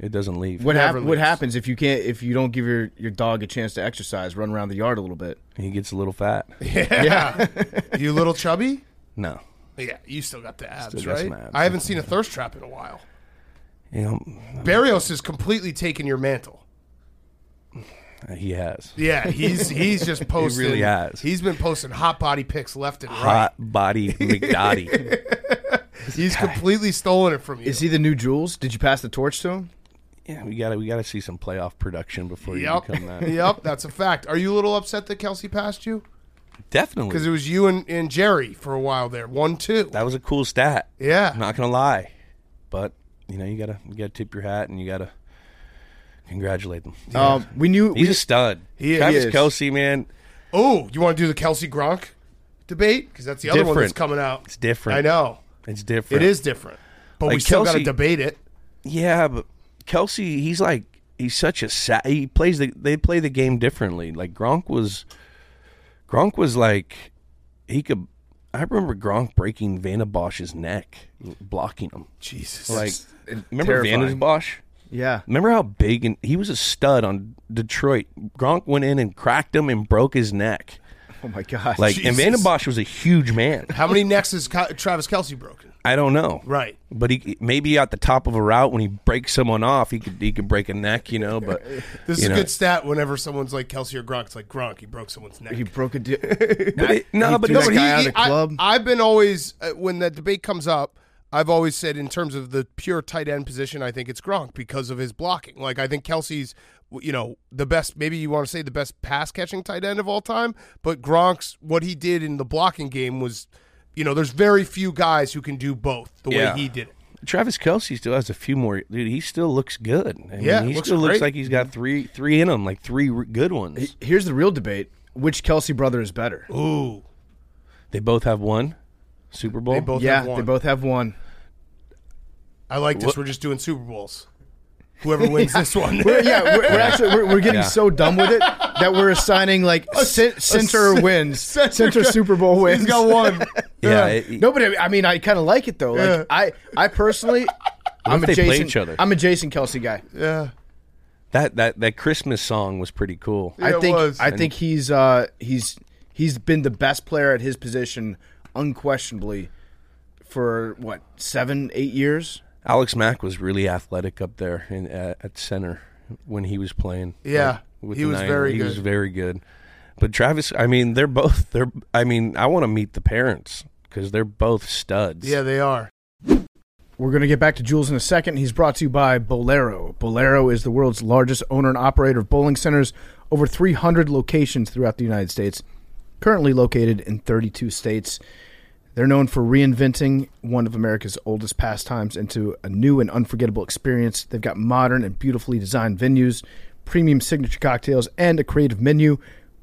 [SPEAKER 7] it doesn't leave.
[SPEAKER 2] What hap- what happens if you can't if you don't give your, your dog a chance to exercise, run around the yard a little bit?
[SPEAKER 7] He gets a little fat.
[SPEAKER 1] Yeah. you little chubby?
[SPEAKER 7] No,
[SPEAKER 1] Yeah, you still got the abs,
[SPEAKER 7] Still got
[SPEAKER 1] right?
[SPEAKER 7] some abs.
[SPEAKER 1] I haven't seen a thirst trap in a while.
[SPEAKER 7] you know
[SPEAKER 1] Barrios has completely taken your mantle.
[SPEAKER 7] he has
[SPEAKER 1] Yeah, he's he's just posting.
[SPEAKER 7] really has.
[SPEAKER 1] He's been posting hot body pics left and right.
[SPEAKER 7] hot body McDotty.
[SPEAKER 1] He's completely stolen it from you.
[SPEAKER 2] Is he the new Jules? Did you pass the torch to him?
[SPEAKER 7] yeah, we gotta we gotta see some playoff production before you
[SPEAKER 1] Yep.
[SPEAKER 7] become that.
[SPEAKER 1] yep, that's a fact. Are you a little upset that Kelsey passed you? Because it
[SPEAKER 7] Definitely,
[SPEAKER 1] was you and, and Jerry for a while there. One, two.
[SPEAKER 7] that was a cool stat.
[SPEAKER 1] yeah.
[SPEAKER 7] I'm not gonna lie, but you know you gotta you gotta tip your hat and you gotta congratulate them.
[SPEAKER 2] Um, we knew
[SPEAKER 7] He's
[SPEAKER 2] we,
[SPEAKER 7] a stud.
[SPEAKER 1] He
[SPEAKER 7] Travis
[SPEAKER 1] is.
[SPEAKER 7] Kelsey, man,
[SPEAKER 1] Oh, you want to do the Kelsey Gronk debate? Because that's the other one that's
[SPEAKER 7] Different.
[SPEAKER 1] coming out.
[SPEAKER 7] it's different.
[SPEAKER 1] I know.
[SPEAKER 7] it's different.
[SPEAKER 1] It is different. But we
[SPEAKER 7] Like,
[SPEAKER 1] still got to
[SPEAKER 7] Kelsey-
[SPEAKER 1] debate it.
[SPEAKER 7] Yeah, but Kelsey, he's like he's such a sa- he plays the they play the game differently. Like Gronk was, Gronk was like he could. I remember Gronk breaking Vanna Bosch's neck, blocking him.
[SPEAKER 1] Jesus.
[SPEAKER 7] Like remember
[SPEAKER 2] terrifying.
[SPEAKER 7] Vanna Bosch?
[SPEAKER 2] yeah.
[SPEAKER 7] Remember how big and he was a stud on Detroit. Gronk went in and cracked him and broke his neck.
[SPEAKER 2] Oh my god.
[SPEAKER 7] Like and Vanna
[SPEAKER 1] Jesus.
[SPEAKER 7] Bosch was a huge man.
[SPEAKER 1] How many necks has Ka- Travis Kelsey broken?
[SPEAKER 7] I don't know.
[SPEAKER 1] Right.
[SPEAKER 7] But he maybe at the top of a route when he breaks someone off, he could he could break a neck, you know. But
[SPEAKER 1] This
[SPEAKER 7] you
[SPEAKER 1] is a
[SPEAKER 7] know.
[SPEAKER 1] good stat whenever someone's like Kelsey or Gronk. It's like Gronk, he broke someone's neck.
[SPEAKER 2] he broke a di-
[SPEAKER 7] But it- no, but
[SPEAKER 2] threw
[SPEAKER 7] it's-
[SPEAKER 2] that guy out of the
[SPEAKER 1] I-
[SPEAKER 2] club.
[SPEAKER 1] I, have been always, uh, when that debate comes up, I've always said in terms of the pure tight end position, I think it's Gronk because of his blocking. Like, I think Kelsey's, you know, the best, maybe you want to say the best pass catching tight end of all time, but Gronk's, what he did in the blocking game was, you know, there's very few guys who can do both the
[SPEAKER 7] Yeah.
[SPEAKER 1] way he did it.
[SPEAKER 7] Travis Kelsey still has a few more. Dude, he still looks good. I mean,
[SPEAKER 1] Yeah,
[SPEAKER 7] he
[SPEAKER 1] looks
[SPEAKER 7] still looks
[SPEAKER 1] great.
[SPEAKER 7] like he's got three three in him, like three r- good ones.
[SPEAKER 2] Here's the real debate: which Kelsey brother is better?
[SPEAKER 1] Ooh.
[SPEAKER 7] they both have one Super Bowl.
[SPEAKER 1] They both
[SPEAKER 2] yeah,
[SPEAKER 1] have one.
[SPEAKER 2] they both have one.
[SPEAKER 1] I like this. We're just doing Super Bowls. Whoever wins this one.
[SPEAKER 2] We're, yeah, we're, we're actually we're, we're getting
[SPEAKER 7] Yeah.
[SPEAKER 2] so dumb with it that we're assigning like cen- center
[SPEAKER 1] cen-
[SPEAKER 2] wins,
[SPEAKER 1] center
[SPEAKER 2] center, Super Bowl wins.
[SPEAKER 1] He's got one.
[SPEAKER 7] yeah, it- it-
[SPEAKER 2] No, but I- I mean, I kind of like it though.
[SPEAKER 1] Yeah.
[SPEAKER 2] Like I, I personally, I'm
[SPEAKER 7] if
[SPEAKER 2] a
[SPEAKER 7] they play
[SPEAKER 2] Jason.
[SPEAKER 7] each other?
[SPEAKER 2] I'm a Jason Kelsey guy.
[SPEAKER 1] Yeah.
[SPEAKER 7] that that that Christmas song was pretty cool.
[SPEAKER 1] Yeah,
[SPEAKER 2] I
[SPEAKER 1] it
[SPEAKER 2] think
[SPEAKER 1] was.
[SPEAKER 2] I think he's uh he's he's been the best player at his position unquestionably for what seven eight years.
[SPEAKER 7] Alex Mack was really athletic up there in, at, at center when he was playing.
[SPEAKER 1] Yeah,
[SPEAKER 7] like, with
[SPEAKER 1] he
[SPEAKER 7] the
[SPEAKER 1] was
[SPEAKER 7] Niners.
[SPEAKER 1] very
[SPEAKER 7] he was
[SPEAKER 1] good.
[SPEAKER 7] very good. But Travis, I mean, they're both they're. I mean, I want to meet the parents because they're both studs.
[SPEAKER 1] Yeah, they are.
[SPEAKER 2] We're going to get back to Jules in a second. He's brought to you by Bolero. Bolero is the world's largest owner and operator of bowling centers, over 300 locations throughout the United States, currently located in 32 states. They're known for reinventing one of America's oldest pastimes into a new and unforgettable experience. They've got modern and beautifully designed venues, premium signature cocktails, and a creative menu.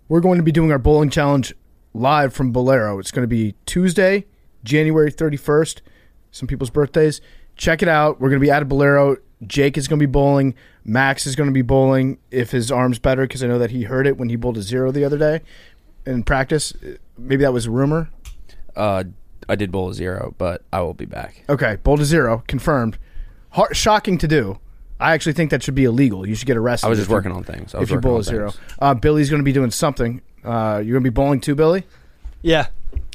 [SPEAKER 2] We're going to be doing our bowling challenge live from Bolero. It's going to be Tuesday, January 31st, some people's birthdays. Check it out. We're going to be at a Bolero. Jake is going to be bowling. Max is going to be bowling if his arm's better, because I know that he heard it when he bowled a zero the other day in practice. Maybe that was a rumor.
[SPEAKER 13] Uh, I did bowl a zero, but I will be back.
[SPEAKER 2] Okay, bowl to zero, confirmed. Har shocking to do. I actually think that should be illegal. You should get arrested.
[SPEAKER 13] I was
[SPEAKER 2] if
[SPEAKER 13] just
[SPEAKER 2] you-
[SPEAKER 13] working on things. I was
[SPEAKER 2] If you
[SPEAKER 13] working
[SPEAKER 2] bowl
[SPEAKER 13] on
[SPEAKER 2] a zero,
[SPEAKER 13] things.
[SPEAKER 2] uh, Billy's going to be doing something. Uh, you're going to be bowling too, Billy.
[SPEAKER 12] Yeah.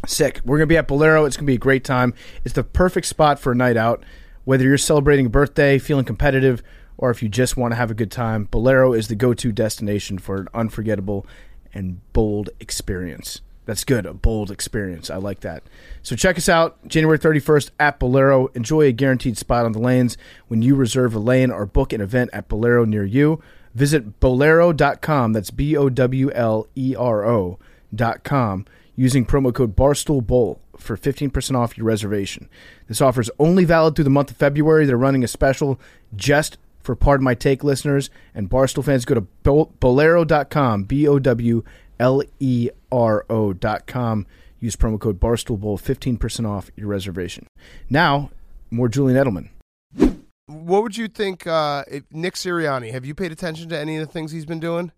[SPEAKER 2] Sick. We're going to be at Bolero. It's going to be a great time. It's the perfect spot for a night out. Whether you're celebrating a birthday, feeling competitive, or if you just want to have a good time, Bolero is the go to destination for an unforgettable and bold experience. That's good. A bold experience. I like that. So check us out January 31st at Bolero. Enjoy a guaranteed spot on the lanes when you reserve a lane or book an event at Bolero near you. Visit bolero.com. That's B O W L E R O com using promo code BarstoolBowl for 15% off your reservation. This offer is only valid through the month of February. They're running a special just for Pardon My Take listeners and Barstool fans. Go to bol- bolero.com, B O W L E R O.com. Use promo code BarstoolBowl, 15% off your reservation. Now, more Julian Edelman.
[SPEAKER 1] What would you think, uh, if Nick Sirianni? Have you paid attention to any of the things he's been doing?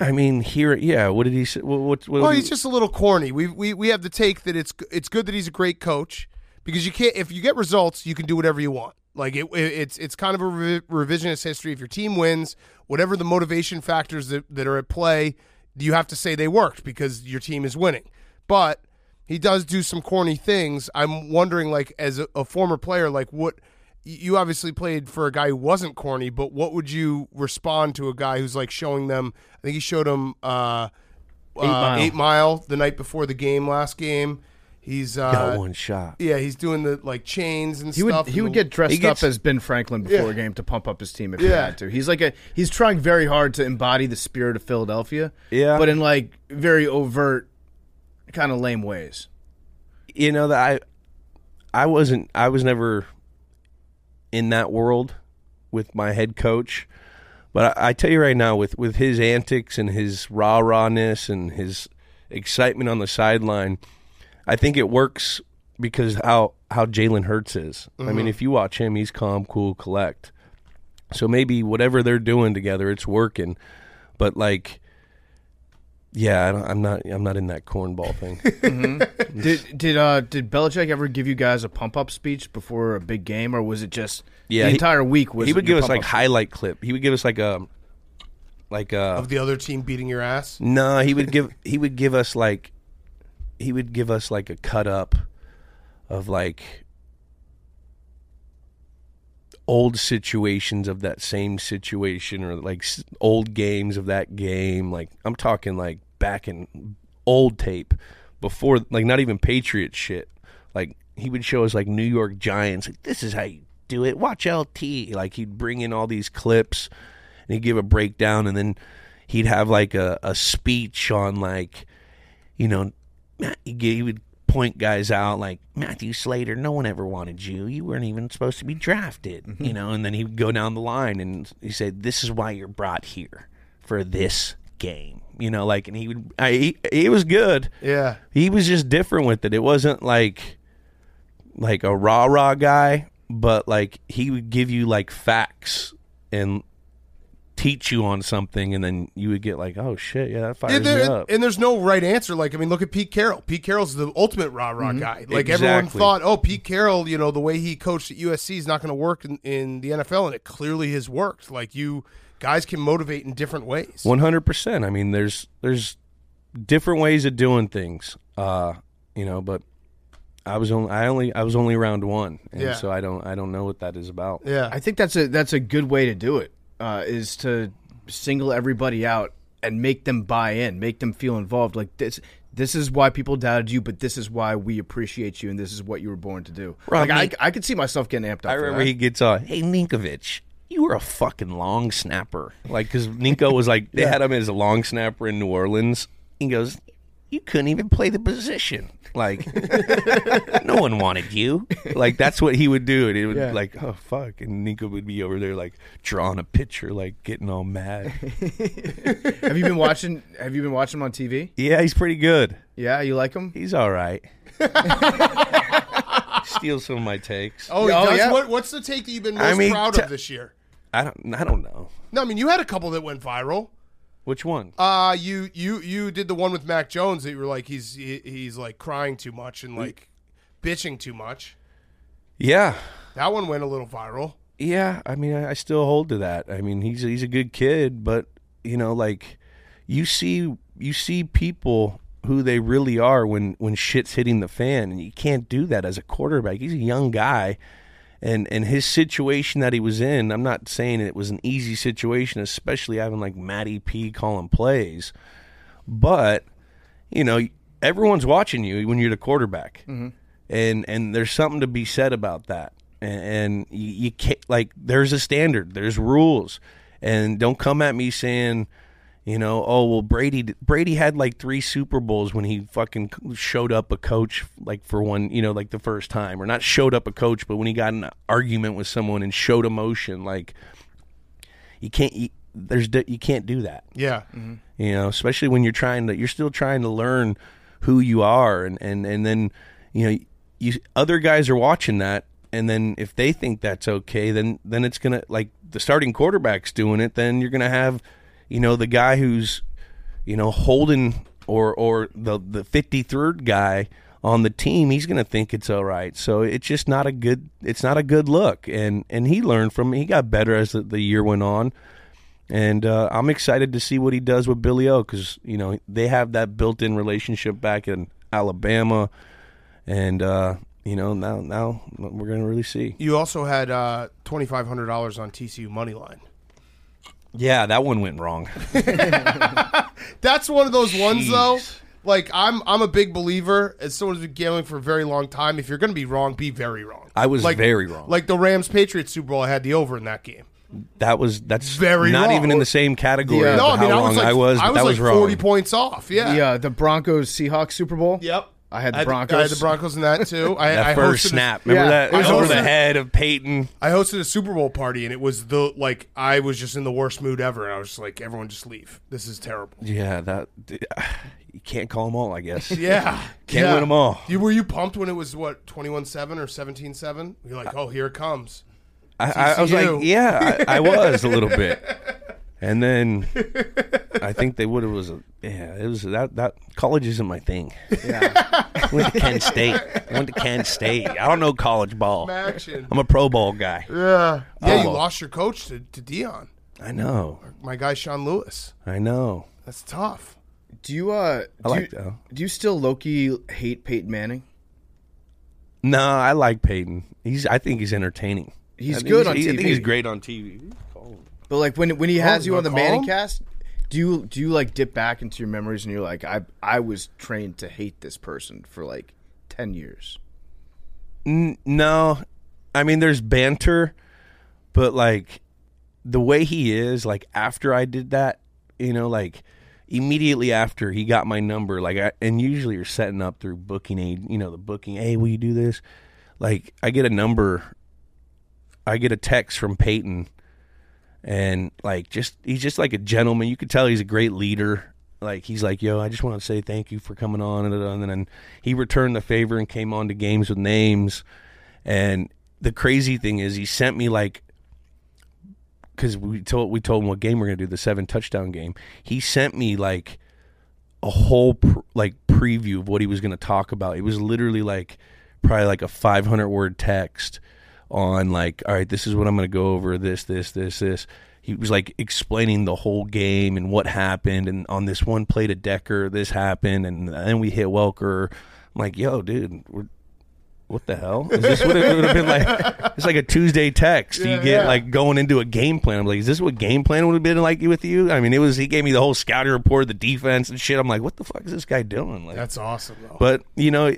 [SPEAKER 7] I mean, here, yeah. What did he say? What? what, what
[SPEAKER 1] Well,
[SPEAKER 7] did he-
[SPEAKER 1] he's just a little corny. We we we have the take that it's it's good that he's a great coach because you can't if you get results, you can do whatever you want. Like it, it- it's it's kind of a re- revisionist history. If your team wins, whatever the motivation factors that, that are at play, you have to say they worked because your team is winning. But he does do some corny things. I'm wondering, like as a, a former player, like what you obviously played for a guy who wasn't corny, but what would you respond to a guy who's like showing them? I think he showed him. Uh, eight,
[SPEAKER 2] Mile.
[SPEAKER 1] eight mile the night before the game last game. He's uh,
[SPEAKER 7] got one shot.
[SPEAKER 1] yeah, he's doing the like chains and
[SPEAKER 2] He
[SPEAKER 1] stuff.
[SPEAKER 2] would he
[SPEAKER 1] and
[SPEAKER 2] would
[SPEAKER 1] the-
[SPEAKER 2] get dressed
[SPEAKER 7] He gets-
[SPEAKER 2] up as Ben Franklin before a game to pump up his team if he
[SPEAKER 1] Yeah.
[SPEAKER 2] had to. He's like a he's trying very hard to embody the spirit of Philadelphia.
[SPEAKER 7] Yeah.
[SPEAKER 2] But in like very overt kind of lame ways.
[SPEAKER 7] you know that I I wasn't I was never in that world with my head coach. But I, I tell you right now, with, with his antics and his rah rahness and his excitement on the sideline, I think it works because how how Jalen Hurts is. I mean, if you watch him, he's calm, cool, collect. So maybe whatever they're doing together, it's working. But like, yeah, I don't, I'm not I'm not in that cornball thing.
[SPEAKER 2] Did did uh did Belichick ever give you guys a pump up speech before a big game or was it just
[SPEAKER 7] Yeah,
[SPEAKER 2] the
[SPEAKER 7] he-
[SPEAKER 2] entire week was
[SPEAKER 7] he would
[SPEAKER 2] your
[SPEAKER 7] give us like
[SPEAKER 2] pump-up?
[SPEAKER 7] highlight clip. He would give us like a like a
[SPEAKER 1] of the other team beating your ass.
[SPEAKER 7] no. He would give he would give us like he would give us like a cut up of like old situations of that same situation or like s- old games of that game. Like I'm talking like back in old tape before like not even Patriot shit. Like he would show us like New York Giants. Like this is how you do it. Watch LT. Like he'd bring in all these clips and he'd give a breakdown and then he'd have like a, a speech on like you know, Matt- he g- he would point guys out like Matthew Slater. No one ever wanted you. You weren't even supposed to be drafted.
[SPEAKER 1] Mm-hmm.
[SPEAKER 7] You know, and then he would go down the line and he said, "This is why you're brought here for this game." You know, like, and he would. I, he, he was good.
[SPEAKER 1] Yeah,
[SPEAKER 7] He was just different with it. It wasn't like like a rah rah guy, but like he would give you like facts and teach you on something, and then you would get like, "Oh shit, yeah, that fires
[SPEAKER 1] Yeah, there-
[SPEAKER 7] me up."
[SPEAKER 1] and there's no right answer. Like I mean, look at Pete Carroll. Pete Carroll's the ultimate rah rah
[SPEAKER 2] Mm-hmm.
[SPEAKER 1] guy. Like everyone
[SPEAKER 7] Exactly.
[SPEAKER 1] thought, oh, Pete Carroll, you know, the way he coached at USC is not going to work in, in the NFL, and it clearly has worked. Like you guys can motivate in different ways.
[SPEAKER 7] One hundred percent. I mean, there's there's different ways of doing things, uh, you know. But I was only I only I was only round one, and
[SPEAKER 1] Yeah.
[SPEAKER 7] so I don't I don't know what that is about.
[SPEAKER 1] yeah,
[SPEAKER 2] I think that's a that's a good way to do it. Uh, is to single everybody out and make them buy in, make them feel involved. Like this, this is why people doubted you, but this is why we appreciate you, and this is what you were born to do.
[SPEAKER 7] Rob,
[SPEAKER 2] like
[SPEAKER 7] Nick-
[SPEAKER 2] I, I could see myself getting amped up.
[SPEAKER 7] I
[SPEAKER 2] for
[SPEAKER 7] remember
[SPEAKER 2] that.
[SPEAKER 7] he gets on. Hey, Ninkovich, you were a fucking long snapper. Like, because Ninko was like they had him as a long snapper in New Orleans. He goes, you couldn't even play the position. Like, no one wanted you. Like that's what he would do, and it would be like, oh fuck, and Ninko would be over there like drawing a picture, like getting all mad.
[SPEAKER 2] have you been watching? Have you been watching him on TV?
[SPEAKER 7] yeah, he's pretty good.
[SPEAKER 2] Yeah, you like him?
[SPEAKER 7] He's all right. Steals some of my takes.
[SPEAKER 1] Oh, he
[SPEAKER 2] Oh,
[SPEAKER 1] does?
[SPEAKER 2] yeah.
[SPEAKER 1] What, what's the take that you've been most
[SPEAKER 7] I mean,
[SPEAKER 1] proud
[SPEAKER 7] t-
[SPEAKER 1] of this year?
[SPEAKER 7] I don't. I don't know
[SPEAKER 1] No, I mean you had a couple that went viral.
[SPEAKER 7] which one.
[SPEAKER 1] Uh you you you did the one with Mac Jones that you were like he's he, he's like crying too much and like bitching too much.
[SPEAKER 7] yeah,
[SPEAKER 1] That one went a little viral.
[SPEAKER 7] yeah. I mean, I, I still hold to that. I mean, he's he's a good kid, but you know, like you see you see people who they really are when when shit's hitting the fan, and you can't do that as a quarterback. He's a young guy. and and his situation that he was in, I'm not saying it was an easy situation, especially having like Matty P calling plays, but you know everyone's watching you when you're the quarterback, and and there's something to be said about that, and, and you, you can't like there's a standard, there's rules, and don't come at me saying. You know, oh well, Brady. Brady had like three Super Bowls when he fucking showed up a coach, like for one. You know, like the first time, or not showed up a coach, but when he got in an argument with someone and showed emotion, like you can't. You, there's di- you can't do that.
[SPEAKER 1] Yeah.
[SPEAKER 7] You know, especially when you're trying to. You're still trying to learn who you are, and and and then you know, you other guys are watching that, and then if they think that's okay, then then it's gonna like the starting quarterback's doing it. Then you're gonna have, you know, the guy who's, you know, holding or or the the 53rd guy on the team. He's gonna think it's all right. So it's just not a good it's not a good look. And and he learned from it. He got better as the, the year went on. And uh, I'm excited to see what he does with Billy O because you know they have that built-in relationship back in Alabama, and uh, you know now now we're gonna really see.
[SPEAKER 1] You also had uh, twenty five hundred dollars on TCU money line.
[SPEAKER 7] Yeah, that one went wrong.
[SPEAKER 1] That's one of those ones
[SPEAKER 7] Jeez.
[SPEAKER 1] though. Like I'm, I'm a big believer. As someone who's been gambling for a very long time, if you're going to be wrong, be very wrong.
[SPEAKER 7] I was
[SPEAKER 1] like,
[SPEAKER 7] very wrong.
[SPEAKER 1] Like the Rams Patriots Super Bowl, I had the over in that game.
[SPEAKER 7] that was that's
[SPEAKER 1] Very
[SPEAKER 7] not
[SPEAKER 1] wrong.
[SPEAKER 7] even in the same category.
[SPEAKER 2] Yeah.
[SPEAKER 7] of
[SPEAKER 1] No, I mean
[SPEAKER 7] how
[SPEAKER 1] I
[SPEAKER 7] wrong
[SPEAKER 1] was like
[SPEAKER 7] I was, but that was
[SPEAKER 1] like
[SPEAKER 7] wrong.
[SPEAKER 1] forty points off. Yeah.
[SPEAKER 2] The, uh, the Broncos Seahawks Super Bowl.
[SPEAKER 1] Yep.
[SPEAKER 2] I had the
[SPEAKER 1] I had,
[SPEAKER 2] Broncos.
[SPEAKER 1] I had the Broncos in that too. I,
[SPEAKER 7] that
[SPEAKER 1] I
[SPEAKER 7] first
[SPEAKER 1] hosted a-
[SPEAKER 7] snap, remember
[SPEAKER 2] Yeah.
[SPEAKER 7] that? It
[SPEAKER 1] I
[SPEAKER 7] was over the
[SPEAKER 1] hosted-
[SPEAKER 7] head of Peyton.
[SPEAKER 1] I hosted a Super Bowl party and it was the like I was just in the worst mood ever and I was just like everyone just leave. This is terrible.
[SPEAKER 7] Yeah, that you can't call them all. I guess
[SPEAKER 1] Yeah.
[SPEAKER 7] Can't
[SPEAKER 1] Yeah.
[SPEAKER 7] win 'em all.
[SPEAKER 1] You were you pumped when it was what 21-7 or 17-7? You're like, "Oh, here it comes."
[SPEAKER 7] I, I, I was
[SPEAKER 1] TCU.
[SPEAKER 7] like, yeah, I, I was a little bit, and then I think they would have was a yeah. It was that that college isn't my thing. I went to Kent State. I went to Kent State. I don't know college ball.
[SPEAKER 1] Action.
[SPEAKER 7] I'm a Pro Bowl guy.
[SPEAKER 1] Yeah. Yeah, you
[SPEAKER 7] Oh.
[SPEAKER 1] lost your coach to, to Dion.
[SPEAKER 7] I know.
[SPEAKER 1] My guy Sean Lewis.
[SPEAKER 7] I know.
[SPEAKER 1] That's tough.
[SPEAKER 2] Do you uh? Do
[SPEAKER 7] I like
[SPEAKER 2] you,
[SPEAKER 7] that.
[SPEAKER 2] Do you still Loki hate Peyton Manning?
[SPEAKER 7] No, I like Peyton. He's. I think he's entertaining.
[SPEAKER 2] He's
[SPEAKER 7] I think
[SPEAKER 2] good on
[SPEAKER 7] he- I think
[SPEAKER 2] TV.
[SPEAKER 7] he's great on TV.
[SPEAKER 2] But like when when he has you
[SPEAKER 1] you
[SPEAKER 2] on the
[SPEAKER 1] gonna call
[SPEAKER 2] Manning
[SPEAKER 1] him?
[SPEAKER 2] cast, do you do you like dip back into your memories and you're like I I was trained to hate this person for like ten years.
[SPEAKER 7] N- no, I mean there's banter, but like the way he is, like after I did that, you know, like immediately after he got my number, like I, and usually you're setting up through booking aid, you know, the booking, hey, will you do this? Like I get a number, I get a text from Peyton, and like just he's just like a gentleman. You could tell he's a great leader. Like he's like, yo, I just want to say thank you for coming on, and, and then he returned the favor and came on to games with names. And the crazy thing is, he sent me like because we told we told him what game we're gonna do, the seven touchdown game. He sent me like a whole pr- like preview of what he was gonna talk about. It was literally like probably like a 500 word text on like, all right, this is what I'm gonna go over. This, this, this, this. He was like explaining the whole game and what happened, and on this one play to Decker, this happened, and then we hit Welker. I'm like, yo, dude, we're what the hell? Is this what it would have been like? It's like a Tuesday text. you get like going into a game plan. I'm like, is this what game plan would have been like with you? I mean, it was. He gave me the whole scouting report, the defense and shit. I'm like, what the fuck is this guy doing? Like,
[SPEAKER 1] That's awesome though.
[SPEAKER 7] but you know,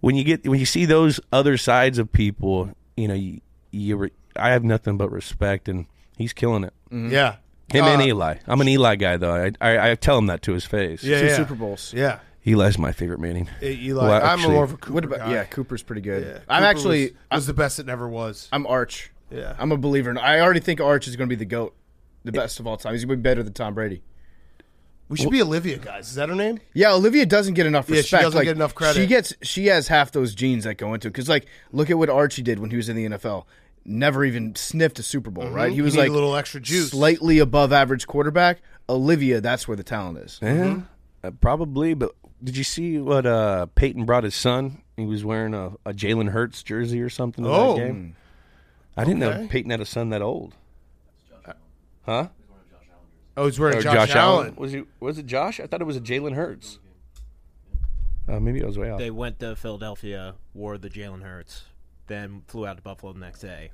[SPEAKER 7] when you get when you see those other sides of people, you know, you, you re, I have nothing but respect, and he's killing it.
[SPEAKER 1] Yeah.
[SPEAKER 7] Him
[SPEAKER 1] Uh,
[SPEAKER 7] and Eli. I'm an Eli guy though. I, I I tell him that to his face.
[SPEAKER 1] Yeah,
[SPEAKER 2] Two
[SPEAKER 1] yeah.
[SPEAKER 2] Super Bowls.
[SPEAKER 1] Yeah.
[SPEAKER 7] Eli's my favorite meeting.
[SPEAKER 1] Eli,
[SPEAKER 7] Well,
[SPEAKER 1] I'm
[SPEAKER 7] actually-
[SPEAKER 1] more of a Cooper
[SPEAKER 2] What about
[SPEAKER 1] guy.
[SPEAKER 2] yeah? Cooper's pretty good.
[SPEAKER 1] Yeah.
[SPEAKER 2] I'm
[SPEAKER 1] Cooper
[SPEAKER 2] actually
[SPEAKER 1] was, was the best it never was.
[SPEAKER 2] I'm Arch.
[SPEAKER 1] Yeah.
[SPEAKER 2] I'm a believer, and I already think Arch is going to be the goat, the best of all time. He's going to be better than Tom Brady.
[SPEAKER 1] We should be Olivia guys. Is that her name?
[SPEAKER 2] Yeah, Olivia doesn't get enough
[SPEAKER 1] Yeah, she
[SPEAKER 2] respect.
[SPEAKER 1] doesn't
[SPEAKER 2] Like,
[SPEAKER 1] get enough credit.
[SPEAKER 2] She gets she has half those genes that go into because like look at what Archie did when he was in the NFL. Never even sniffed a Super Bowl, right? He was
[SPEAKER 1] Mm-hmm. need a
[SPEAKER 2] like
[SPEAKER 1] little extra juice.
[SPEAKER 2] slightly above average quarterback. Olivia, that's where the talent is.
[SPEAKER 7] Yeah, uh, probably. But did you see what uh, Peyton brought his son? He was wearing a, a Jalen Hurts jersey or something. in
[SPEAKER 1] Oh.
[SPEAKER 7] that game. I didn't know Peyton had a son that old. Huh?
[SPEAKER 1] Oh, he's wearing
[SPEAKER 7] Or
[SPEAKER 1] Josh, Allen.
[SPEAKER 7] Was it was it Josh? I thought it was a Jalen Hurts. Uh, maybe I was way off.
[SPEAKER 15] They went to Philadelphia, wore the Jalen Hurts, then flew out to Buffalo the next day,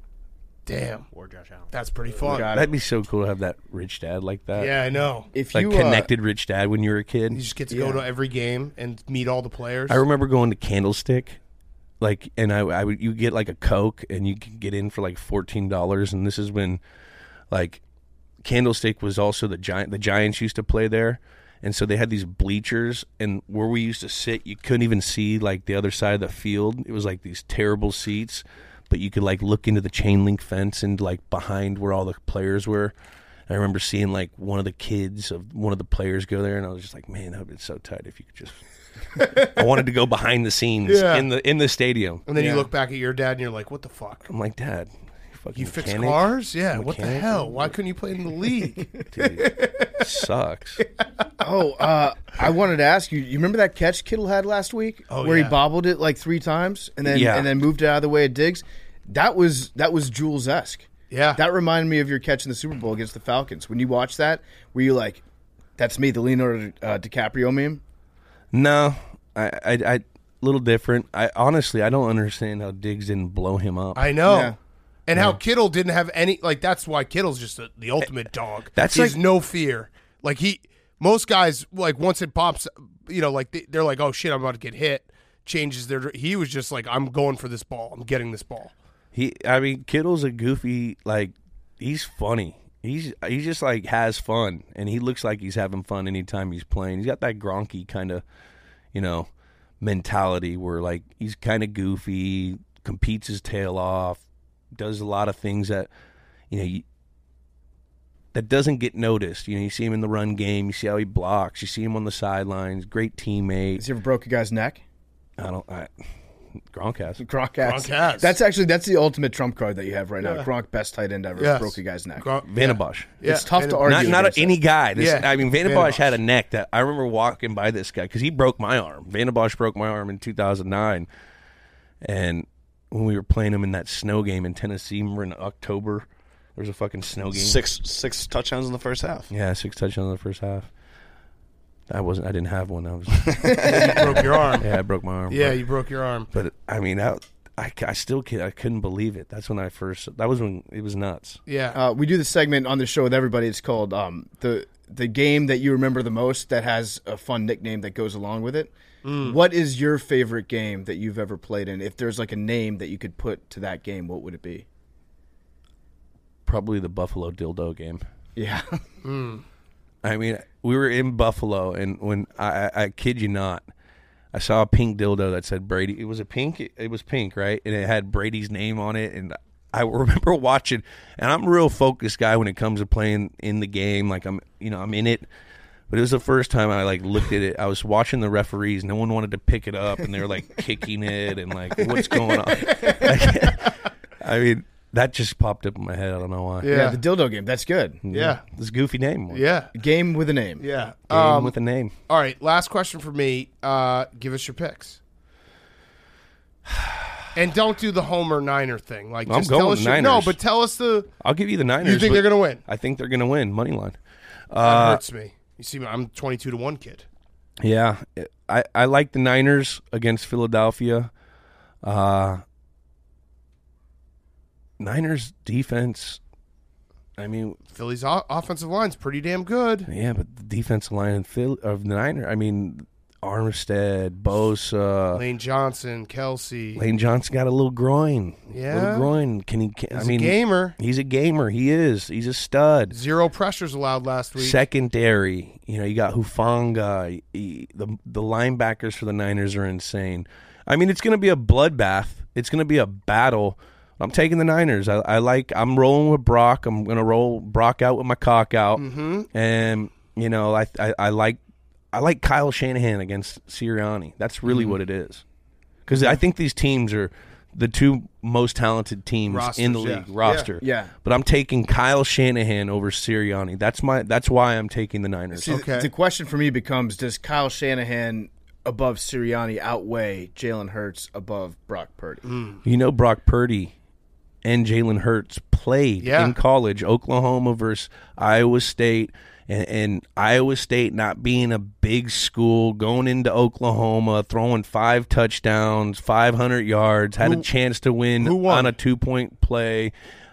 [SPEAKER 1] Damn,
[SPEAKER 15] wore Josh Allen.
[SPEAKER 1] that's pretty fun.
[SPEAKER 7] That'd be so cool to have that rich dad like that.
[SPEAKER 1] Yeah, I know.
[SPEAKER 2] If
[SPEAKER 7] like
[SPEAKER 2] you uh,
[SPEAKER 7] connected rich dad when you were a kid.
[SPEAKER 1] You just get to go to every game and meet all the players.
[SPEAKER 7] I remember going to Candlestick, like, and I, I would you get like a Coke and you could get in for like fourteen dollars, and this is when, like, Candlestick was also the giant. The Giants used to play there, and so they had these bleachers, and where we used to sit, you couldn't even see like the other side of the field. It was like these terrible seats, but you could like look into the chain link fence and like behind where all the players were. I remember seeing like one of the kids of one of the players go there, and I was just like, "Man, that would be so tight if you could just I wanted to go behind the scenes
[SPEAKER 1] Yeah.
[SPEAKER 7] in the in the stadium.
[SPEAKER 1] And then
[SPEAKER 7] Yeah.
[SPEAKER 1] you look back at your dad and you're like, what the fuck?
[SPEAKER 7] I'm like, Dad, you fucking
[SPEAKER 1] You fix
[SPEAKER 7] mechanic?
[SPEAKER 1] cars? Yeah.
[SPEAKER 7] Mechanic?
[SPEAKER 1] What the hell? Why couldn't you play in the league?
[SPEAKER 7] Sucks.
[SPEAKER 2] Oh, uh, I wanted to ask you. You remember that catch Kittle had last week,
[SPEAKER 7] Oh,
[SPEAKER 2] where
[SPEAKER 7] yeah.
[SPEAKER 2] he bobbled it like three times and then
[SPEAKER 7] Yeah.
[SPEAKER 2] and then moved it out of the way of Diggs? That was that was Jules esque.
[SPEAKER 1] Yeah,
[SPEAKER 2] that reminded me of your catch in the Super Bowl against the Falcons. When you watched that, were you like, "That's me, the Leonardo uh, DiCaprio meme"?
[SPEAKER 7] No, I, I, I, little different. I honestly, I don't understand how Diggs didn't blow him up.
[SPEAKER 1] I know.
[SPEAKER 7] Yeah.
[SPEAKER 1] And how
[SPEAKER 7] Yeah.
[SPEAKER 1] Kittle didn't have any like that's why Kittle's just the the
[SPEAKER 2] Eh,
[SPEAKER 1] ultimate dog.
[SPEAKER 7] That's
[SPEAKER 1] He's
[SPEAKER 7] like-
[SPEAKER 1] no fear. Like he most guys like once it pops you know like they- they're like oh shit I'm about to get hit changes their he was just like I'm going for this ball. I'm getting this ball.
[SPEAKER 7] He, I mean, Kittle's a goofy. Like, he's funny. He's he just like has fun, and he looks like he's having fun anytime he's playing. He's got that Gronky kind of, you know, mentality where like he's kind of goofy, competes his tail off, does a lot of things that, you know, you, that doesn't get noticed. You know, you see him in the run game, you see how he blocks, you see him on the sidelines. Great teammate. Has
[SPEAKER 2] he ever broke a guy's neck?
[SPEAKER 7] I don't. I, Gronk has.
[SPEAKER 2] Gronk has.
[SPEAKER 7] Gronk has.
[SPEAKER 2] That's actually that's the ultimate trump card that you have right now.
[SPEAKER 7] Yeah.
[SPEAKER 2] Gronk, best tight end ever,
[SPEAKER 7] Yes.
[SPEAKER 2] broke a guy's neck.
[SPEAKER 7] Gronk- Vanderbosch.
[SPEAKER 2] Yeah. It's tough to argue
[SPEAKER 7] Not, not
[SPEAKER 2] against
[SPEAKER 7] any
[SPEAKER 2] that.
[SPEAKER 7] guy. This,
[SPEAKER 2] Yeah.
[SPEAKER 7] I mean,
[SPEAKER 2] Vanderbosch.
[SPEAKER 7] Vanderbosch had a neck that I remember walking by this guy because he broke my arm. Vanderbosch broke my arm in 2009, and when we were playing him in that snow game in Tennessee, remember in October, there was a fucking snow game.
[SPEAKER 5] Six six touchdowns in the first half.
[SPEAKER 7] Yeah, six touchdowns in the first half. I wasn't. I didn't have one. I was.
[SPEAKER 1] broke your arm.
[SPEAKER 7] Yeah, I broke my arm.
[SPEAKER 1] Yeah, you broke your arm.
[SPEAKER 7] But I mean, I, I, I still can I couldn't believe it. That's when I first. That was when it was nuts.
[SPEAKER 1] Yeah.
[SPEAKER 2] Uh, we do the segment on the show with everybody. It's called um, the the game that you remember the most that has a fun nickname that goes along with it.
[SPEAKER 1] Mm.
[SPEAKER 2] What is your favorite game that you've ever played in? If there's like a name that you could put to that game, what would it be?
[SPEAKER 7] Probably the Buffalo dildo game.
[SPEAKER 2] Yeah.
[SPEAKER 1] Mm.
[SPEAKER 7] I mean, we were in Buffalo, and when I, I, I kid you not, I saw a pink dildo that said Brady. It was a pink. It was pink, right? And it had Brady's name on it. And I remember watching. And I'm a real focused guy when it comes to playing in the game. Like I'm, you know, I'm in it. But it was the first time I like looked at it. I was watching the referees. No one wanted to pick it up, and they were like kicking it and like, what's going on? I mean, that just popped up in my head. I don't know why.
[SPEAKER 2] Yeah, the dildo game. That's good.
[SPEAKER 1] Yeah.
[SPEAKER 7] this goofy name.
[SPEAKER 1] Yeah.
[SPEAKER 2] Game with a name.
[SPEAKER 1] Yeah.
[SPEAKER 7] Game
[SPEAKER 1] Um,
[SPEAKER 7] with a name.
[SPEAKER 1] All right, last question for me. Uh give us your picks. And don't do the Homer Niner thing. Like
[SPEAKER 7] I'm
[SPEAKER 1] just
[SPEAKER 7] going
[SPEAKER 1] tell
[SPEAKER 7] with
[SPEAKER 1] us
[SPEAKER 7] the
[SPEAKER 1] your- no,
[SPEAKER 7] Niners.
[SPEAKER 1] but tell us the
[SPEAKER 7] I'll give you the Niners.
[SPEAKER 1] think
[SPEAKER 7] but
[SPEAKER 1] they're gonna win?
[SPEAKER 7] I think they're going to win money line.
[SPEAKER 1] that
[SPEAKER 7] Uh,
[SPEAKER 1] hurts me. You see I'm 22 to 1 kid.
[SPEAKER 7] yeah, I I like the Niners against Philadelphia. Uh, Niners defense. I mean,
[SPEAKER 1] Philly's o- offensive line's pretty damn good.
[SPEAKER 7] yeah, but the defensive line in Phil, of the Niners. I mean, Armstead, Bosa,
[SPEAKER 1] Lane Johnson, Kelsey.
[SPEAKER 7] Lane Johnson got a little groin.
[SPEAKER 1] Yeah.
[SPEAKER 7] little groin. Can he? Can, I
[SPEAKER 1] He's a
[SPEAKER 7] mean,
[SPEAKER 1] gamer.
[SPEAKER 7] He's a gamer. He is. He's a stud.
[SPEAKER 1] Zero pressures allowed last week.
[SPEAKER 7] secondary. You know, you got Hufanga. y- The the linebackers for the Niners are insane. I mean, it's going to be a bloodbath. It's going to be a battle. I'm taking the Niners. I, I like. I'm rolling with Brock. I'm going to roll Brock out with my cock out.
[SPEAKER 1] Mhm.
[SPEAKER 7] And you know, I, I I like I like Kyle Shanahan against Sirianni. That's really
[SPEAKER 5] Mhm.
[SPEAKER 7] what it is. Because I think these teams are the two most talented teams in the
[SPEAKER 5] Rosters, yeah.
[SPEAKER 7] league roster.
[SPEAKER 2] Yeah. Yeah.
[SPEAKER 7] But I'm taking Kyle Shanahan over Sirianni. That's my that's why I'm taking the Niners.
[SPEAKER 2] See, the, the question for me becomes: Does Kyle Shanahan above Sirianni outweigh Jalen Hurts above Brock Purdy?
[SPEAKER 1] Mm.
[SPEAKER 7] You know Brock Purdy and Jalen Hurts played
[SPEAKER 2] Yeah.
[SPEAKER 7] in college, Oklahoma versus Iowa State, and, and Iowa State not being a big school, going into Oklahoma, throwing five touchdowns, five hundred yards, had
[SPEAKER 5] Who-
[SPEAKER 7] a chance to win on a two point play.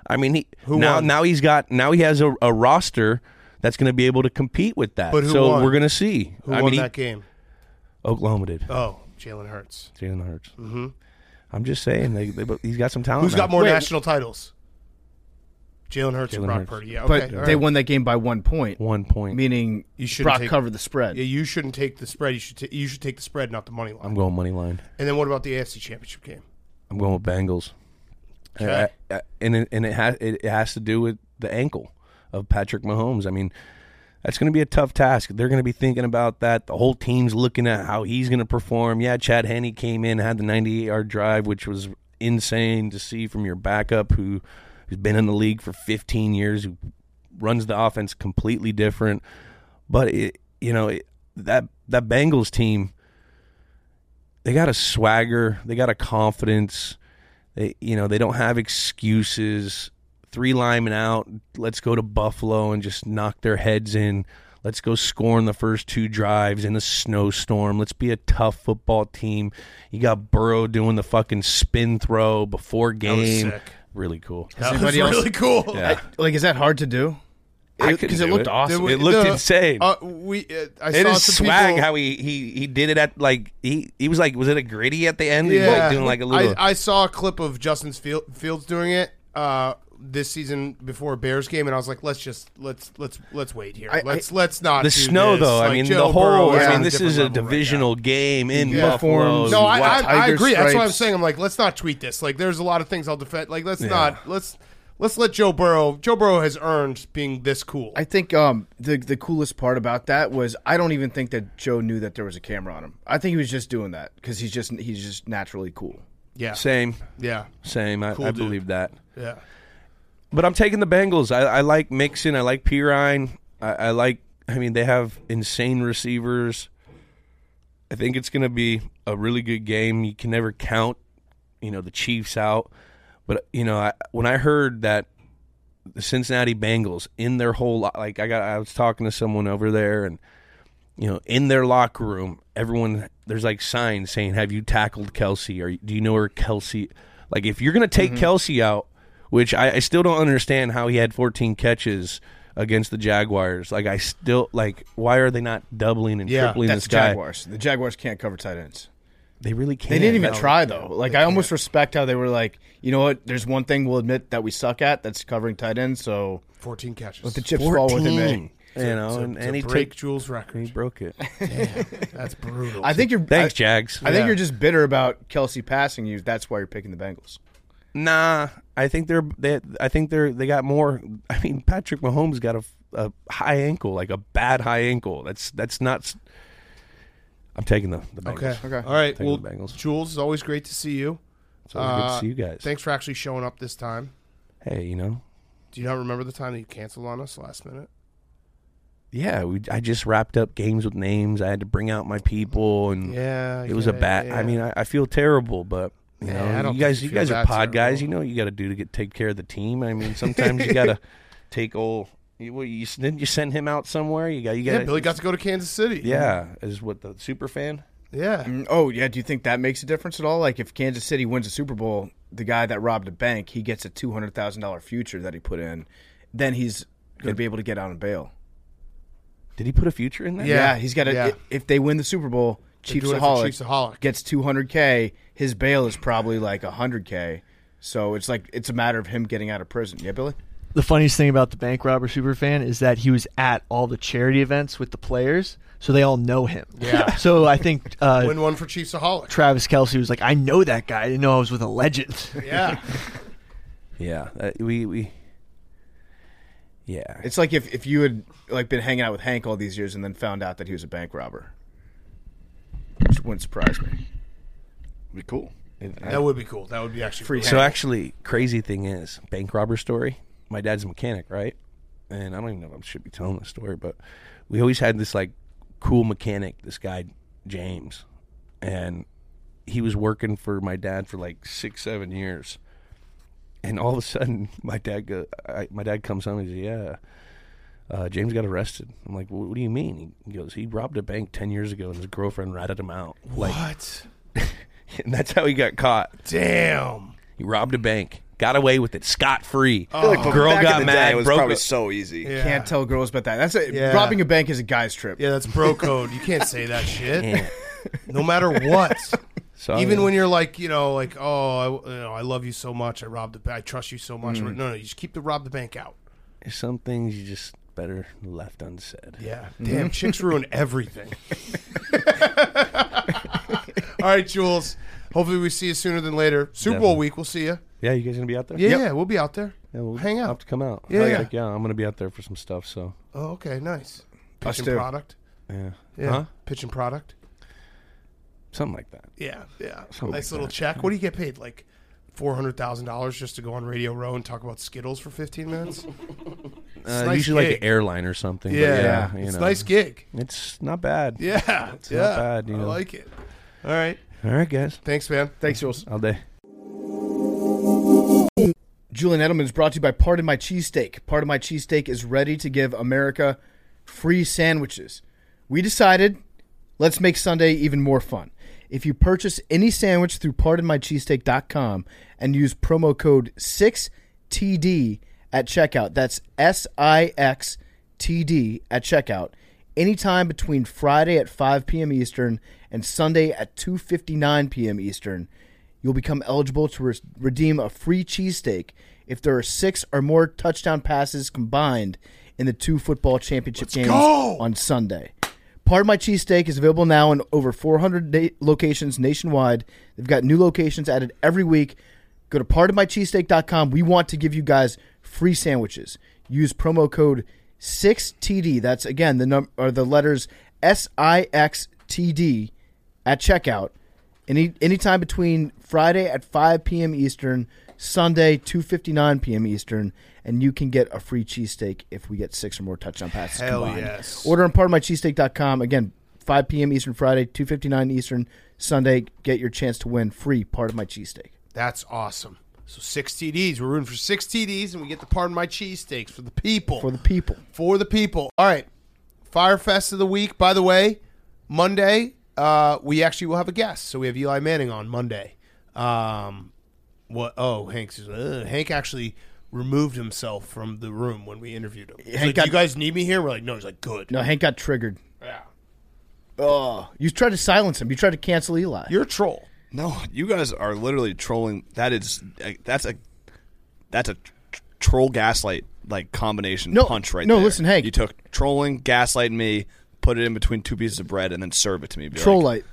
[SPEAKER 7] I mean, he
[SPEAKER 5] Who
[SPEAKER 7] now
[SPEAKER 5] won?
[SPEAKER 7] now he's got now he has a, a roster that's going to be able to compete with that.
[SPEAKER 1] But who
[SPEAKER 7] so
[SPEAKER 1] won?
[SPEAKER 7] we're going to see
[SPEAKER 1] Who
[SPEAKER 7] I
[SPEAKER 1] won
[SPEAKER 7] mean, he-
[SPEAKER 1] that game?
[SPEAKER 7] Oklahoma did.
[SPEAKER 1] Oh, Jalen Hurts.
[SPEAKER 7] Jalen Hurts.
[SPEAKER 1] Mhm.
[SPEAKER 7] I'm just saying, they, they, bo- he's got some talent.
[SPEAKER 1] Who's
[SPEAKER 7] now.
[SPEAKER 1] got more national titles? Jalen Hurts or
[SPEAKER 7] Jalen
[SPEAKER 1] Brock
[SPEAKER 7] Hurts.
[SPEAKER 1] Purdy? Yeah,
[SPEAKER 2] but
[SPEAKER 1] okay. all
[SPEAKER 2] they
[SPEAKER 1] right.
[SPEAKER 2] won that game by one point.
[SPEAKER 7] One point,
[SPEAKER 2] meaning
[SPEAKER 1] You should
[SPEAKER 2] Brock covered the spread.
[SPEAKER 1] Yeah, you shouldn't take the spread. You should ta- you should take the spread, not the money line.
[SPEAKER 7] I'm going money line.
[SPEAKER 1] And then what about the AFC Championship game?
[SPEAKER 7] I'm going with Bengals.
[SPEAKER 1] Okay.
[SPEAKER 7] I- I- I- and it, and it has it, it has to do with the ankle of Patrick Mahomes. I mean, that's going to be a tough task. They're going to be thinking about that. The whole team's looking at how he's going to perform. Yeah, Chad Henney came in, had the 98 yard drive, which was insane to see from your backup who, who's been in the league for 15 years, who runs the offense completely different. But, it, you know, it, that, that Bengals team, they got a swagger, they got a confidence. They, you know, they don't have excuses three linemen out. Let's go to Buffalo and just knock their heads in. Let's go score in the first two drives in the snowstorm. Let's be a tough football team. You got Burrow doing the fucking spin throw before
[SPEAKER 2] was
[SPEAKER 7] game.
[SPEAKER 2] sick.
[SPEAKER 7] Really cool.
[SPEAKER 2] Has That anybody was else- really cool.
[SPEAKER 7] Yeah.
[SPEAKER 2] I- like, is that hard to do?
[SPEAKER 7] I
[SPEAKER 2] It-
[SPEAKER 7] couldn't
[SPEAKER 2] it
[SPEAKER 7] do
[SPEAKER 2] looked
[SPEAKER 7] it.
[SPEAKER 2] awesome.
[SPEAKER 7] It looked insane.
[SPEAKER 1] Uh, we, uh, I
[SPEAKER 7] it
[SPEAKER 1] saw
[SPEAKER 7] is
[SPEAKER 1] some
[SPEAKER 7] swag
[SPEAKER 1] people-
[SPEAKER 7] how he, he he did it at like he he was like was it a gritty at the end? He was, like, doing like a little.
[SPEAKER 1] I, I saw a clip of Justin Fiel- Fields doing it uh, this season before a Bears game, and I was like, let's just let's let's let's wait here.
[SPEAKER 16] I- I-
[SPEAKER 1] let's let's not
[SPEAKER 7] the
[SPEAKER 1] do
[SPEAKER 7] snow
[SPEAKER 1] this.
[SPEAKER 7] though. I
[SPEAKER 1] Like,
[SPEAKER 7] mean
[SPEAKER 1] Joe
[SPEAKER 7] the whole.
[SPEAKER 1] Burrow
[SPEAKER 7] I
[SPEAKER 1] on
[SPEAKER 7] mean this
[SPEAKER 1] different
[SPEAKER 7] is a
[SPEAKER 1] level right
[SPEAKER 7] divisional game in Buffalo.
[SPEAKER 1] No, I, I,
[SPEAKER 7] Wow.
[SPEAKER 1] I agree. That's what I'm
[SPEAKER 7] stripes.
[SPEAKER 1] saying. I'm like, let's not tweet this. Like, there's a lot of things I'll defend. Like, let's
[SPEAKER 2] Yeah.
[SPEAKER 1] not let's let's let Joe Burrow. Joe Burrow has earned being this cool.
[SPEAKER 2] I think um, the the coolest part about that was I don't even think that Joe knew that there was a camera on him. I think he was just doing that because he's just he's just naturally cool.
[SPEAKER 1] Yeah.
[SPEAKER 7] Same.
[SPEAKER 1] Yeah.
[SPEAKER 7] Same. I,
[SPEAKER 1] Cool
[SPEAKER 7] I
[SPEAKER 1] dude.
[SPEAKER 7] believe that.
[SPEAKER 1] Yeah.
[SPEAKER 7] But I'm taking the Bengals. I, I like Mixon. I like Pirine. I, I like. I mean, they have insane receivers. I think it's going to be a really good game. You can never count, you know, the Chiefs out. But you know, I, when I heard that the Cincinnati Bengals in their whole lo- like, I got I was talking to someone over there, and you know, in their locker room, everyone there's like signs saying, "Have you tackled Kelsey? Or do you know where Kelsey?" Like, if you're going to take Kelsey out, which I, I still don't understand how he had 14 catches against the Jaguars. Like, I still like, why are they not doubling and tripling
[SPEAKER 2] that's
[SPEAKER 7] this guy?
[SPEAKER 2] Jaguars. The Jaguars can't cover tight ends.
[SPEAKER 7] They really can't.
[SPEAKER 2] They didn't even
[SPEAKER 7] No,
[SPEAKER 2] try though. Like I almost respect how they were like, you know what? There's one thing we'll admit that we suck at. That's covering tight ends. So
[SPEAKER 1] 14 catches.
[SPEAKER 2] Let the chips fall where they may.
[SPEAKER 7] 14. You know,
[SPEAKER 1] to,
[SPEAKER 7] and-
[SPEAKER 1] to
[SPEAKER 7] and he
[SPEAKER 1] break
[SPEAKER 7] took-
[SPEAKER 1] Jules' record.
[SPEAKER 7] He broke it.
[SPEAKER 1] Damn, that's brutal.
[SPEAKER 2] I think you're
[SPEAKER 7] Thanks,
[SPEAKER 2] I-
[SPEAKER 7] Jags.
[SPEAKER 2] I think
[SPEAKER 7] Yeah.
[SPEAKER 2] you're just bitter about Kelsey passing you. That's why you're picking the Bengals.
[SPEAKER 7] Nah, I think they're they. I think they're they got more. I mean, Patrick Mahomes got a, a high ankle, like a bad high ankle. That's that's not. s- I'm taking the, the Bengals.
[SPEAKER 1] Okay. Okay. All right.
[SPEAKER 7] Taking
[SPEAKER 1] Well,
[SPEAKER 7] the Bengals.
[SPEAKER 1] Jules, it's always great to see you.
[SPEAKER 7] It's always
[SPEAKER 1] Uh,
[SPEAKER 7] good to see you guys.
[SPEAKER 1] Thanks for actually showing up this time.
[SPEAKER 7] Hey, you know,
[SPEAKER 1] Do you not remember the time that you canceled on us last minute?
[SPEAKER 7] yeah, we, I just wrapped up games with names. I had to bring out my people, and
[SPEAKER 1] Yeah, I
[SPEAKER 7] Mm. it was a
[SPEAKER 1] get it,
[SPEAKER 7] bad.
[SPEAKER 1] yeah.
[SPEAKER 7] I mean, I, I feel terrible, but you
[SPEAKER 1] Yeah, I
[SPEAKER 7] know,
[SPEAKER 1] don't
[SPEAKER 7] you guys,
[SPEAKER 1] think
[SPEAKER 7] you
[SPEAKER 1] you
[SPEAKER 7] guys
[SPEAKER 1] feel
[SPEAKER 7] are
[SPEAKER 1] that
[SPEAKER 7] pod guys. You know what you got to do to get take care of the team. I mean, sometimes you got to take old. You, well, you s- didn't you send him out somewhere? You got you got.
[SPEAKER 1] yeah, Billy got to go to Kansas City.
[SPEAKER 7] Yeah, is what the super fan.
[SPEAKER 1] Yeah.
[SPEAKER 2] Mm, Oh, yeah. Do you think that makes a difference at all? Like, if Kansas City wins a Super Bowl, the guy that robbed a bank, he gets a two hundred thousand dollar future that he put in. Then he's going to be able to get out on bail.
[SPEAKER 7] Did he put a future in there?
[SPEAKER 2] Yeah, he's got a.
[SPEAKER 7] Yeah.
[SPEAKER 2] If they win the Super Bowl,
[SPEAKER 7] They're
[SPEAKER 2] Chiefs
[SPEAKER 7] doing it for Chiefsaholic.
[SPEAKER 2] gets two hundred k. His bail is probably like hundred k. So it's like it's a matter of him getting out of prison. Yeah, Billy.
[SPEAKER 12] The funniest thing about the bank robber superfan is that he was at all the charity events with the players, so they all know him.
[SPEAKER 1] Yeah.
[SPEAKER 12] so I think uh,
[SPEAKER 1] Win one for Chiefsaholic.
[SPEAKER 12] Travis Kelsey was like, "I know that guy. I didn't know I was with a legend."
[SPEAKER 1] Yeah.
[SPEAKER 7] Yeah, uh, we we. Yeah,
[SPEAKER 2] It's like if, if you had like been hanging out with Hank all these years and then found out that he was a bank robber. Which wouldn't surprise me.
[SPEAKER 7] be cool.
[SPEAKER 1] That would be cool. That would be actually
[SPEAKER 2] Free
[SPEAKER 1] cool.
[SPEAKER 7] So actually, crazy thing is bank robber story. My dad's a mechanic, right? And I don't even know if I should be telling the story, but we always had this like cool mechanic, this guy James, and he was working for my dad for like six, seven years. And all of a sudden, my dad go, I, my dad comes home and he's yeah, uh, James got arrested. I'm like, what, what do you mean? He goes, he robbed a bank ten years ago, and his girlfriend ratted him out. Like,
[SPEAKER 1] what?
[SPEAKER 7] and that's how he got caught.
[SPEAKER 1] Damn.
[SPEAKER 7] He robbed a bank, got away with it scot free.
[SPEAKER 1] Uh,
[SPEAKER 2] I feel like
[SPEAKER 7] Oh. girl
[SPEAKER 2] back in
[SPEAKER 7] got
[SPEAKER 2] the day,
[SPEAKER 7] mad.
[SPEAKER 2] it was
[SPEAKER 7] broke
[SPEAKER 2] probably
[SPEAKER 7] up.
[SPEAKER 2] so
[SPEAKER 5] easy.
[SPEAKER 2] Can't tell girls about that. That's a,
[SPEAKER 1] Yeah.
[SPEAKER 2] robbing a bank is a guy's trip.
[SPEAKER 1] Yeah, that's bro code. You can't say that shit.
[SPEAKER 7] Yeah.
[SPEAKER 1] No matter what.
[SPEAKER 7] So-
[SPEAKER 1] Even when you're like, you know, like, oh, I, you know, I love you so much. I robbed the bank. I trust you so much.
[SPEAKER 7] Mhm.
[SPEAKER 1] No, no, you just keep the rob the bank out.
[SPEAKER 7] Some things you just better left unsaid.
[SPEAKER 1] Yeah.
[SPEAKER 7] Mm-hmm.
[SPEAKER 1] Damn, chicks ruin everything. All right, Jules. Hopefully we see you sooner than later. Super Bowl
[SPEAKER 7] Definitely.
[SPEAKER 1] week, we'll see you.
[SPEAKER 7] Yeah, you guys gonna be out there?
[SPEAKER 1] Yeah, yeah, we'll be out there.
[SPEAKER 7] Yeah, we'll
[SPEAKER 1] Hang out.
[SPEAKER 7] Have to come out.
[SPEAKER 1] Yeah,
[SPEAKER 7] Hell
[SPEAKER 1] yeah.
[SPEAKER 7] Like, yeah, I'm gonna be out there for some stuff. So
[SPEAKER 1] Oh, okay, nice. Pitch
[SPEAKER 7] Us
[SPEAKER 1] and
[SPEAKER 7] too.
[SPEAKER 1] product.
[SPEAKER 7] Yeah.
[SPEAKER 1] Yeah.
[SPEAKER 7] Huh?
[SPEAKER 1] Pitch and product.
[SPEAKER 7] Something like that.
[SPEAKER 1] Yeah, yeah.
[SPEAKER 7] Something
[SPEAKER 1] nice
[SPEAKER 7] like
[SPEAKER 1] little
[SPEAKER 7] that.
[SPEAKER 1] check. What do you get paid? Like four hundred thousand dollars just to go on Radio Row and talk about Skittles for fifteen minutes? It's
[SPEAKER 7] Uh,
[SPEAKER 1] a nice
[SPEAKER 7] usually like
[SPEAKER 1] gig.
[SPEAKER 7] an airline or something. but
[SPEAKER 1] Yeah.
[SPEAKER 7] yeah you
[SPEAKER 1] It's a
[SPEAKER 7] know.
[SPEAKER 1] nice gig.
[SPEAKER 7] It's not bad.
[SPEAKER 1] Yeah,
[SPEAKER 7] It's
[SPEAKER 1] yeah.
[SPEAKER 7] not bad. You
[SPEAKER 1] I
[SPEAKER 7] know.
[SPEAKER 1] like it. All right.
[SPEAKER 7] All right, guys.
[SPEAKER 1] Thanks, man.
[SPEAKER 2] Thanks, Jules.
[SPEAKER 7] All day.
[SPEAKER 2] Julian Edelman is brought to you by Part of My Cheesesteak. Part of My Cheesesteak is ready to give America free sandwiches. We decided let's make Sunday even more fun. If you purchase any sandwich through pardonmycheesesteak.com and use promo code 6TD at checkout, that's S I X T D at checkout, anytime between Friday at 5 p.m. Eastern and Sunday at 2:59 p.m. Eastern, you'll become eligible to re- redeem a free cheesesteak if there are six or more touchdown passes combined in the two football championship games
[SPEAKER 17] go!
[SPEAKER 2] on Sunday. Part of my cheesesteak is available now in over 400 na- locations nationwide. They've got new locations added every week. Go to partofmycheesesteak.com. We want to give you guys free sandwiches. Use promo code 6TD. That's again the num- or the letters S I X T D at checkout. Any anytime between Friday at 5 p.m. Eastern, Sunday 2:59 p.m. Eastern, and you can get a free cheesesteak if we get six or more touchdown passes
[SPEAKER 1] Hell
[SPEAKER 2] combined.
[SPEAKER 1] yes.
[SPEAKER 2] Order on partofmycheesesteak.com. Again, 5 p.m. Eastern Friday, 2:59 Eastern Sunday. Get your chance to win free part of my cheesesteak.
[SPEAKER 1] That's awesome. So six TDs. We're rooting for six TDs, and we get the pardon my cheesesteaks for the people. For
[SPEAKER 2] the people.
[SPEAKER 1] For the people. All right. Firefest of the week. By the way, Monday uh, we actually will have a guest. So we have Eli Manning on Monday. Um, what? Oh, Hank's uh, Hank actually removed himself from the room when we interviewed him. He's
[SPEAKER 2] Hank
[SPEAKER 1] like,
[SPEAKER 2] got-
[SPEAKER 1] "Do you guys need me here? We're like, no. He's like, good.
[SPEAKER 2] No, Hank got triggered.
[SPEAKER 1] Yeah.
[SPEAKER 2] Oh, you tried to silence him. You tried to cancel Eli.
[SPEAKER 1] You're a troll.
[SPEAKER 5] No, you guys are literally trolling. That is uh, that's a that's a tr- troll gaslight like combination
[SPEAKER 2] No,
[SPEAKER 5] punch right
[SPEAKER 2] no,
[SPEAKER 5] there.
[SPEAKER 2] listen, Hank.
[SPEAKER 5] You took trolling, gaslight me, put it in between two pieces of bread, and then serve it to me. Be
[SPEAKER 2] Troll
[SPEAKER 5] like,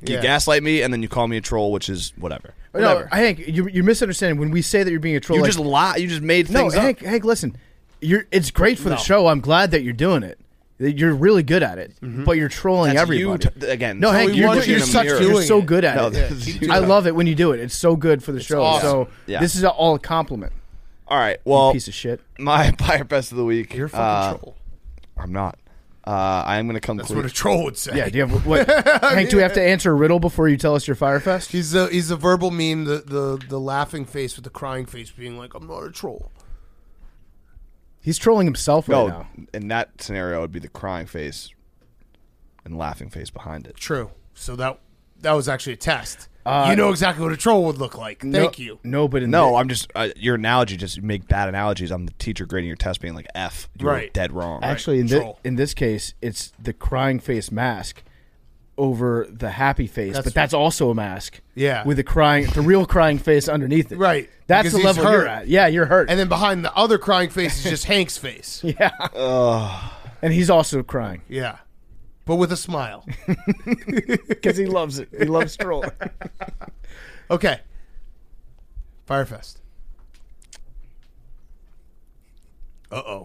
[SPEAKER 2] light.
[SPEAKER 5] You
[SPEAKER 2] Yeah.
[SPEAKER 5] gaslight me, and then you call me a troll, which is whatever.
[SPEAKER 2] No, Hank, you, you're misunderstanding. When we say that you're being a troll,
[SPEAKER 5] You
[SPEAKER 2] like-
[SPEAKER 5] just lie. You just made
[SPEAKER 2] No,
[SPEAKER 5] things up.
[SPEAKER 2] Hank, Hank, listen. You're it's great for the
[SPEAKER 5] No.
[SPEAKER 2] show. I'm glad that you're doing it. That You're really good at it, but you're trolling
[SPEAKER 5] Mm-hmm. That's you
[SPEAKER 2] everybody
[SPEAKER 5] t- again.
[SPEAKER 2] No,
[SPEAKER 5] That's
[SPEAKER 2] Hank,
[SPEAKER 5] what we
[SPEAKER 2] you're,
[SPEAKER 5] want
[SPEAKER 2] just-
[SPEAKER 5] you
[SPEAKER 2] you're,
[SPEAKER 5] to
[SPEAKER 2] such,
[SPEAKER 5] mirror.
[SPEAKER 2] you're so
[SPEAKER 5] Yeah.
[SPEAKER 2] good at
[SPEAKER 5] No,
[SPEAKER 2] it.
[SPEAKER 5] that's- you
[SPEAKER 2] I
[SPEAKER 5] do
[SPEAKER 2] love it when you do it. It's so good for the show.
[SPEAKER 5] awesome.
[SPEAKER 2] So
[SPEAKER 5] Yeah.
[SPEAKER 2] this is all a compliment.
[SPEAKER 5] All right. Well,
[SPEAKER 2] piece of shit.
[SPEAKER 5] My pirate best of the week. You're
[SPEAKER 2] a fucking
[SPEAKER 5] troll. I'm not. Uh, I am going to come. That's
[SPEAKER 1] what a troll would say.
[SPEAKER 2] Yeah. Do you have what? Hank, do we have to answer a riddle before you tell us your Firefest?
[SPEAKER 1] He's the he's the verbal meme, the, the the laughing face with the crying face, being like, "I'm not a troll."
[SPEAKER 2] He's trolling himself right
[SPEAKER 5] No,
[SPEAKER 2] now.
[SPEAKER 5] in that scenario, it would be the crying face and laughing face behind it.
[SPEAKER 1] True. So that that was actually a test.
[SPEAKER 5] Uh,
[SPEAKER 1] you know exactly what a troll would look like.
[SPEAKER 5] No-
[SPEAKER 1] Thank you.
[SPEAKER 2] No, but in
[SPEAKER 5] no, I'm just uh, your analogy. Just you make bad analogies. I'm the teacher grading your test, being like F. You're
[SPEAKER 2] Right.
[SPEAKER 5] dead wrong.
[SPEAKER 2] Actually, in, thi- in this case, it's the crying face mask over the happy face,
[SPEAKER 1] That's-
[SPEAKER 2] but that's also a mask.
[SPEAKER 1] Yeah.
[SPEAKER 2] with the crying, the real crying face underneath it.
[SPEAKER 1] Right.
[SPEAKER 2] That's
[SPEAKER 1] Because
[SPEAKER 2] the
[SPEAKER 1] he's
[SPEAKER 2] level
[SPEAKER 1] hurt.
[SPEAKER 2] you're at. Yeah, you're hurt.
[SPEAKER 1] And then behind the other crying face is just Hank's face.
[SPEAKER 2] Yeah. and he's also crying
[SPEAKER 1] Yeah. But with a smile.
[SPEAKER 2] because he loves it. He loves trolling.
[SPEAKER 1] Okay. Firefest. Uh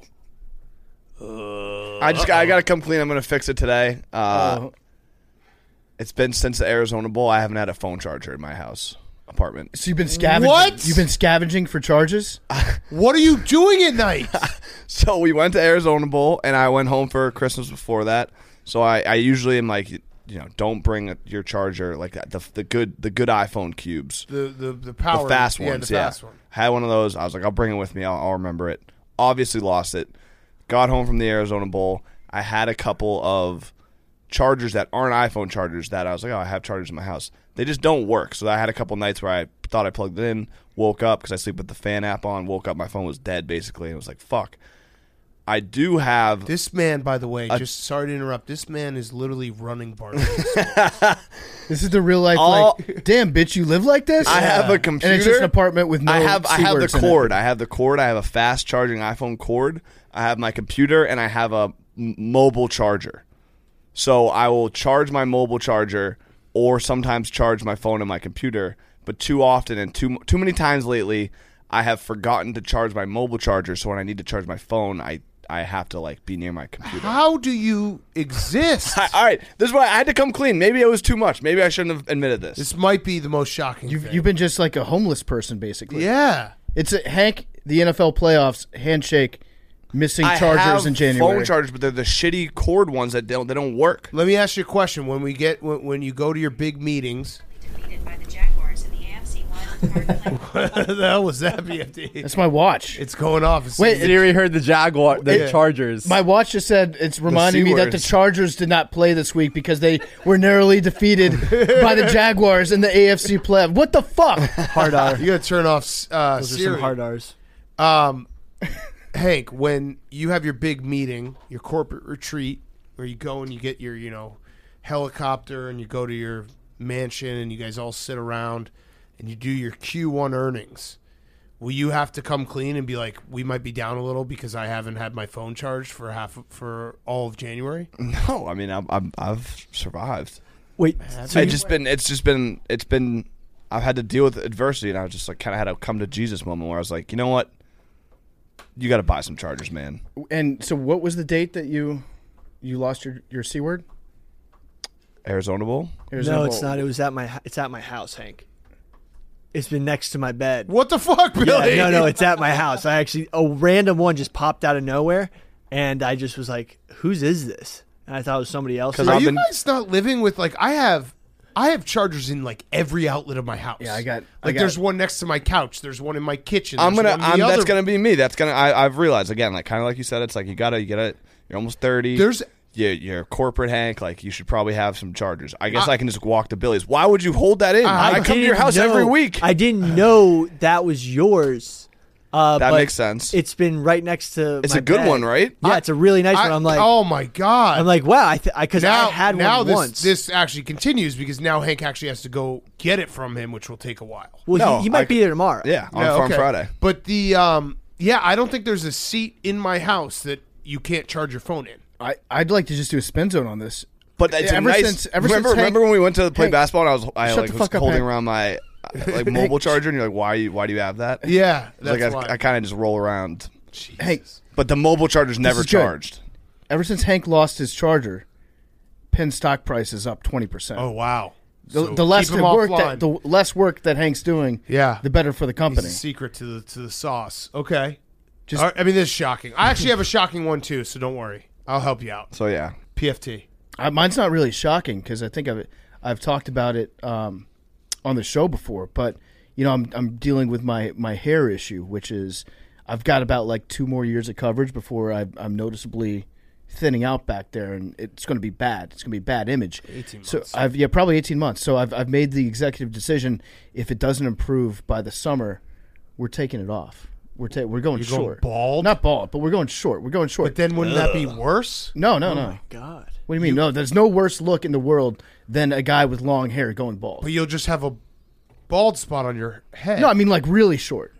[SPEAKER 1] oh.
[SPEAKER 5] I just got, I got to come clean. I'm going to fix it today. Uh,
[SPEAKER 2] Uh-huh.
[SPEAKER 1] Uh-oh.
[SPEAKER 5] it's been since the Arizona Bowl. I haven't had a phone charger in my house apartment.
[SPEAKER 2] So you've been scavenging.
[SPEAKER 5] What?
[SPEAKER 2] You've been scavenging for charges.
[SPEAKER 1] What are you doing at night?
[SPEAKER 5] so we went to Arizona Bowl, and I went home for Christmas before that. So I, I usually am like, you know, don't bring a, your charger like that. The, the good the good iPhone cubes,
[SPEAKER 1] The the the power.
[SPEAKER 5] the fast
[SPEAKER 1] yeah,
[SPEAKER 5] ones.
[SPEAKER 1] The
[SPEAKER 5] Yeah,
[SPEAKER 1] fast one.
[SPEAKER 5] had one of those. I was like, I'll bring it with me. I'll, I'll remember it. Obviously lost it. Got home from the Arizona Bowl. I had a couple of chargers that aren't iPhone chargers that I was like, oh, I have chargers in my house. They just don't work. So I had a couple nights where I thought I plugged it in, woke up because I sleep with the fan app on. Woke up, my phone was dead basically, and was like, fuck. I do have
[SPEAKER 1] this man, by the way.
[SPEAKER 5] A-
[SPEAKER 1] just sorry to interrupt. This man is literally running Barney.
[SPEAKER 2] This is the real life.
[SPEAKER 1] All-
[SPEAKER 2] like, damn, bitch, you live like this.
[SPEAKER 5] I have a
[SPEAKER 2] And
[SPEAKER 5] computer.
[SPEAKER 2] it's just an apartment with no.
[SPEAKER 5] I have I
[SPEAKER 2] C
[SPEAKER 5] have the
[SPEAKER 2] words in it.
[SPEAKER 5] cord. I have the cord. I have a fast charging iPhone cord. I have my computer and I have a m- mobile charger. So I will charge my mobile charger or sometimes charge my phone and my computer, but too often and too too many times lately I have forgotten to charge my mobile charger, so when I need to charge my phone, I I have to like be near my computer.
[SPEAKER 1] How do you exist?
[SPEAKER 5] all right, this is why I had to come clean. Maybe it was too much. Maybe I shouldn't have admitted this.
[SPEAKER 1] This might be the most shocking.
[SPEAKER 2] You've, you've been just like a homeless person, basically.
[SPEAKER 1] Yeah.
[SPEAKER 2] It's a, Hank, the NFL playoffs, handshake, missing
[SPEAKER 5] I
[SPEAKER 2] Chargers
[SPEAKER 5] have
[SPEAKER 2] in January.
[SPEAKER 5] Phone chargers, but they're the shitty cord ones that don't they don't work.
[SPEAKER 1] Let me ask you a question. When we get when, when you go to your big meetings, what the hell was that, BFD?
[SPEAKER 2] That's my watch.
[SPEAKER 1] It's going off. It's
[SPEAKER 7] Wait, Siri heard the Jaguar, the
[SPEAKER 2] Yeah.
[SPEAKER 7] Chargers.
[SPEAKER 2] My watch just said it's reminding me that the
[SPEAKER 7] C-words.
[SPEAKER 2] Chargers did not play this week because they were narrowly defeated by the Jaguars in the AFC playoff. What the fuck?
[SPEAKER 1] hard R. You got to turn off. s- Uh,
[SPEAKER 12] Those are some
[SPEAKER 1] Siri.
[SPEAKER 12] hard Rs.
[SPEAKER 1] Um, Hank, when you have your big meeting, your corporate retreat, where you go and you get your you know helicopter and you go to your mansion and you guys all sit around and you do your Q1 earnings. Will you have to come clean and be like, we might be down a little because I haven't had my phone charged for half for all of January?
[SPEAKER 5] No, I mean I'm, I'm I've survived.
[SPEAKER 12] Wait, so
[SPEAKER 5] it's
[SPEAKER 12] you-
[SPEAKER 5] just been it's just been it's been I've had to deal with adversity, and I was just like kind of had a come to Jesus moment where I was like, you know what, you got to buy some chargers, man.
[SPEAKER 2] And so, what was the date that you you lost your your c word?
[SPEAKER 5] Arizona Bowl.
[SPEAKER 2] Arizona
[SPEAKER 12] no, it's
[SPEAKER 2] Bowl.
[SPEAKER 12] not. It was at my. It's at my house, Hank. It's been next to my bed.
[SPEAKER 1] What the fuck,
[SPEAKER 12] Yeah,
[SPEAKER 1] Billy?
[SPEAKER 12] no, no, it's at my house. I actually a random one just popped out of nowhere, and I just was like, "Whose is this?" And I thought it was somebody else's.
[SPEAKER 1] Are
[SPEAKER 5] I've
[SPEAKER 1] you
[SPEAKER 5] been-
[SPEAKER 1] guys not living with like I have? I have chargers in like every outlet of my house.
[SPEAKER 2] Yeah, I got- I
[SPEAKER 1] like
[SPEAKER 2] got-
[SPEAKER 1] there's one next to my couch. There's one in my kitchen.
[SPEAKER 5] I'm
[SPEAKER 1] there's one
[SPEAKER 5] gonna.
[SPEAKER 1] in
[SPEAKER 5] I'm,
[SPEAKER 1] the
[SPEAKER 5] that's
[SPEAKER 1] other-
[SPEAKER 5] gonna be me. That's gonna. I, I've realized again, like kind of like you said, it's like you gotta. You gotta. You're almost thirty.
[SPEAKER 1] There's-
[SPEAKER 5] You're, you're corporate Hank. Like you should probably have some chargers. I guess I, can just walk to Billy's. Why would you hold that in? I, come to your
[SPEAKER 12] didn't
[SPEAKER 5] house every
[SPEAKER 12] know-
[SPEAKER 5] week.
[SPEAKER 12] I didn't know that was yours. Uh,
[SPEAKER 5] That
[SPEAKER 12] but
[SPEAKER 5] makes sense.
[SPEAKER 12] It's been right next to.
[SPEAKER 5] It's
[SPEAKER 12] my
[SPEAKER 5] a good
[SPEAKER 12] bed.
[SPEAKER 5] one, right?
[SPEAKER 12] Yeah, it's a really nice
[SPEAKER 1] I-
[SPEAKER 12] one. I'm like,
[SPEAKER 1] oh my god!
[SPEAKER 12] I'm like, wow. I because I, 'cause
[SPEAKER 1] now
[SPEAKER 12] I had
[SPEAKER 1] now
[SPEAKER 12] one
[SPEAKER 1] this
[SPEAKER 12] once.
[SPEAKER 1] this actually continues because now Hank actually has to go get it from him, which will take a while.
[SPEAKER 12] well,
[SPEAKER 5] No,
[SPEAKER 12] he, he might
[SPEAKER 5] I-
[SPEAKER 12] be there tomorrow.
[SPEAKER 5] yeah, on
[SPEAKER 1] Yeah,
[SPEAKER 5] Farm
[SPEAKER 1] okay.
[SPEAKER 5] Friday.
[SPEAKER 1] But the um, yeah, I don't think there's a seat in my house that you can't charge your phone in.
[SPEAKER 2] I, I'd like to just do a spin zone on this.
[SPEAKER 5] But it's
[SPEAKER 2] ever
[SPEAKER 5] a nice.
[SPEAKER 2] since- ever
[SPEAKER 5] remember,
[SPEAKER 2] since Hank-
[SPEAKER 5] remember when we went to play
[SPEAKER 2] Hank,
[SPEAKER 5] basketball and I was, I
[SPEAKER 2] shut
[SPEAKER 5] like
[SPEAKER 2] the
[SPEAKER 5] was
[SPEAKER 2] fuck up,
[SPEAKER 5] holding
[SPEAKER 2] Hank.
[SPEAKER 5] around my like mobile charger, and you're like, why? You, why do you have that?
[SPEAKER 1] Yeah,
[SPEAKER 5] It's like
[SPEAKER 1] that's
[SPEAKER 5] I,
[SPEAKER 1] why.
[SPEAKER 5] I kind of just roll around.
[SPEAKER 2] Hank,
[SPEAKER 5] But the mobile charger's never
[SPEAKER 2] is good.
[SPEAKER 5] charged.
[SPEAKER 2] ever since Hank lost his charger, Penn stock price is up twenty percent.
[SPEAKER 1] oh wow!
[SPEAKER 2] the,
[SPEAKER 1] So
[SPEAKER 2] the less
[SPEAKER 1] keep 'em
[SPEAKER 2] work
[SPEAKER 1] offline.
[SPEAKER 2] that the less work that Hank's doing,
[SPEAKER 1] Yeah.
[SPEAKER 2] the better for the company.
[SPEAKER 1] It's a secret to the to the sauce. Okay.
[SPEAKER 2] Just-
[SPEAKER 1] All right, I mean, this is shocking. I actually have a shocking one too, so don't worry. I'll help you out.
[SPEAKER 5] So yeah,
[SPEAKER 1] PFT.
[SPEAKER 2] I, mine's not really shocking because I think I've I've talked about it um, on the show before, but you know I'm I'm dealing with my my hair issue, which is I've got about like two more years of coverage before I, I'm noticeably thinning out back there, and it's going to be bad. It's going to be a bad image. Eighteen months. So I've yeah probably eighteen months. So I've I've made the executive decision if it doesn't improve by the summer, we're taking it off. We're ta- we're going
[SPEAKER 1] You're going
[SPEAKER 2] short.
[SPEAKER 1] bald?
[SPEAKER 2] Not bald, but we're going short. We're going short.
[SPEAKER 1] But then Oh wouldn't that be worse?
[SPEAKER 2] no, no, no.
[SPEAKER 12] God.
[SPEAKER 2] What do you mean? no, there's no worse look in the world than a guy with long hair going bald.
[SPEAKER 1] But you'll just have a bald spot on your head.
[SPEAKER 2] no, I mean like really short,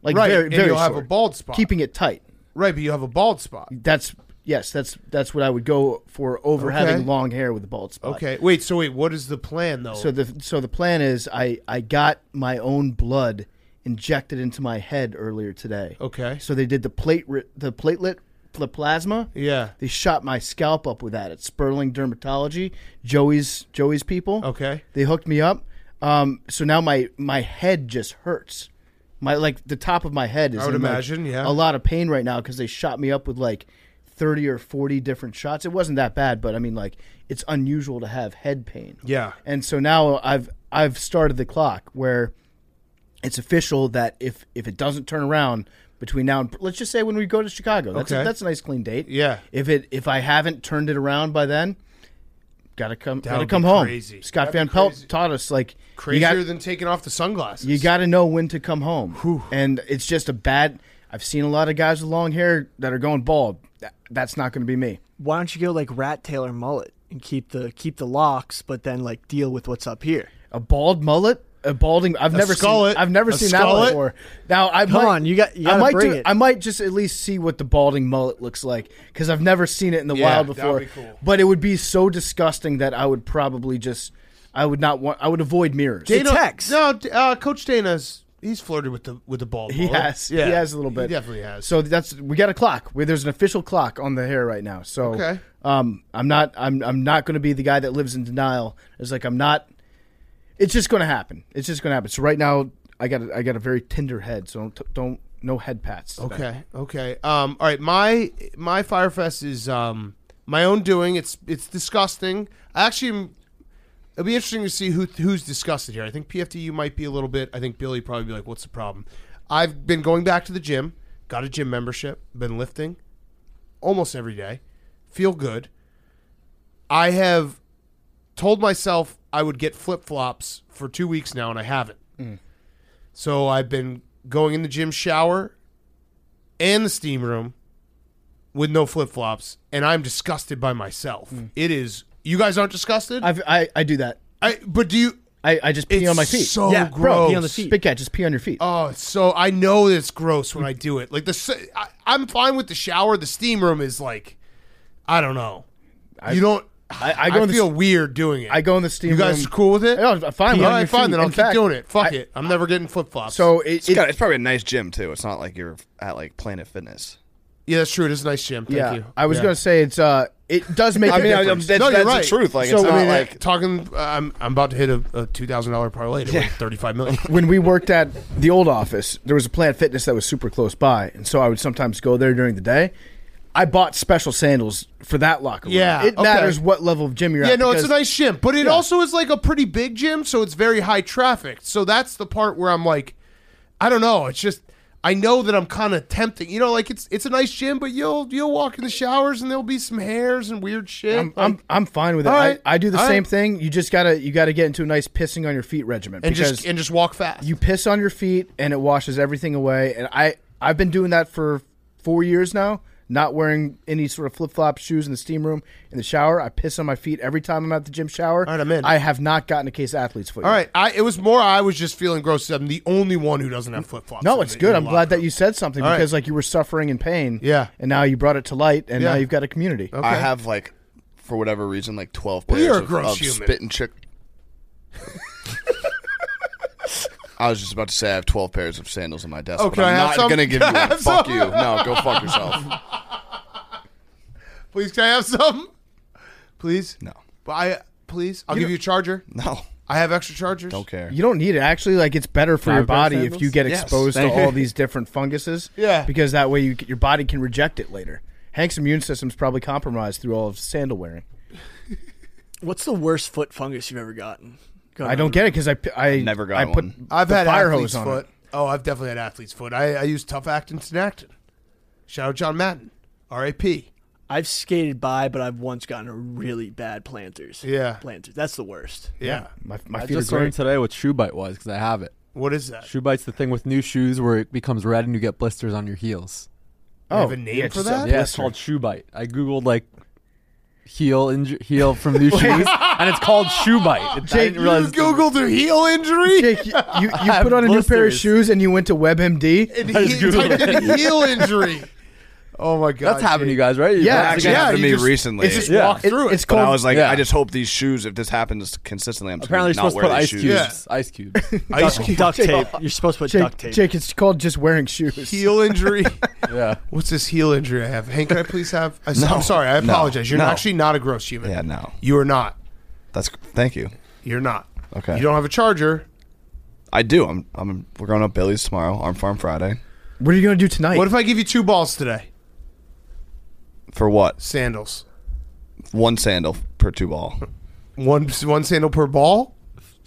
[SPEAKER 2] like
[SPEAKER 1] right.
[SPEAKER 2] very,
[SPEAKER 1] and
[SPEAKER 2] very
[SPEAKER 1] you'll
[SPEAKER 2] short.
[SPEAKER 1] have a bald spot.
[SPEAKER 2] Keeping it tight.
[SPEAKER 1] right, but you have a bald spot.
[SPEAKER 2] That's yes, that's that's what I would go for over
[SPEAKER 1] Okay.
[SPEAKER 2] having long hair with a bald spot.
[SPEAKER 1] Okay. Wait. So wait. What is the plan though?
[SPEAKER 2] So the so the plan is I I got my own blood injected into my head earlier today.
[SPEAKER 1] Okay.
[SPEAKER 2] So they did the plate the platelet the plasma.
[SPEAKER 1] Yeah.
[SPEAKER 2] They shot my scalp up with that at Sperling Dermatology, Joey's Joey's people.
[SPEAKER 1] Okay.
[SPEAKER 2] They hooked me up. Um, so now my my head just hurts. My like the top of my head is
[SPEAKER 1] I would
[SPEAKER 2] in, like,
[SPEAKER 1] imagine, yeah.
[SPEAKER 2] a lot of pain right now because they shot me up with like thirty or forty different shots. It wasn't that bad, but I mean like it's unusual to have head pain.
[SPEAKER 1] Yeah.
[SPEAKER 2] And so now I've I've started the clock where it's official that if if it doesn't turn around between now and let's just say when we go to Chicago, that's
[SPEAKER 1] Okay.
[SPEAKER 2] a, that's a nice clean date.
[SPEAKER 1] Yeah.
[SPEAKER 2] If it if I haven't turned it around by then, gotta come gotta
[SPEAKER 1] would
[SPEAKER 2] come
[SPEAKER 1] be
[SPEAKER 2] home.
[SPEAKER 1] crazy. That'd
[SPEAKER 2] Scott
[SPEAKER 1] be
[SPEAKER 2] Van Pelt
[SPEAKER 1] crazy.
[SPEAKER 2] taught us like you
[SPEAKER 1] Crazier
[SPEAKER 2] got,
[SPEAKER 1] than taking off the sunglasses.
[SPEAKER 2] you got to know when to come home, and it's just a bad. I've seen a lot of guys with long hair that are going bald. That, that's not going to be me.
[SPEAKER 12] Why don't you go like rat tail or mullet and keep the keep the locks, but then like deal with what's up here?
[SPEAKER 2] A bald mullet, a balding. I've never
[SPEAKER 1] skullet.
[SPEAKER 2] seen. I've never
[SPEAKER 1] A
[SPEAKER 2] seen that
[SPEAKER 1] skullet.
[SPEAKER 2] one before. Now I
[SPEAKER 12] Come
[SPEAKER 2] might,
[SPEAKER 12] on, you got- you
[SPEAKER 2] I
[SPEAKER 12] gotta
[SPEAKER 2] might
[SPEAKER 12] bring
[SPEAKER 2] do.
[SPEAKER 12] it.
[SPEAKER 2] I might just at least see what the balding mullet looks like because I've never seen it in the wild
[SPEAKER 1] that'd
[SPEAKER 2] before.
[SPEAKER 1] be cool.
[SPEAKER 2] But it would be so disgusting that I would probably just. I would not want. I would avoid mirrors.
[SPEAKER 12] Dana- It's Hex.
[SPEAKER 1] No, D- uh, Coach Dana's. He's flirted with the with the ball.
[SPEAKER 2] He
[SPEAKER 1] bowler.
[SPEAKER 2] has. He has a little bit.
[SPEAKER 1] He definitely has.
[SPEAKER 2] So that's we got a clock. Where there's an official clock on the hair right now. So
[SPEAKER 1] Okay.
[SPEAKER 2] um, I'm not. I'm. I'm not going to be the guy that lives in denial. It's like I'm not. It's just going to happen. It's just going to happen. So right now, I got. A, I got a very tender head. So don't. Don't. No head pats. today.
[SPEAKER 1] Okay. Okay. Um, all right. My my Firefest is um, my own doing. It's it's disgusting. I actually, am- it'll be interesting to see who who's disgusted here. I think PFTU might be a little bit. I think Billy probably be like, "What's the problem?" I've been going back to the gym. Got a gym membership. Been lifting almost every day. Feel good. I have told myself I would get flip flops for two weeks now, and I haven't. So I've been going in the gym shower and the steam room with no flip flops, and I'm disgusted by myself.
[SPEAKER 2] Mm.
[SPEAKER 1] It is. You guys aren't disgusted.
[SPEAKER 2] I've, I. I do that.
[SPEAKER 1] I. But do you?
[SPEAKER 2] I, I just pee
[SPEAKER 1] It's
[SPEAKER 2] on my feet.
[SPEAKER 1] so
[SPEAKER 2] yeah, Bro, pee on the
[SPEAKER 1] Oh, gross.
[SPEAKER 2] feet. Big cat. Just pee on your feet.
[SPEAKER 1] Oh, it's so I know it's gross when I do it. Like the, s- I, am fine with the shower. The steam room is like, I don't know. you don't. I,
[SPEAKER 2] I go in the
[SPEAKER 1] feel
[SPEAKER 2] s-
[SPEAKER 1] weird doing it.
[SPEAKER 2] I go in the steam
[SPEAKER 1] You guys
[SPEAKER 2] room-
[SPEAKER 1] cool with it?
[SPEAKER 2] Yeah, I'm fine with it.
[SPEAKER 1] All
[SPEAKER 2] On your
[SPEAKER 1] right, fine.
[SPEAKER 2] feet.
[SPEAKER 1] Then I'll
[SPEAKER 2] In
[SPEAKER 1] keep
[SPEAKER 2] fact,
[SPEAKER 1] doing it. Fuck
[SPEAKER 2] I-
[SPEAKER 1] it. I'm never getting flip flops.
[SPEAKER 2] So it,
[SPEAKER 5] It's,
[SPEAKER 2] it,
[SPEAKER 5] got, it's probably a nice gym too. It's not like you're at like Planet Fitness.
[SPEAKER 1] yeah, that's true. It is a nice gym. Thank
[SPEAKER 2] yeah,
[SPEAKER 1] you.
[SPEAKER 2] I was
[SPEAKER 1] Yeah.
[SPEAKER 2] gonna say it's uh, it does make. a
[SPEAKER 5] I mean, I- I'm-
[SPEAKER 2] difference.
[SPEAKER 5] that's,
[SPEAKER 1] No, you're
[SPEAKER 5] that's
[SPEAKER 1] right.
[SPEAKER 5] the truth. Like,
[SPEAKER 1] so,
[SPEAKER 5] it's
[SPEAKER 1] I
[SPEAKER 5] not
[SPEAKER 1] mean,
[SPEAKER 5] like
[SPEAKER 1] talking. uh, I'm I'm about to hit a, a two thousand dollar parlay to win thirty five million.
[SPEAKER 2] when we worked at the old office, there was a Planet Fitness that was super close by, and so I would sometimes go there during the day. I bought special sandals for that locker room.
[SPEAKER 1] Yeah,
[SPEAKER 2] it
[SPEAKER 1] okay.
[SPEAKER 2] matters what level of gym you're at.
[SPEAKER 1] yeah, no, it's a
[SPEAKER 2] because-
[SPEAKER 1] nice gym, but it also is like a pretty big gym, so it's very high traffic. So that's the part where I'm like, I don't know. It's just I know that I'm kind of tempting. You know, like it's it's a nice gym, but you'll you'll walk in the showers and there'll be some hairs and weird shit.
[SPEAKER 2] I'm, I'm
[SPEAKER 1] like-
[SPEAKER 2] I'm fine with it.
[SPEAKER 1] All right,
[SPEAKER 2] I, I do the
[SPEAKER 1] all
[SPEAKER 2] same
[SPEAKER 1] right.
[SPEAKER 2] thing. You just gotta you gotta get into a nice pissing on your feet regimen
[SPEAKER 1] and
[SPEAKER 2] because
[SPEAKER 1] just and just walk fast.
[SPEAKER 2] you piss on your feet and it washes everything away. And I I've been doing that for four years now. Not wearing any sort of flip flop shoes in the steam room in the shower. I piss on my feet every time I'm at the gym shower.
[SPEAKER 1] All right, I'm in.
[SPEAKER 2] I have not gotten a case of athlete's foot.
[SPEAKER 1] all
[SPEAKER 2] yet.
[SPEAKER 1] right, I it was more I was just feeling gross. that I'm the only one who doesn't have flip flops.
[SPEAKER 2] No, it's good. I'm glad that you said something
[SPEAKER 1] All right.
[SPEAKER 2] because like you were suffering in pain.
[SPEAKER 1] Yeah.
[SPEAKER 2] And now you brought it to light and now
[SPEAKER 1] Yeah.
[SPEAKER 2] you've got a community.
[SPEAKER 5] I have like, for whatever reason, like twelve
[SPEAKER 1] Well,
[SPEAKER 5] pairs
[SPEAKER 1] you're a
[SPEAKER 5] of,
[SPEAKER 1] gross
[SPEAKER 5] of
[SPEAKER 1] human.
[SPEAKER 5] spit and chick. I was just about to say I have twelve pairs of sandals on my desk.
[SPEAKER 1] Oh,
[SPEAKER 5] but
[SPEAKER 1] can I
[SPEAKER 5] I'm
[SPEAKER 1] have
[SPEAKER 5] not
[SPEAKER 1] some?
[SPEAKER 5] gonna give you.
[SPEAKER 1] Can I
[SPEAKER 5] One.
[SPEAKER 1] have
[SPEAKER 5] Fuck
[SPEAKER 1] some?
[SPEAKER 5] you. No, go fuck yourself.
[SPEAKER 1] Please, can I have some? Please,
[SPEAKER 5] No,
[SPEAKER 1] But I please. I'll give you a charger.
[SPEAKER 5] no,
[SPEAKER 1] I have extra chargers.
[SPEAKER 5] don't care.
[SPEAKER 2] You don't need it. Actually, like it's better for your body if you get
[SPEAKER 5] Yes,
[SPEAKER 2] exposed to
[SPEAKER 5] thank you.
[SPEAKER 2] all these different funguses.
[SPEAKER 1] Yeah.
[SPEAKER 2] Because that way you, your body can reject it later. Hank's immune system's probably compromised through all of sandal wearing.
[SPEAKER 12] What's the worst foot fungus you've ever gotten? Go
[SPEAKER 2] I don't get it because I, I
[SPEAKER 5] Never got
[SPEAKER 2] I put
[SPEAKER 5] one.
[SPEAKER 1] I've
[SPEAKER 2] the
[SPEAKER 1] had
[SPEAKER 2] fire
[SPEAKER 1] athlete's
[SPEAKER 2] hose on
[SPEAKER 1] foot.
[SPEAKER 2] it.
[SPEAKER 1] Oh, I've definitely had athlete's foot. I, I use tough actin tenactin. Shout out John Madden, R.A.P.
[SPEAKER 12] I've skated by, but I've once gotten a really bad planters.
[SPEAKER 1] Yeah.
[SPEAKER 12] planters. That's the worst.
[SPEAKER 1] Yeah.
[SPEAKER 2] My, my
[SPEAKER 11] I
[SPEAKER 2] feet are
[SPEAKER 11] just learned
[SPEAKER 2] great.
[SPEAKER 11] today what shoe bite was because I have it.
[SPEAKER 1] What is that?
[SPEAKER 11] Shoe bite's the thing with new shoes where it becomes red and you get blisters on your heels.
[SPEAKER 1] They have a name
[SPEAKER 2] Oh, yeah,
[SPEAKER 1] for
[SPEAKER 2] just a
[SPEAKER 1] that?
[SPEAKER 11] Yeah, it's
[SPEAKER 2] blister.
[SPEAKER 11] called shoe bite. I googled like heel inju- heel from new shoes, and it's called shoe bite. It, I
[SPEAKER 2] Jake,
[SPEAKER 11] didn't realize
[SPEAKER 1] You Googled a heel injury.
[SPEAKER 2] Jake, you, you, you
[SPEAKER 11] have
[SPEAKER 2] put on a new pair of
[SPEAKER 11] blisters.
[SPEAKER 2] shoes and you went to WebMD.
[SPEAKER 1] And he typed in heel injury. Oh my god,
[SPEAKER 11] that's happened to you
[SPEAKER 1] Jake.
[SPEAKER 11] guys, right? You
[SPEAKER 2] Yeah,
[SPEAKER 11] guys-
[SPEAKER 5] Actually,
[SPEAKER 1] yeah,
[SPEAKER 5] happened to
[SPEAKER 1] you
[SPEAKER 5] me
[SPEAKER 1] just-
[SPEAKER 5] recently.
[SPEAKER 1] It's just
[SPEAKER 11] Yeah.
[SPEAKER 1] walk
[SPEAKER 2] It-
[SPEAKER 1] through it.
[SPEAKER 2] it's
[SPEAKER 5] but
[SPEAKER 2] called
[SPEAKER 5] I was like,
[SPEAKER 11] Yeah.
[SPEAKER 5] I just hope these shoes. If this happens consistently, I'm just
[SPEAKER 11] apparently you're
[SPEAKER 5] gonna not
[SPEAKER 11] supposed to put
[SPEAKER 5] wear these
[SPEAKER 11] ice
[SPEAKER 5] shoes.
[SPEAKER 11] cubes. Ice cubes.
[SPEAKER 1] ice cube
[SPEAKER 12] Duct tape. You're supposed to put duct
[SPEAKER 2] Jake,
[SPEAKER 12] tape.
[SPEAKER 2] Jake, it's called just wearing shoes.
[SPEAKER 1] heel injury.
[SPEAKER 11] yeah.
[SPEAKER 1] What's this heel injury I have? Hank, can I please have? I, am sorry. I apologize. You're
[SPEAKER 5] no.
[SPEAKER 1] actually not a gross human.
[SPEAKER 5] Yeah, no.
[SPEAKER 1] You are not.
[SPEAKER 5] That's thank you.
[SPEAKER 1] You're not.
[SPEAKER 5] Okay.
[SPEAKER 1] You don't have a charger.
[SPEAKER 5] I do. I'm. I'm. We're going up Billy's tomorrow. Arm Farm Friday.
[SPEAKER 2] What are you going to do tonight?
[SPEAKER 1] What if I give you two balls today?
[SPEAKER 5] For what?
[SPEAKER 1] Sandals.
[SPEAKER 5] One sandal per two ball.
[SPEAKER 1] One one sandal per ball.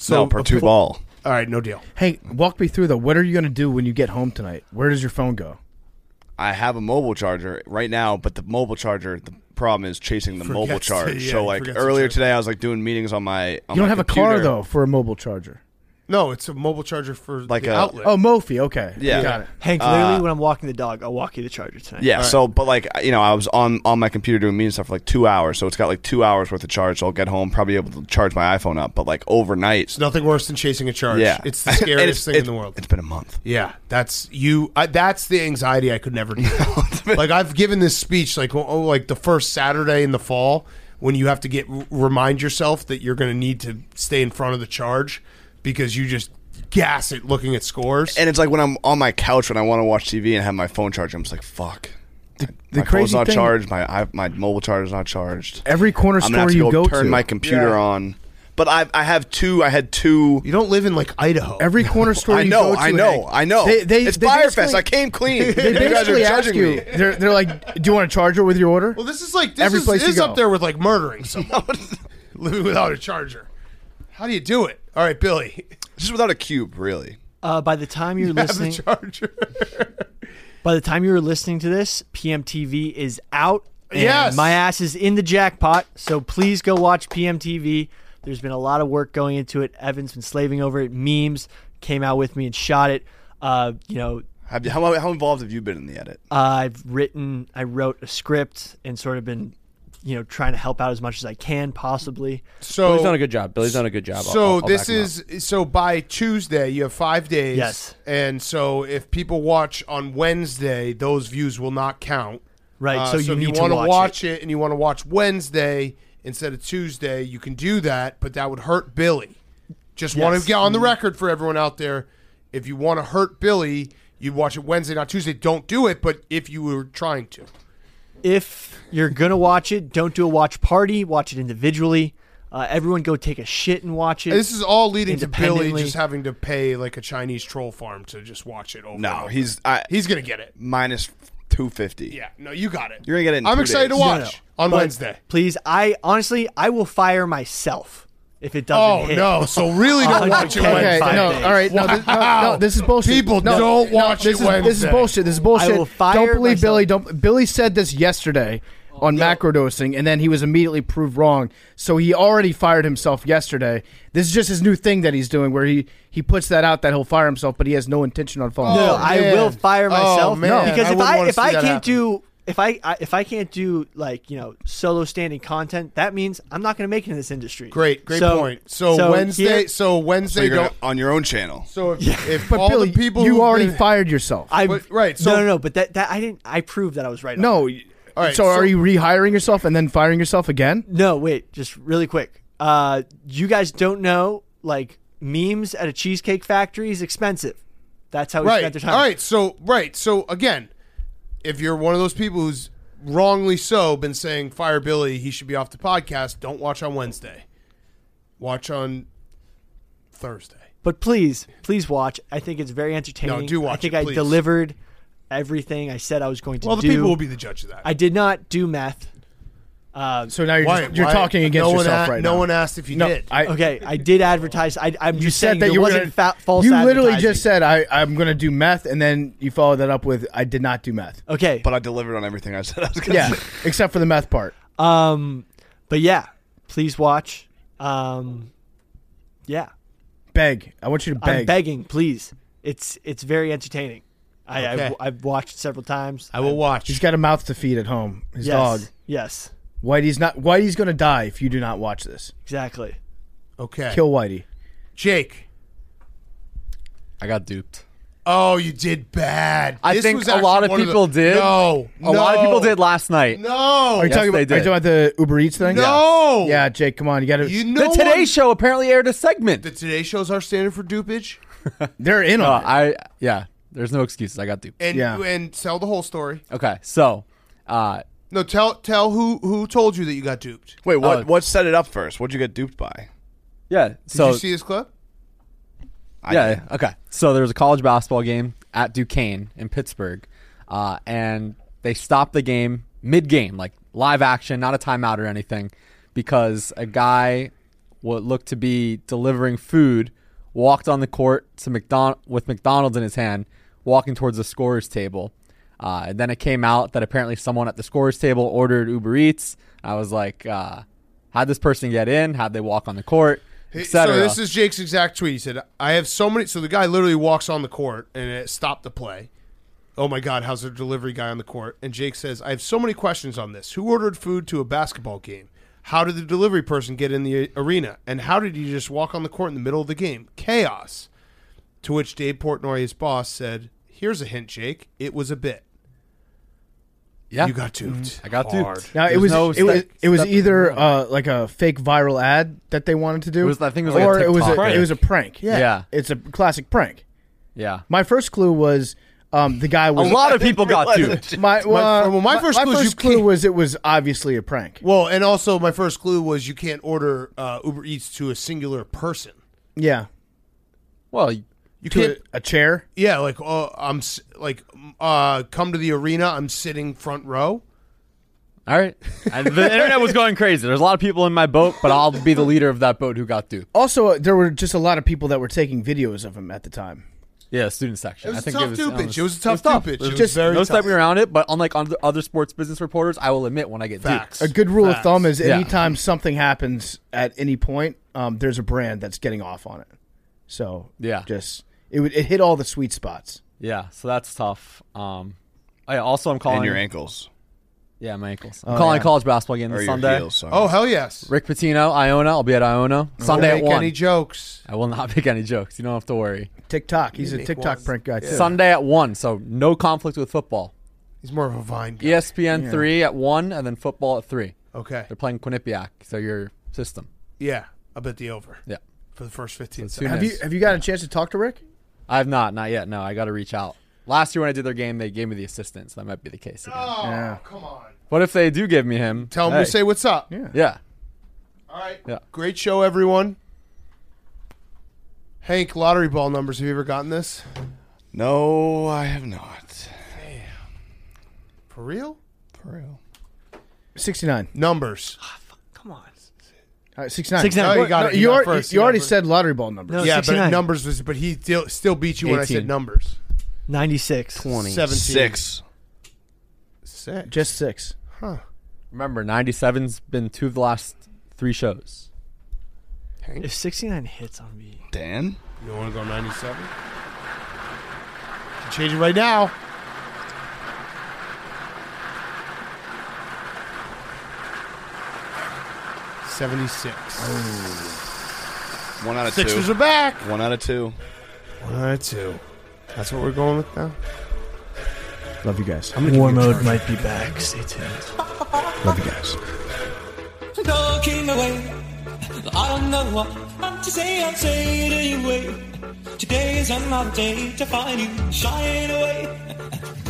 [SPEAKER 5] no, per two ball.
[SPEAKER 1] All right, no deal.
[SPEAKER 2] Hank, walk me through though. What are you going to do when you get home tonight? Where does your phone go?
[SPEAKER 5] I have a mobile charger right now, but the mobile charger. The problem is chasing the mobile
[SPEAKER 1] Forgets to-
[SPEAKER 5] charge.
[SPEAKER 1] yeah,
[SPEAKER 5] so
[SPEAKER 1] he
[SPEAKER 5] like
[SPEAKER 1] forgets to
[SPEAKER 5] earlier
[SPEAKER 1] charge.
[SPEAKER 5] today, I was like doing meetings on my. On
[SPEAKER 2] You don't
[SPEAKER 5] my
[SPEAKER 2] have a car
[SPEAKER 5] computer.
[SPEAKER 2] though for a mobile charger.
[SPEAKER 1] No, it's a mobile charger for
[SPEAKER 5] Like
[SPEAKER 1] the
[SPEAKER 5] a-
[SPEAKER 1] outlet.
[SPEAKER 2] Oh, Mophie. Okay.
[SPEAKER 5] Yeah.
[SPEAKER 2] Got it.
[SPEAKER 12] Hank, literally, when I'm walking the dog, I'll walk you the charger tonight.
[SPEAKER 5] Yeah. So, but like you know, I was on on my computer doing meetings and stuff for like two hours, so it's got like two hours worth of charge. So I'll get home, probably able to charge my iPhone up. But like overnight,
[SPEAKER 1] It's nothing worse than chasing a charge.
[SPEAKER 5] yeah,
[SPEAKER 1] it's the
[SPEAKER 5] And
[SPEAKER 1] scariest
[SPEAKER 5] it's-
[SPEAKER 1] thing in
[SPEAKER 5] it's-
[SPEAKER 1] the world.
[SPEAKER 5] It's been a month.
[SPEAKER 1] Yeah, that's you. I, that's the anxiety I could never do. like I've given this speech like oh, like the first Saturday in the fall when you have to get remind yourself that you're going to need to stay in front of the charge because you just gasset looking at scores.
[SPEAKER 5] And it's like when I'm on my couch when I want to watch TV and have my phone charged, I'm just like, fuck.
[SPEAKER 2] The
[SPEAKER 5] my phone's
[SPEAKER 2] crazy
[SPEAKER 5] not
[SPEAKER 2] thing-
[SPEAKER 5] charged. My I, my mobile charger's not charged.
[SPEAKER 2] Every corner
[SPEAKER 5] I'm gonna have
[SPEAKER 2] store
[SPEAKER 5] to
[SPEAKER 2] you
[SPEAKER 5] go,
[SPEAKER 2] go
[SPEAKER 5] turn
[SPEAKER 2] to.
[SPEAKER 5] my computer
[SPEAKER 2] Yeah.
[SPEAKER 5] on. But I I have two. I had two.
[SPEAKER 1] You don't live in like Idaho.
[SPEAKER 2] Every corner store
[SPEAKER 5] I
[SPEAKER 2] you
[SPEAKER 5] know.
[SPEAKER 2] go to,
[SPEAKER 5] I know.
[SPEAKER 2] Hank,
[SPEAKER 5] I know.
[SPEAKER 2] They, they,
[SPEAKER 5] it's
[SPEAKER 2] they
[SPEAKER 5] Firefest.
[SPEAKER 2] basically-
[SPEAKER 5] I came clean.
[SPEAKER 2] They
[SPEAKER 5] you guys are
[SPEAKER 2] basically ask
[SPEAKER 5] judging
[SPEAKER 2] you.
[SPEAKER 5] me.
[SPEAKER 2] They're, they're like, do you want to charger with your order?
[SPEAKER 1] Well, this is like this
[SPEAKER 2] Every
[SPEAKER 1] is,
[SPEAKER 2] place you
[SPEAKER 1] this is
[SPEAKER 2] go.
[SPEAKER 1] up there with like murdering someone, living without a charger. How do you do it? All right, Billy,
[SPEAKER 5] Just without a cube, really.
[SPEAKER 12] Uh, by the time you're
[SPEAKER 1] have a
[SPEAKER 12] listening,
[SPEAKER 1] charger.
[SPEAKER 12] by the time you're listening to this, PMTV is out. And
[SPEAKER 1] Yes.
[SPEAKER 12] my ass is in the jackpot. So please go watch PMTV. There's been a lot of work going into it. Evan's been slaving over it. Memes came out with me and shot it. Uh, you know,
[SPEAKER 5] Have you, how how involved have you been in the edit?
[SPEAKER 12] I've written, I wrote a script and sort of been, you know, trying to help out as much as I can possibly.
[SPEAKER 1] So
[SPEAKER 13] Billy's done a good job. Billy's done a good job. I'll-
[SPEAKER 1] So
[SPEAKER 13] I'll- I'll
[SPEAKER 1] this
[SPEAKER 13] back him up.
[SPEAKER 1] is so by Tuesday you have five days.
[SPEAKER 12] Yes.
[SPEAKER 1] And so if people watch on Wednesday, those views will not count. Uh,
[SPEAKER 12] Right, so you
[SPEAKER 1] if you
[SPEAKER 12] need to
[SPEAKER 1] wanna
[SPEAKER 12] watch
[SPEAKER 1] watch it. and you want to watch Wednesday instead of Tuesday, you can do that, but that would hurt Billy. Just want
[SPEAKER 12] Yes. Mm-hmm.
[SPEAKER 1] to get on the record for everyone out there. If you want to hurt Billy, you watch it Wednesday, not Tuesday. Don't do it, but if you were trying to.
[SPEAKER 12] If you're going to watch it, don't do a watch party, watch it individually. Uh, everyone go take a shit and watch it.
[SPEAKER 1] This is all leading to Billy
[SPEAKER 12] Independently.
[SPEAKER 1] just having to pay like a Chinese troll farm to just watch it over. and
[SPEAKER 5] No,
[SPEAKER 1] over.
[SPEAKER 5] he's I,
[SPEAKER 1] He's gonna get it.
[SPEAKER 5] minus two fifty.
[SPEAKER 1] Yeah, no, you got it.
[SPEAKER 5] You're gonna get it in
[SPEAKER 1] I'm
[SPEAKER 5] two
[SPEAKER 1] excited
[SPEAKER 5] days.
[SPEAKER 1] to
[SPEAKER 12] No,
[SPEAKER 1] watch
[SPEAKER 12] no, no.
[SPEAKER 1] on
[SPEAKER 12] But
[SPEAKER 1] Wednesday.
[SPEAKER 12] Please, I honestly, I will fire myself if it doesn't
[SPEAKER 1] Oh
[SPEAKER 12] hit.
[SPEAKER 1] no! So really don't watch it
[SPEAKER 12] Okay,
[SPEAKER 1] Wednesday.
[SPEAKER 12] five
[SPEAKER 2] no,
[SPEAKER 12] days.
[SPEAKER 2] all right, no, this, no, no, this is bullshit.
[SPEAKER 1] People
[SPEAKER 2] No,
[SPEAKER 1] don't
[SPEAKER 2] no,
[SPEAKER 1] watch
[SPEAKER 2] this
[SPEAKER 1] it
[SPEAKER 2] is, This
[SPEAKER 1] Wednesday.
[SPEAKER 2] is bullshit. This is bullshit.
[SPEAKER 12] will fire
[SPEAKER 2] don't believe
[SPEAKER 12] myself.
[SPEAKER 2] Billy. Don't Billy said this yesterday on macrodosing, and then he was immediately proved wrong. So he already fired himself yesterday. This is just his new thing that he's doing, where he he puts that out that he'll fire himself, but he has no intention on following.
[SPEAKER 12] No,
[SPEAKER 2] through.
[SPEAKER 12] no, I
[SPEAKER 1] man.
[SPEAKER 12] will fire
[SPEAKER 1] Oh,
[SPEAKER 12] myself
[SPEAKER 1] man, I
[SPEAKER 12] because if
[SPEAKER 1] wouldn't
[SPEAKER 12] I
[SPEAKER 1] wanna
[SPEAKER 12] if
[SPEAKER 1] see
[SPEAKER 12] I
[SPEAKER 1] that
[SPEAKER 12] can't
[SPEAKER 1] happen.
[SPEAKER 12] do if I, I if I can't do like you know solo standing content, that means I'm not going to make it in this industry.
[SPEAKER 1] Great, great
[SPEAKER 12] So-
[SPEAKER 1] point. So, Wednesday,
[SPEAKER 12] here,
[SPEAKER 1] so
[SPEAKER 5] So
[SPEAKER 1] Wednesday
[SPEAKER 5] you're gonna,
[SPEAKER 1] don't.
[SPEAKER 5] on your own channel.
[SPEAKER 1] So if, if
[SPEAKER 2] but
[SPEAKER 1] all
[SPEAKER 2] Billy,
[SPEAKER 1] the people
[SPEAKER 2] you
[SPEAKER 1] who've
[SPEAKER 2] already
[SPEAKER 1] been-
[SPEAKER 2] fired yourself.
[SPEAKER 12] I
[SPEAKER 1] But- right, so-
[SPEAKER 12] no, no, no. But that, that I didn't. I proved that I was right. on
[SPEAKER 2] no.
[SPEAKER 12] that.
[SPEAKER 1] All right,
[SPEAKER 2] so,
[SPEAKER 1] so-
[SPEAKER 2] are you rehiring yourself and then firing yourself again?
[SPEAKER 12] no. Wait, just really quick. Uh, you guys don't know like memes at a cheesecake factory is expensive. That's how we
[SPEAKER 1] right.
[SPEAKER 12] spent our time.
[SPEAKER 1] All right. So right. So again, if you're one of those people who's wrongly so been saying fire Billy, he should be off the podcast. Don't watch on Wednesday. Watch on Thursday.
[SPEAKER 12] But please, please watch. I think it's very entertaining.
[SPEAKER 1] No, do watch
[SPEAKER 12] I think
[SPEAKER 1] it,
[SPEAKER 12] I
[SPEAKER 1] please.
[SPEAKER 12] delivered everything I said I was going to
[SPEAKER 1] Well, the
[SPEAKER 12] do.
[SPEAKER 1] people will be the judge of that.
[SPEAKER 12] I did not do meth. Uh,
[SPEAKER 2] So now you're
[SPEAKER 1] Why-
[SPEAKER 2] just, you're
[SPEAKER 1] why-
[SPEAKER 2] talking against
[SPEAKER 1] no one
[SPEAKER 2] yourself
[SPEAKER 1] a-
[SPEAKER 2] right
[SPEAKER 1] no
[SPEAKER 2] now.
[SPEAKER 1] one asked if you
[SPEAKER 2] No,
[SPEAKER 1] did.
[SPEAKER 2] I,
[SPEAKER 12] okay, I did advertise. I, I'm
[SPEAKER 2] You
[SPEAKER 12] just
[SPEAKER 2] said
[SPEAKER 12] saying
[SPEAKER 2] that
[SPEAKER 12] there
[SPEAKER 2] you were
[SPEAKER 12] wasn't
[SPEAKER 2] gonna,
[SPEAKER 12] fa- false.
[SPEAKER 2] You literally just
[SPEAKER 12] advertising.
[SPEAKER 2] said I, I'm going to do meth, and then you followed that up with I did not do meth.
[SPEAKER 12] Okay,
[SPEAKER 5] But I delivered on everything I said I was gonna
[SPEAKER 2] Yeah,
[SPEAKER 5] say.
[SPEAKER 2] except for the meth part.
[SPEAKER 12] um, but yeah, please watch. Um, yeah,
[SPEAKER 2] Beg. I want you to beg.
[SPEAKER 12] I'm begging. Please, it's it's very entertaining. I,
[SPEAKER 1] Okay.
[SPEAKER 12] I have watched several times.
[SPEAKER 1] I will watch.
[SPEAKER 2] He's got a mouth to feed at home. His
[SPEAKER 12] yes,
[SPEAKER 2] dog.
[SPEAKER 12] Yes,
[SPEAKER 2] Whitey's not. Whitey's going to die if you do not watch this.
[SPEAKER 12] exactly.
[SPEAKER 1] okay.
[SPEAKER 2] Kill Whitey.
[SPEAKER 1] Jake.
[SPEAKER 11] I got duped.
[SPEAKER 1] Oh, you did bad.
[SPEAKER 11] I
[SPEAKER 1] This
[SPEAKER 11] think
[SPEAKER 1] was
[SPEAKER 11] a lot
[SPEAKER 1] actually
[SPEAKER 11] of
[SPEAKER 1] one
[SPEAKER 11] people
[SPEAKER 1] the-
[SPEAKER 11] did.
[SPEAKER 1] No,
[SPEAKER 11] A lot of people
[SPEAKER 1] no,
[SPEAKER 11] did last night.
[SPEAKER 1] No,
[SPEAKER 2] Are you
[SPEAKER 11] Yes,
[SPEAKER 2] talking about? Are
[SPEAKER 11] they
[SPEAKER 2] you
[SPEAKER 11] did.
[SPEAKER 2] talking about the Uber Eats thing?
[SPEAKER 1] no.
[SPEAKER 2] Yeah, Jake. Come on. You got to.
[SPEAKER 1] you
[SPEAKER 11] The
[SPEAKER 1] know
[SPEAKER 11] Today
[SPEAKER 1] one-
[SPEAKER 11] Show apparently aired a segment.
[SPEAKER 1] The Today Show's our standard for dupage,
[SPEAKER 2] they're in
[SPEAKER 11] Uh,
[SPEAKER 2] on it.
[SPEAKER 11] I yeah. There's no excuses. I got duped.
[SPEAKER 1] and
[SPEAKER 2] Yeah.
[SPEAKER 1] and tell the whole story.
[SPEAKER 11] Okay, so uh,
[SPEAKER 1] No, tell tell who who told you that you got duped.
[SPEAKER 5] Wait, what?
[SPEAKER 2] Uh,
[SPEAKER 11] Oh.
[SPEAKER 5] What set it up first? What'd you get duped by?
[SPEAKER 11] yeah.
[SPEAKER 1] Did
[SPEAKER 11] So
[SPEAKER 1] you see this clip?
[SPEAKER 5] I
[SPEAKER 11] yeah,
[SPEAKER 5] did.
[SPEAKER 11] yeah, okay. So there was a college basketball game at Duquesne in Pittsburgh, uh, and they stopped the game mid-game, like live action, not a timeout or anything, because a guy, what looked to be delivering food, walked on the court to McDon- with McDonald's in his hand, walking towards the scorer's table. Uh, and then it came out that apparently someone at the scorer's table ordered Uber Eats. I was like, uh, how'd this person get in? How'd they walk on the court? Et
[SPEAKER 1] So
[SPEAKER 11] cetera.
[SPEAKER 1] this is Jake's exact tweet. He said, "I have so many." So the guy literally walks on the court and it stopped the play. Oh my God, how's the delivery guy on the court? And Jake says, "I have so many questions on this. Who ordered food to a basketball game? How did the delivery person get in the arena? And how did you just walk on the court in the middle of the game? Chaos." To which Dave Portnoy, his boss, said, "Here's a hint, Jake. It was a bit."
[SPEAKER 11] Yeah. Mm-hmm.
[SPEAKER 1] You got duped.
[SPEAKER 11] I got duped.
[SPEAKER 2] Now it
[SPEAKER 11] There's
[SPEAKER 2] was,
[SPEAKER 11] no
[SPEAKER 2] it was
[SPEAKER 11] step-
[SPEAKER 2] it was
[SPEAKER 11] step-
[SPEAKER 2] either uh, like a fake viral ad that they wanted to do.
[SPEAKER 11] It was- I think it was like a
[SPEAKER 2] or it was
[SPEAKER 11] TikTok
[SPEAKER 2] a,
[SPEAKER 11] prank.
[SPEAKER 2] it was a prank. Yeah.
[SPEAKER 11] Yeah.
[SPEAKER 2] it's a classic prank.
[SPEAKER 11] yeah.
[SPEAKER 2] My first clue was um, the guy
[SPEAKER 11] A
[SPEAKER 2] was
[SPEAKER 11] lot of people got duped.
[SPEAKER 2] My, well,
[SPEAKER 1] well, my first clue is you
[SPEAKER 2] clue
[SPEAKER 1] can't-
[SPEAKER 2] was it was obviously a prank.
[SPEAKER 1] Well, and also my first clue was you can't order uh, Uber Eats to a singular person.
[SPEAKER 2] Yeah,
[SPEAKER 11] Well, you-
[SPEAKER 1] You
[SPEAKER 2] to
[SPEAKER 1] can't.
[SPEAKER 2] a, a chair.
[SPEAKER 1] Yeah, like oh, I'm s- like mm, uh, come to the arena. I'm sitting front row.
[SPEAKER 11] all right. I- the internet was going crazy. There's a lot of people in my boat, but I'll be the leader of that boat who got duped.
[SPEAKER 1] Oh.
[SPEAKER 2] Also, uh, there were just a lot of people that were taking videos of him at the time.
[SPEAKER 11] Yeah, student
[SPEAKER 1] It
[SPEAKER 11] section.
[SPEAKER 1] was
[SPEAKER 11] I
[SPEAKER 1] a
[SPEAKER 11] think
[SPEAKER 1] tough
[SPEAKER 11] it was,
[SPEAKER 1] two
[SPEAKER 11] um,
[SPEAKER 1] pitch. It was a tough two pitch. It was
[SPEAKER 11] Just
[SPEAKER 1] very
[SPEAKER 11] no
[SPEAKER 1] tough.
[SPEAKER 11] stepping around it, but unlike on the other sports business reporters, I will admit when I get
[SPEAKER 1] Facts.
[SPEAKER 2] A good rule of
[SPEAKER 1] Facts.
[SPEAKER 2] thumb is
[SPEAKER 11] Yeah.
[SPEAKER 2] anytime something happens at any point, um, there's a brand that's getting off on it. So
[SPEAKER 11] Yeah.
[SPEAKER 2] just it would it hit all the sweet spots.
[SPEAKER 11] duped. Yeah, so that's tough. Um, I also I'm calling
[SPEAKER 5] and your ankles
[SPEAKER 11] Yeah, my ankles.
[SPEAKER 2] Oh,
[SPEAKER 11] I'm calling a college basketball game
[SPEAKER 5] or
[SPEAKER 11] this
[SPEAKER 5] your
[SPEAKER 11] Sunday.
[SPEAKER 5] heels. Sorry.
[SPEAKER 1] Oh hell yes!
[SPEAKER 11] Rick Pitino, Iona. I'll be at Iona Sunday
[SPEAKER 1] Don't
[SPEAKER 11] at
[SPEAKER 1] make
[SPEAKER 11] one.
[SPEAKER 1] any jokes.
[SPEAKER 11] I will not make any jokes. You don't have to worry.
[SPEAKER 2] TikTok. He's a TikTok prank guy too.
[SPEAKER 11] Sunday at one, so no conflict with football. E
[SPEAKER 1] He's more of a vine guy.
[SPEAKER 11] ESPN three at one, and then football at three.
[SPEAKER 1] Okay.
[SPEAKER 11] They're playing Quinnipiac, so your system.
[SPEAKER 1] Yeah, I bet the over
[SPEAKER 11] Yeah.
[SPEAKER 1] for the first fifteen.
[SPEAKER 11] Soon
[SPEAKER 1] seconds.
[SPEAKER 2] Have you have you got a chance to talk to Rick?
[SPEAKER 11] I have not, not yet. No, I got to reach out. Last year when I did their game, they gave me the assistant, so that might be the case. Again.
[SPEAKER 1] Oh
[SPEAKER 2] Yeah.
[SPEAKER 1] come on!
[SPEAKER 11] What if they do give me him?
[SPEAKER 1] Tell him
[SPEAKER 11] Hey.
[SPEAKER 1] to say what's up.
[SPEAKER 11] Yeah.
[SPEAKER 1] All right.
[SPEAKER 11] Yeah.
[SPEAKER 1] Great show, everyone. Hank, lottery ball numbers. Have you ever gotten this?
[SPEAKER 5] no, I have not.
[SPEAKER 1] For real?
[SPEAKER 5] For real.
[SPEAKER 2] Sixty nine.
[SPEAKER 1] Numbers.
[SPEAKER 2] Sixty nine.
[SPEAKER 12] 69.
[SPEAKER 1] No, you got it. You
[SPEAKER 2] You,
[SPEAKER 1] got
[SPEAKER 2] already-
[SPEAKER 1] first.
[SPEAKER 2] you
[SPEAKER 1] You got
[SPEAKER 2] already
[SPEAKER 1] first.
[SPEAKER 2] said lottery ball numbers.
[SPEAKER 12] No,
[SPEAKER 1] yeah,
[SPEAKER 12] 69.
[SPEAKER 1] but numbers was. But he still, still beat you when I said
[SPEAKER 11] 18.
[SPEAKER 1] numbers.
[SPEAKER 12] 96.
[SPEAKER 18] 20.
[SPEAKER 1] Seventeen.
[SPEAKER 5] Six.
[SPEAKER 1] Six.
[SPEAKER 2] Just six.
[SPEAKER 1] Huh.
[SPEAKER 11] Remember, 97's been two of the last three shows.
[SPEAKER 12] If 69 hits on me,
[SPEAKER 5] Dan.
[SPEAKER 1] You want to go ninety-seven? Change it right now. Seventy-six.
[SPEAKER 5] One out of
[SPEAKER 1] Sixers
[SPEAKER 5] two.
[SPEAKER 1] are back.
[SPEAKER 5] One out of two.
[SPEAKER 1] One out of two. That's what we're going with now.
[SPEAKER 2] Love you guys.
[SPEAKER 12] war mode might be back. Stay tuned.
[SPEAKER 2] Love you guys.
[SPEAKER 19] Talking away, I don't know what I'm to say. I'm saying to you, wait. Today is another day to find you shine away.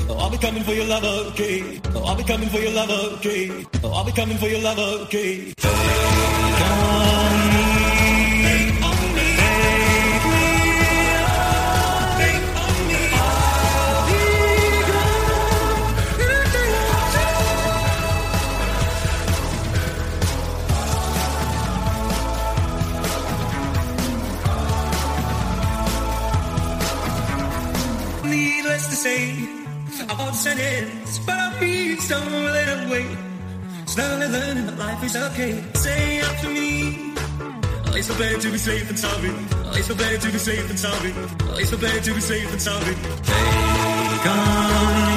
[SPEAKER 19] Oh, I'll be coming for your love, okay? Oh, I'll be coming for your love, okay? Oh, I'll be coming for your love, okay? Take on me, on me. Take me on, take on me. I'll be gone in a day or two. Needless to say, I'm all sentence, but I'm being stolen away. Slowly learning that life is okay. Say after me. Oh, It's no better to be safe than sorry. Oh, It's no better to be safe than sorry. Oh, It's no better to be safe than sorry. Take on me.